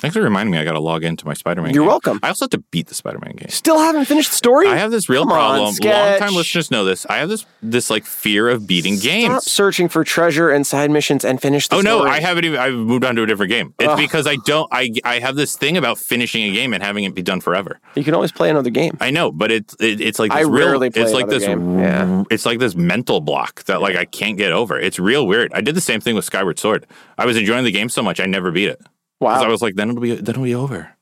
B: Thanks for reminding me. I got to log into my Spider-Man.
A: You're
B: game.
A: welcome.
B: I also have to beat the Spider-Man game.
A: Still haven't finished the story.
B: I have this real
A: Come on,
B: problem. Long
A: Sketch.
B: time listeners know this. I have this this like fear of beating
A: Stop
B: games.
A: searching for treasure and side missions and finish the
B: Oh no,
A: story.
B: I haven't even I've moved on to a different game. It's
A: Ugh.
B: because I don't I I have this thing about finishing a game and having it be done forever.
A: You can always play another game.
B: I know, but it's it, it's like this
A: I
B: real,
A: rarely play
B: it's like
A: another
B: this
A: game. Yeah.
B: it's like this mental block that like I can't get over. It's real weird. I did the same thing with Skyward Sword. I was enjoying the game so much I never beat it. Cuz I
A: Wow.
B: was like then it'll be then it'll be over.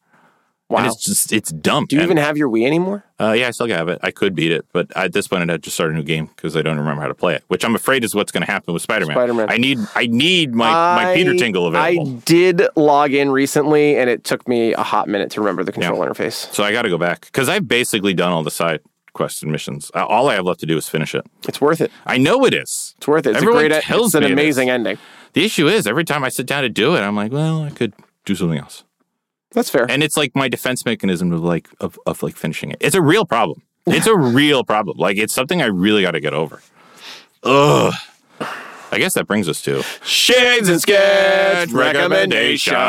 A: Wow.
B: And it's just it's dumb.
A: Do you
B: And-
A: even have your Wii anymore?
B: Uh, yeah, I still have it. I could beat it, but at this point, I'd have to start a new game because I don't remember how to play it. Which I'm afraid is what's going to happen with Spider-Man.
A: Spider-Man.
B: I need, I need my, my
A: I-
B: Peter Tingle available,
A: I did log in recently, and it took me a hot minute to remember the control interface.
B: so I got to go back because I've basically done all the side quests and missions. Uh, All I have left to do is finish it.
A: It's worth it.
B: I know it is.
A: It's worth it. It's
B: Everyone
A: a great. e-,
B: tells
A: It's an
B: me it
A: amazing ending.
B: The issue is every time I sit down to do it, I'm like, well, I could do something else,
A: That's fair.
B: and it's like my defense mechanism of like of, of like finishing it. It's a real problem. It's a real problem. Like it's something I really got to get over. Ugh. I guess that brings us to.
A: Shades and
B: Sketch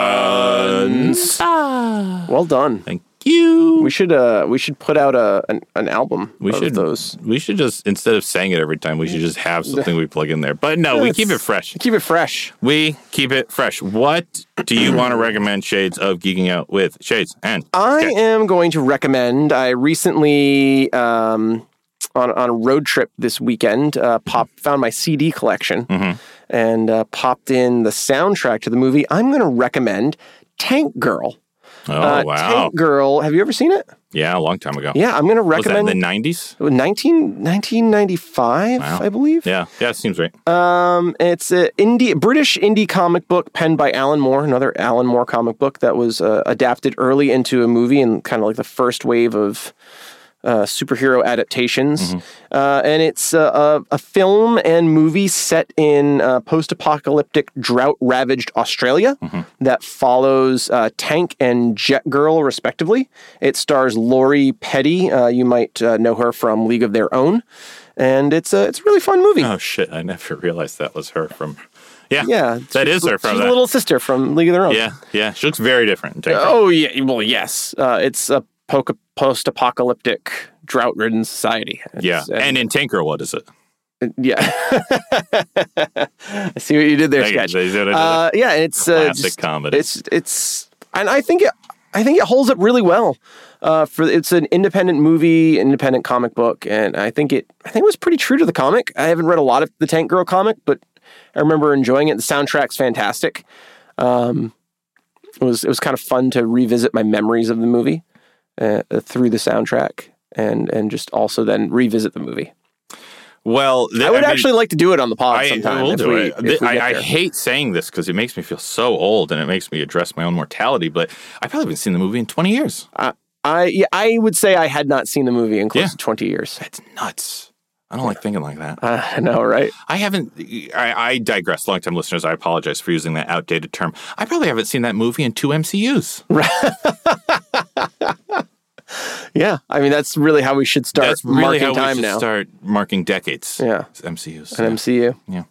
B: recommendations.
A: Well done.
B: Thank you.
A: We should uh we should put out a an, an album.
B: We
A: of
B: should-
A: those.
B: We should just instead of saying it every time, we should just have something we plug in there. But no, we
A: It's-
B: keep it fresh.
A: Keep it fresh.
B: We keep it fresh. What do you want to recommend? Shades of geeking out with Shades and
A: I
B: Sketch?
A: am going to recommend. I recently um, on on a road trip this weekend uh,
B: Mm-hmm.
A: pop found my CD collection and uh, popped in the soundtrack to the movie. I'm going to recommend Tank Girl.
B: Oh
A: Uh,
B: wow,
A: Tank Girl. Have you ever seen it?
B: yeah, a long time ago.
A: Yeah, I'm going to
B: Was that in
A: recommend.
B: the nineties?
A: 19, 1995,
B: Wow.
A: I believe.
B: Yeah, yeah, seems right.
A: Um, it's a indie British indie comic book penned by Alan Moore, another Alan Moore comic book that was uh, adapted early into a movie and kind of like the first wave of uh, superhero adaptations. Uh, and it's uh, a, a film and movie set in uh, post-apocalyptic drought-ravaged Australia that follows uh, Tank and Jet Girl respectively. It stars Laurie Petty. Uh, you might uh, know her from League of Their Own. And it's a it's a really fun movie.
B: Oh shit, I never realized that was her from. Yeah,
A: Yeah,
B: that
A: she's-
B: is her from
A: she's
B: that.
A: a little sister from League of Their Own.
B: yeah, yeah, she looks very different.
A: Oh yeah. Well, yes. Uh, it's a poca- post-apocalyptic, drought-ridden society. It's- uh,
B: yeah,
A: and-
B: and in Tinker, what is it?
A: yeah. I see what you did there,
B: Thank you.
A: sketch.
B: They did it.
A: Uh, yeah, and it's uh,
B: Classic
A: just-
B: comedy.
A: It's it's, and I think it, I think it holds up really well. Uh, for it's an independent movie, independent comic book, and I think it I think it was pretty true to the comic. I haven't read a lot of the Tank Girl comic, but I remember enjoying it. The soundtrack's fantastic. Um, it was it was kind of fun to revisit my memories of the movie uh, through the soundtrack, and and just also then revisit the movie.
B: well, th-
A: I would
B: mean-
A: actually like to do it on the pod
B: I,
A: sometime.
B: we'll
A: if
B: do
A: we,
B: it.
A: if
B: Th-
A: we get
B: I, I
A: there.
B: hate saying this because it makes me feel so old and it makes me address my own mortality, but I probably haven't seen the movie in 20 years.
A: I yeah, I would say I had not seen the movie in close
B: Yeah.
A: to twenty years.
B: That's nuts. I don't like thinking like that.
A: I know, right?
B: I haven't, I, I digress. Long time listeners, I apologize for using that outdated term. I probably haven't seen that movie in two MCUs.
A: Yeah, I mean that's really how we should start
B: That's really
A: marking
B: how we
A: time
B: should
A: now.
B: start marking decades.
A: Yeah.
B: It's MCUs.
A: An MCU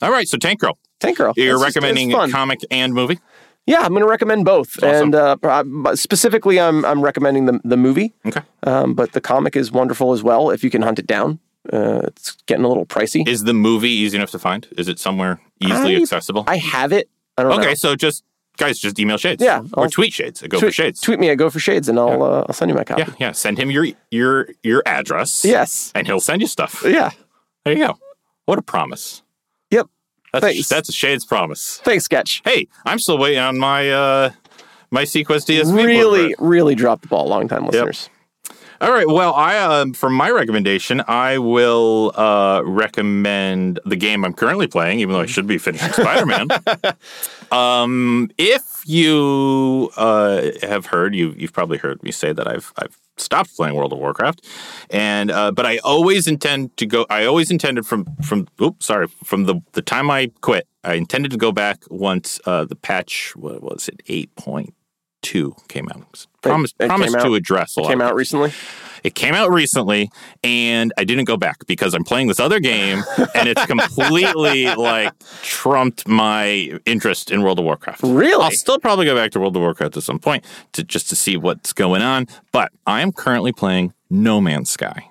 B: All right, so Tank Girl,
A: Tank Girl. It's
B: you're
A: just- it's
B: recommending
A: fun.
B: comic and movie?
A: yeah, I'm going to recommend both,
B: Awesome.
A: and uh, pro- but specifically, I'm I'm recommending the the movie,
B: Okay.
A: um, but the comic is wonderful as well if you can hunt it down. Uh, it's getting a little pricey.
B: Is the movie easy enough to find? Is it somewhere easily
A: I-
B: accessible?
A: I have it. I don't know.
B: Okay, so just guys, just email Shades.
A: Yeah,
B: or
A: I'll-
B: tweet Shades. At Go
A: tweet,
B: for Shades.
A: Tweet me at Go for Shades, and I'll uh, I'll send you my copy.
B: yeah, yeah. Send him your your your address.
A: Yes.
B: and he'll send you stuff.
A: Yeah.
B: There you go. What a promise.
A: Yep.
B: That's a,
A: Thanks.
B: that's a Shades promise.
A: Thanks, Sketch.
B: Hey, I'm still waiting on my uh my Sequest DSP.
A: Really,
B: blueprint.
A: really dropped the ball, long time listeners.
B: All right. Well, I um for my recommendation, I will uh recommend the game I'm currently playing, even though I should be finishing Spider Man. um, if you uh have heard, you you've probably heard me say that I've I've stopped playing World of Warcraft, and uh, but I always intend to go. I always intended from from oops sorry from the the time I quit, I intended to go back once uh the patch what was it eight point two came out. Promise,
A: it came
B: promise
A: out-
B: to address a lot.
A: Came
B: of
A: out recently.
B: it came out recently, and I didn't go back because I'm playing this other game, and it's completely like trumped my interest in World of Warcraft.
A: Really?
B: I'll still probably go back to World of Warcraft at some point to just to see what's going on. But I am currently playing No Man's Sky,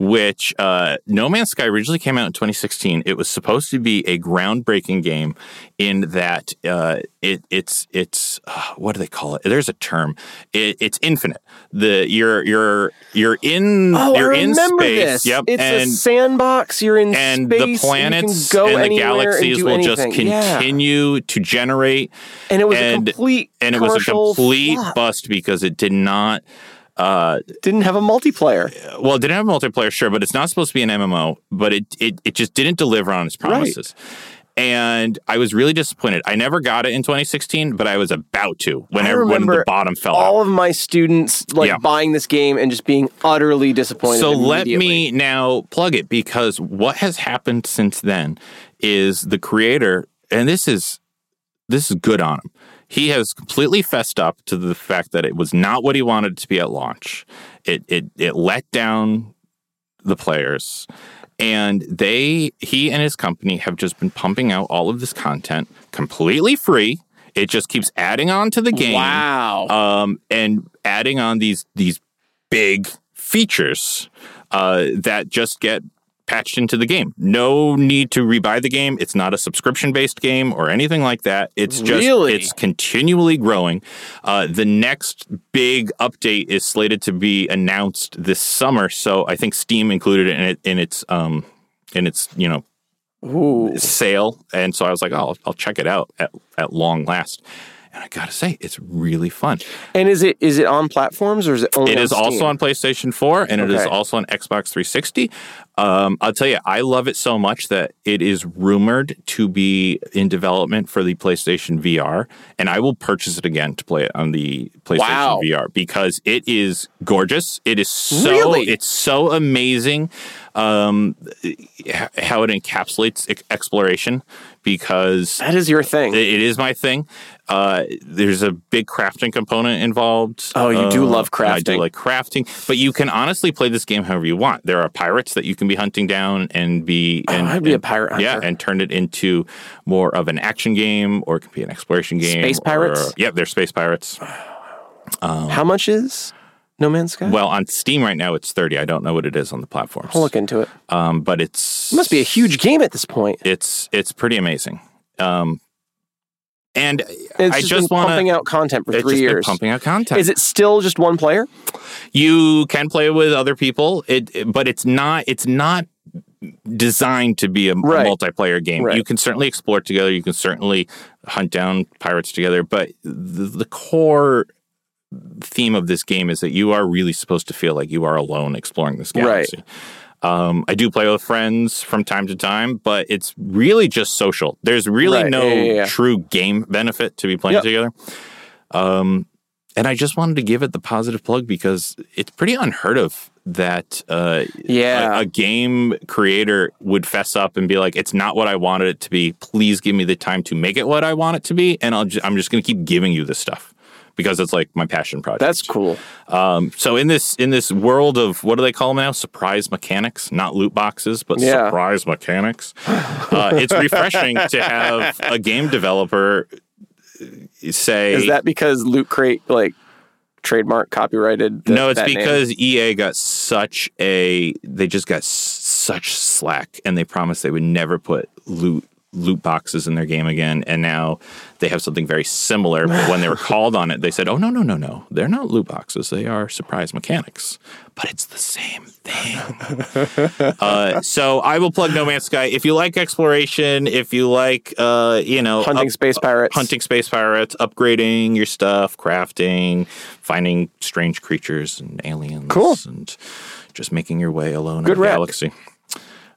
B: which uh, No Man's Sky originally came out in 2016. It was supposed to be a groundbreaking game in that uh, it it's it's uh, what do they call it? There's a term. It, it's infinite. The you're you're you're in
A: Oh,
B: you're
A: I
B: in
A: remember
B: space.
A: this.
B: Yep.
A: It's
B: and
A: a sandbox. You're in
B: and
A: space.
B: the planets
A: you can go
B: and the
A: anywhere and
B: galaxies
A: do
B: will just
A: anything. Yeah.
B: continue to generate
A: And it was
B: and-
A: a complete
B: and it was a
A: commercial
B: complete
A: flop.
B: bust because it did not uh
A: Didn't have a multiplayer.
B: well it didn't have multiplayer sure but it's not supposed to be an mmo but it it, it just didn't deliver on its promises and i was really disappointed i never got it in 2016 but i was about to when
A: I
B: everyone the
A: remember
B: bottom fell out
A: All of my students like
B: Yeah.
A: buying this game and just being utterly disappointed.
B: So let
A: immediately.
B: me now plug it because what has happened since then is the creator, and this is this is good on him. He has completely fessed up to the fact that it was not what he wanted it to be at launch. It it it let down the players. And they he and his company have just been pumping out all of this content completely free. It just keeps adding on to the game
A: Wow.
B: um, and adding on these these big features uh, that just get patched into the game. No need to rebuy the game. It's not a subscription based game or anything like that. It's just
A: Really?
B: it's continually growing. Uh, the next big update is slated to be announced this summer. So I think Steam included it in, it, in its um, in its you know
A: Ooh.
B: sale, and so I was like, oh, I'll, I'll check it out at, at long last. And I gotta say, it's really fun.
A: And is it is it on platforms or is it only?
B: It
A: on
B: is also
A: Steam?
B: on PlayStation 4 and it is
A: Okay.
B: also on Xbox 360. Um, I'll tell you, I love it so much that it is rumored to be in development for the PlayStation VR, and I will purchase it again to play it on the PlayStation
A: Wow.
B: VR because it is gorgeous. It is so
A: Really?
B: it's so amazing um, h- how it encapsulates e- exploration because
A: That is your thing.
B: it it is my thing. Uh, there's a big crafting component involved.
A: Oh, you do
B: Uh,
A: love
B: I do
A: crafting.
B: like crafting, but you can honestly play this game however you want. There are pirates that you can be hunting down and be. And,
A: Oh, I'd be a
B: and-
A: pirate hunter.
B: Yeah, and turn it into more of an action game, or it could be an exploration game.
A: Space
B: or-
A: pirates?
B: yeah, they're space pirates.
A: How much is No Man's Sky?
B: Well, on Steam right now it's thirty. I don't know what it is on the platforms.
A: I'll look into it.
B: Um, but it's
A: It must be a huge game at this point.
B: It's it's pretty amazing. Um, and
A: It's
B: I
A: just,
B: just
A: been
B: want
A: pumping out content for
B: It's
A: three
B: just been
A: years.
B: pumping out content.
A: Is it still just one player?
B: you can play with other people it, it- but it's not it's not designed to be a, a
A: Right.
B: multiplayer game
A: Right.
B: you can certainly explore together you can certainly hunt down pirates together but the, the core theme of this game is that you are really supposed to feel like you are alone exploring this
A: Right.
B: galaxy um, I do play with friends from time to time, but it's really just social. There's really
A: Right.
B: no
A: Yeah, yeah, yeah.
B: true game benefit to be playing
A: Yep.
B: together. Um, and I just wanted to give it the positive plug because it's pretty unheard of that uh,
A: Yeah.
B: a, a game creator would fess up and be like, "It's not what I wanted it to be. Please give me the time to make it what I want it to be, and I'll ju- I'm just going to keep giving you this stuff because it's like my passion project."
A: That's cool.
B: Um, so in this in this world of what do they call them now? Surprise mechanics, not loot boxes, but
A: Yeah.
B: surprise mechanics. uh, it's refreshing to have a game developer say
A: Is that because Loot Crate like trademark copyrighted? th-
B: no, it's
A: that name?
B: because EA got such a they just got s- such slack, and they promised they would never put loot loot boxes in their game again, and now they have something very similar. But when they were called on it, they said, "Oh no, no, no, no! They're not loot boxes. They are surprise mechanics." But it's the same thing. uh, so I will plug No Man's Sky. If you like exploration, if you like, uh, you know,
A: Hunting
B: up-
A: space pirates.
B: hunting space pirates, upgrading your stuff, crafting, finding strange creatures and aliens,
A: Cool.
B: and just making your way alone
A: Good
B: in the
A: rec.
B: galaxy.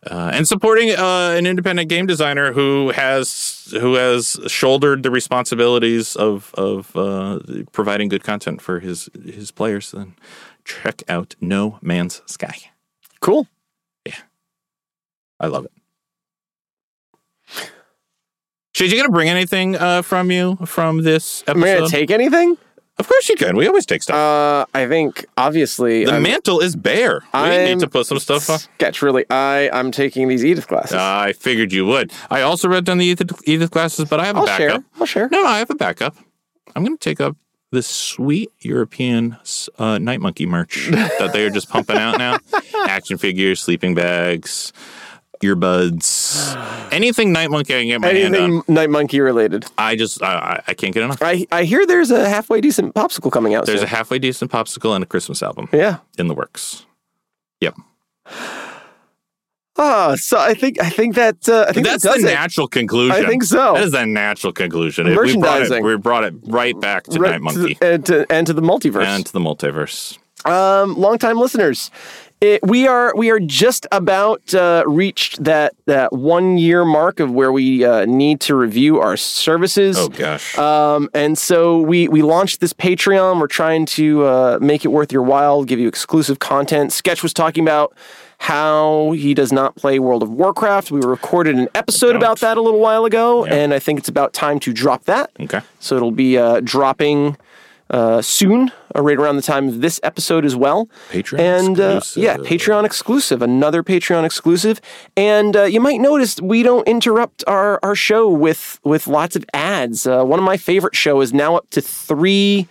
B: Uh, and supporting uh, an independent game designer who has who has shouldered the responsibilities of of uh, providing good content for his his players. Then check out No Man's Sky.
A: Cool.
B: I love it. Shade, you gonna bring anything uh, from you from this
A: Am I gonna
B: episode?
A: take anything?
B: Of course you can. We always take stuff.
A: Uh, I think obviously
B: the
A: I'm-
B: mantle is bare. We
A: I'm-
B: need to put some stuff on.
A: sketch really. I I'm taking these Edith glasses.
B: I figured you would. I also read down the Edith, Edith classes, but I have a
A: I'll
B: backup.
A: share. I'll share.
B: No, no, I have a backup. I'm going to take up this sweet European uh, Night Monkey merch that they are just pumping out now. Action figures, sleeping bags, earbuds, anything Night Monkey I can get my hand on.
A: Anything Night Monkey related?
B: I just, I, I- I can't get enough.
A: I I hear there's a halfway decent popsicle coming out.
B: There's a
A: soon.
B: halfway decent popsicle and a Christmas album
A: yeah.
B: in the works. Yep.
A: Ah, so I think I think that uh, I think
B: That's
A: that
B: the
A: does it.
B: natural conclusion.
A: I think so.
B: That is the natural conclusion. If We brought, it,
A: Merchandising.
B: we brought it right back to
A: Right
B: Night Monkey
A: the- and, to, and to the multiverse.
B: and to the multiverse.
A: um, longtime listeners. It, we are we are just about uh, reached that that one year mark of where we uh, need to review our services.
B: Oh gosh.
A: Um, and so we we launched this Patreon. We're trying to uh, make it worth your while, give you exclusive content. Sketch was talking about how he does not play World of Warcraft. We recorded an episode about that a little while ago,
B: Yeah.
A: and I think it's about time to drop that.
B: okay.
A: So it'll be uh, dropping uh, soon, uh, right around the time of this episode as well.
B: Patreon
A: and uh,
B: exclusive.
A: yeah, Patreon exclusive, another Patreon exclusive. And uh, you might notice we don't interrupt our our show with with lots of ads. Uh, one of my favorite show is now up to three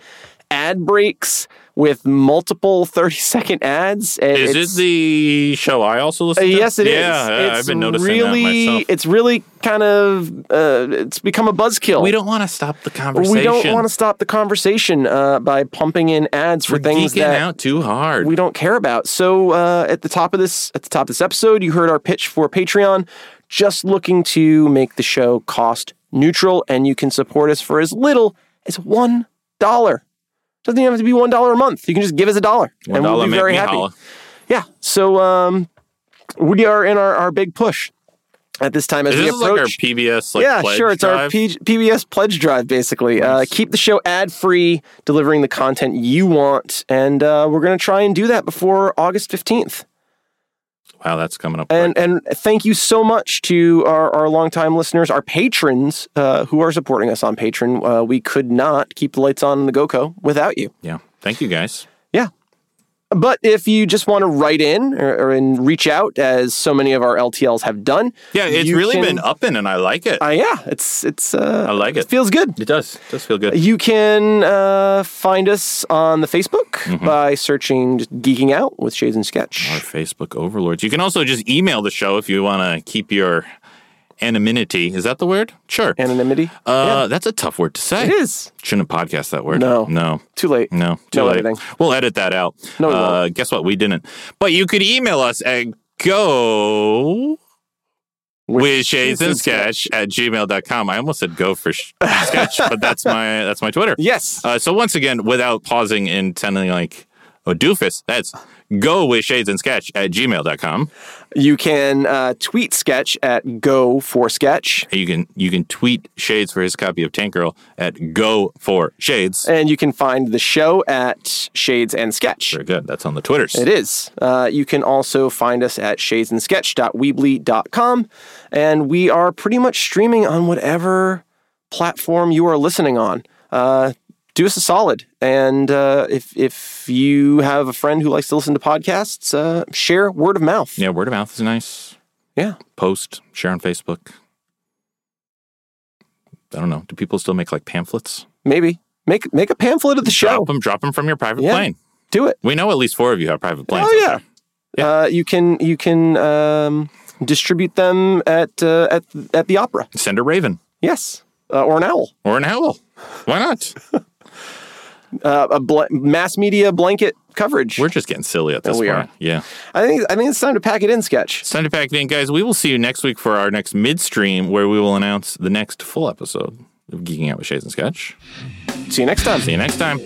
A: ad breaks with multiple 30 second ads and
B: Is
A: it's-
B: it the show I also listen
A: uh,
B: to?
A: yes, it is.
B: Yeah, yeah,
A: It's
B: I've been noticing
A: really,
B: that myself.
A: It's really kind of uh, it's become a buzzkill.
B: We don't want to stop the conversation.
A: We don't want to stop the conversation uh, by pumping in ads for
B: We're
A: things
B: geeking
A: that
B: out too hard.
A: we don't care about. So uh, at the top of this, at the top of this episode, you heard our pitch for Patreon. Just looking to make the show cost neutral, and you can support us for as little as one dollar. Doesn't even have to be one dollar a month. You can just give us a dollar, and
B: Mandala
A: we'll be
B: make
A: very
B: me
A: happy.
B: holla.
A: Yeah. So um, we are in our, our big push at this time as
B: Is
A: we
B: this
A: approach
B: like our PBS like
A: yeah,
B: pledge
A: sure. It's our
B: drive?
A: P- PBS pledge drive, basically. Uh, keep the show ad free, delivering the content you want, and uh, we're going to try and do that before August fifteenth.
B: Wow, that's coming up.
A: And
B: quick.
A: and thank you so much to our our longtime listeners, our patrons uh, who are supporting us on Patreon. Uh, we could not keep the lights on in the GoCo without you.
B: yeah. Thank you guys.
A: Yeah. But if you just want to write in or, or and reach out, as so many of our LTLs have done,
B: Yeah, it's
A: you
B: really
A: can-
B: been upping, and I like it.
A: Uh, yeah, it's it's uh,
B: I like it.
A: feels good.
B: It does. It does feel good.
A: You can uh, find us on the Facebook by searching just Geeking Out with Shades and
B: our
A: Sketch.
B: Facebook overlords. You can also just email the show if you want to keep your anonymity. Is that the word? Sure.
A: Anonymity.
B: uh, That's a tough word to say.
A: it is.
B: Shouldn't have podcast that word.
A: No.
B: No.
A: Too late.
B: No. Too
A: No
B: late.
A: editing.
B: We'll edit that out.
A: No, we
B: uh,
A: won't.
B: Guess what? We didn't. But you could email us at go with shades and sketch at gmail.com. I almost said go for sh- sketch, but that's my that's my Twitter.
A: Yes.
B: Uh, so once again, without pausing and sounding like a doofus, that's go with shades and sketch at gmail.com.
A: you can uh, tweet Sketch at go for Sketch.
B: You can you can tweet Shades for his copy of Tank Girl at go for Shades.
A: And you can find the show at Shades and Sketch.
B: Very good. That's on the Twitters.
A: It is. Uh, you can also find us at shadesandsketch.weebly.com. And we are pretty much streaming on whatever platform you are listening on. Uh, do us a solid. And uh, if, if you have a friend who likes to listen to podcasts, uh, share word of mouth.
B: Yeah, word of mouth is nice.
A: Yeah.
B: Post, share on Facebook. I don't know. Do people still make like pamphlets?
A: Maybe. Make, make a pamphlet of the show.
B: Drop them, drop them from your private
A: Yeah.
B: plane.
A: Do it.
B: We know at least four of you have private planes.
A: Oh,
B: out
A: yeah.
B: there.
A: Uh, you can you can um, distribute them at uh, at at the opera.
B: Send a raven
A: Yes, uh, or an owl.
B: or an owl. Why not?
A: Uh, a bl- mass media blanket coverage.
B: We're just getting silly at this
A: We
B: point.
A: are.
B: Yeah.
A: I think I think it's time to pack it in. Sketch.
B: Sunday Pack in, guys. We will see you next week for our next midstream, where we will announce the next full episode of Geeking Out with Shays and Sketch.
A: See you next time.
B: See you next time.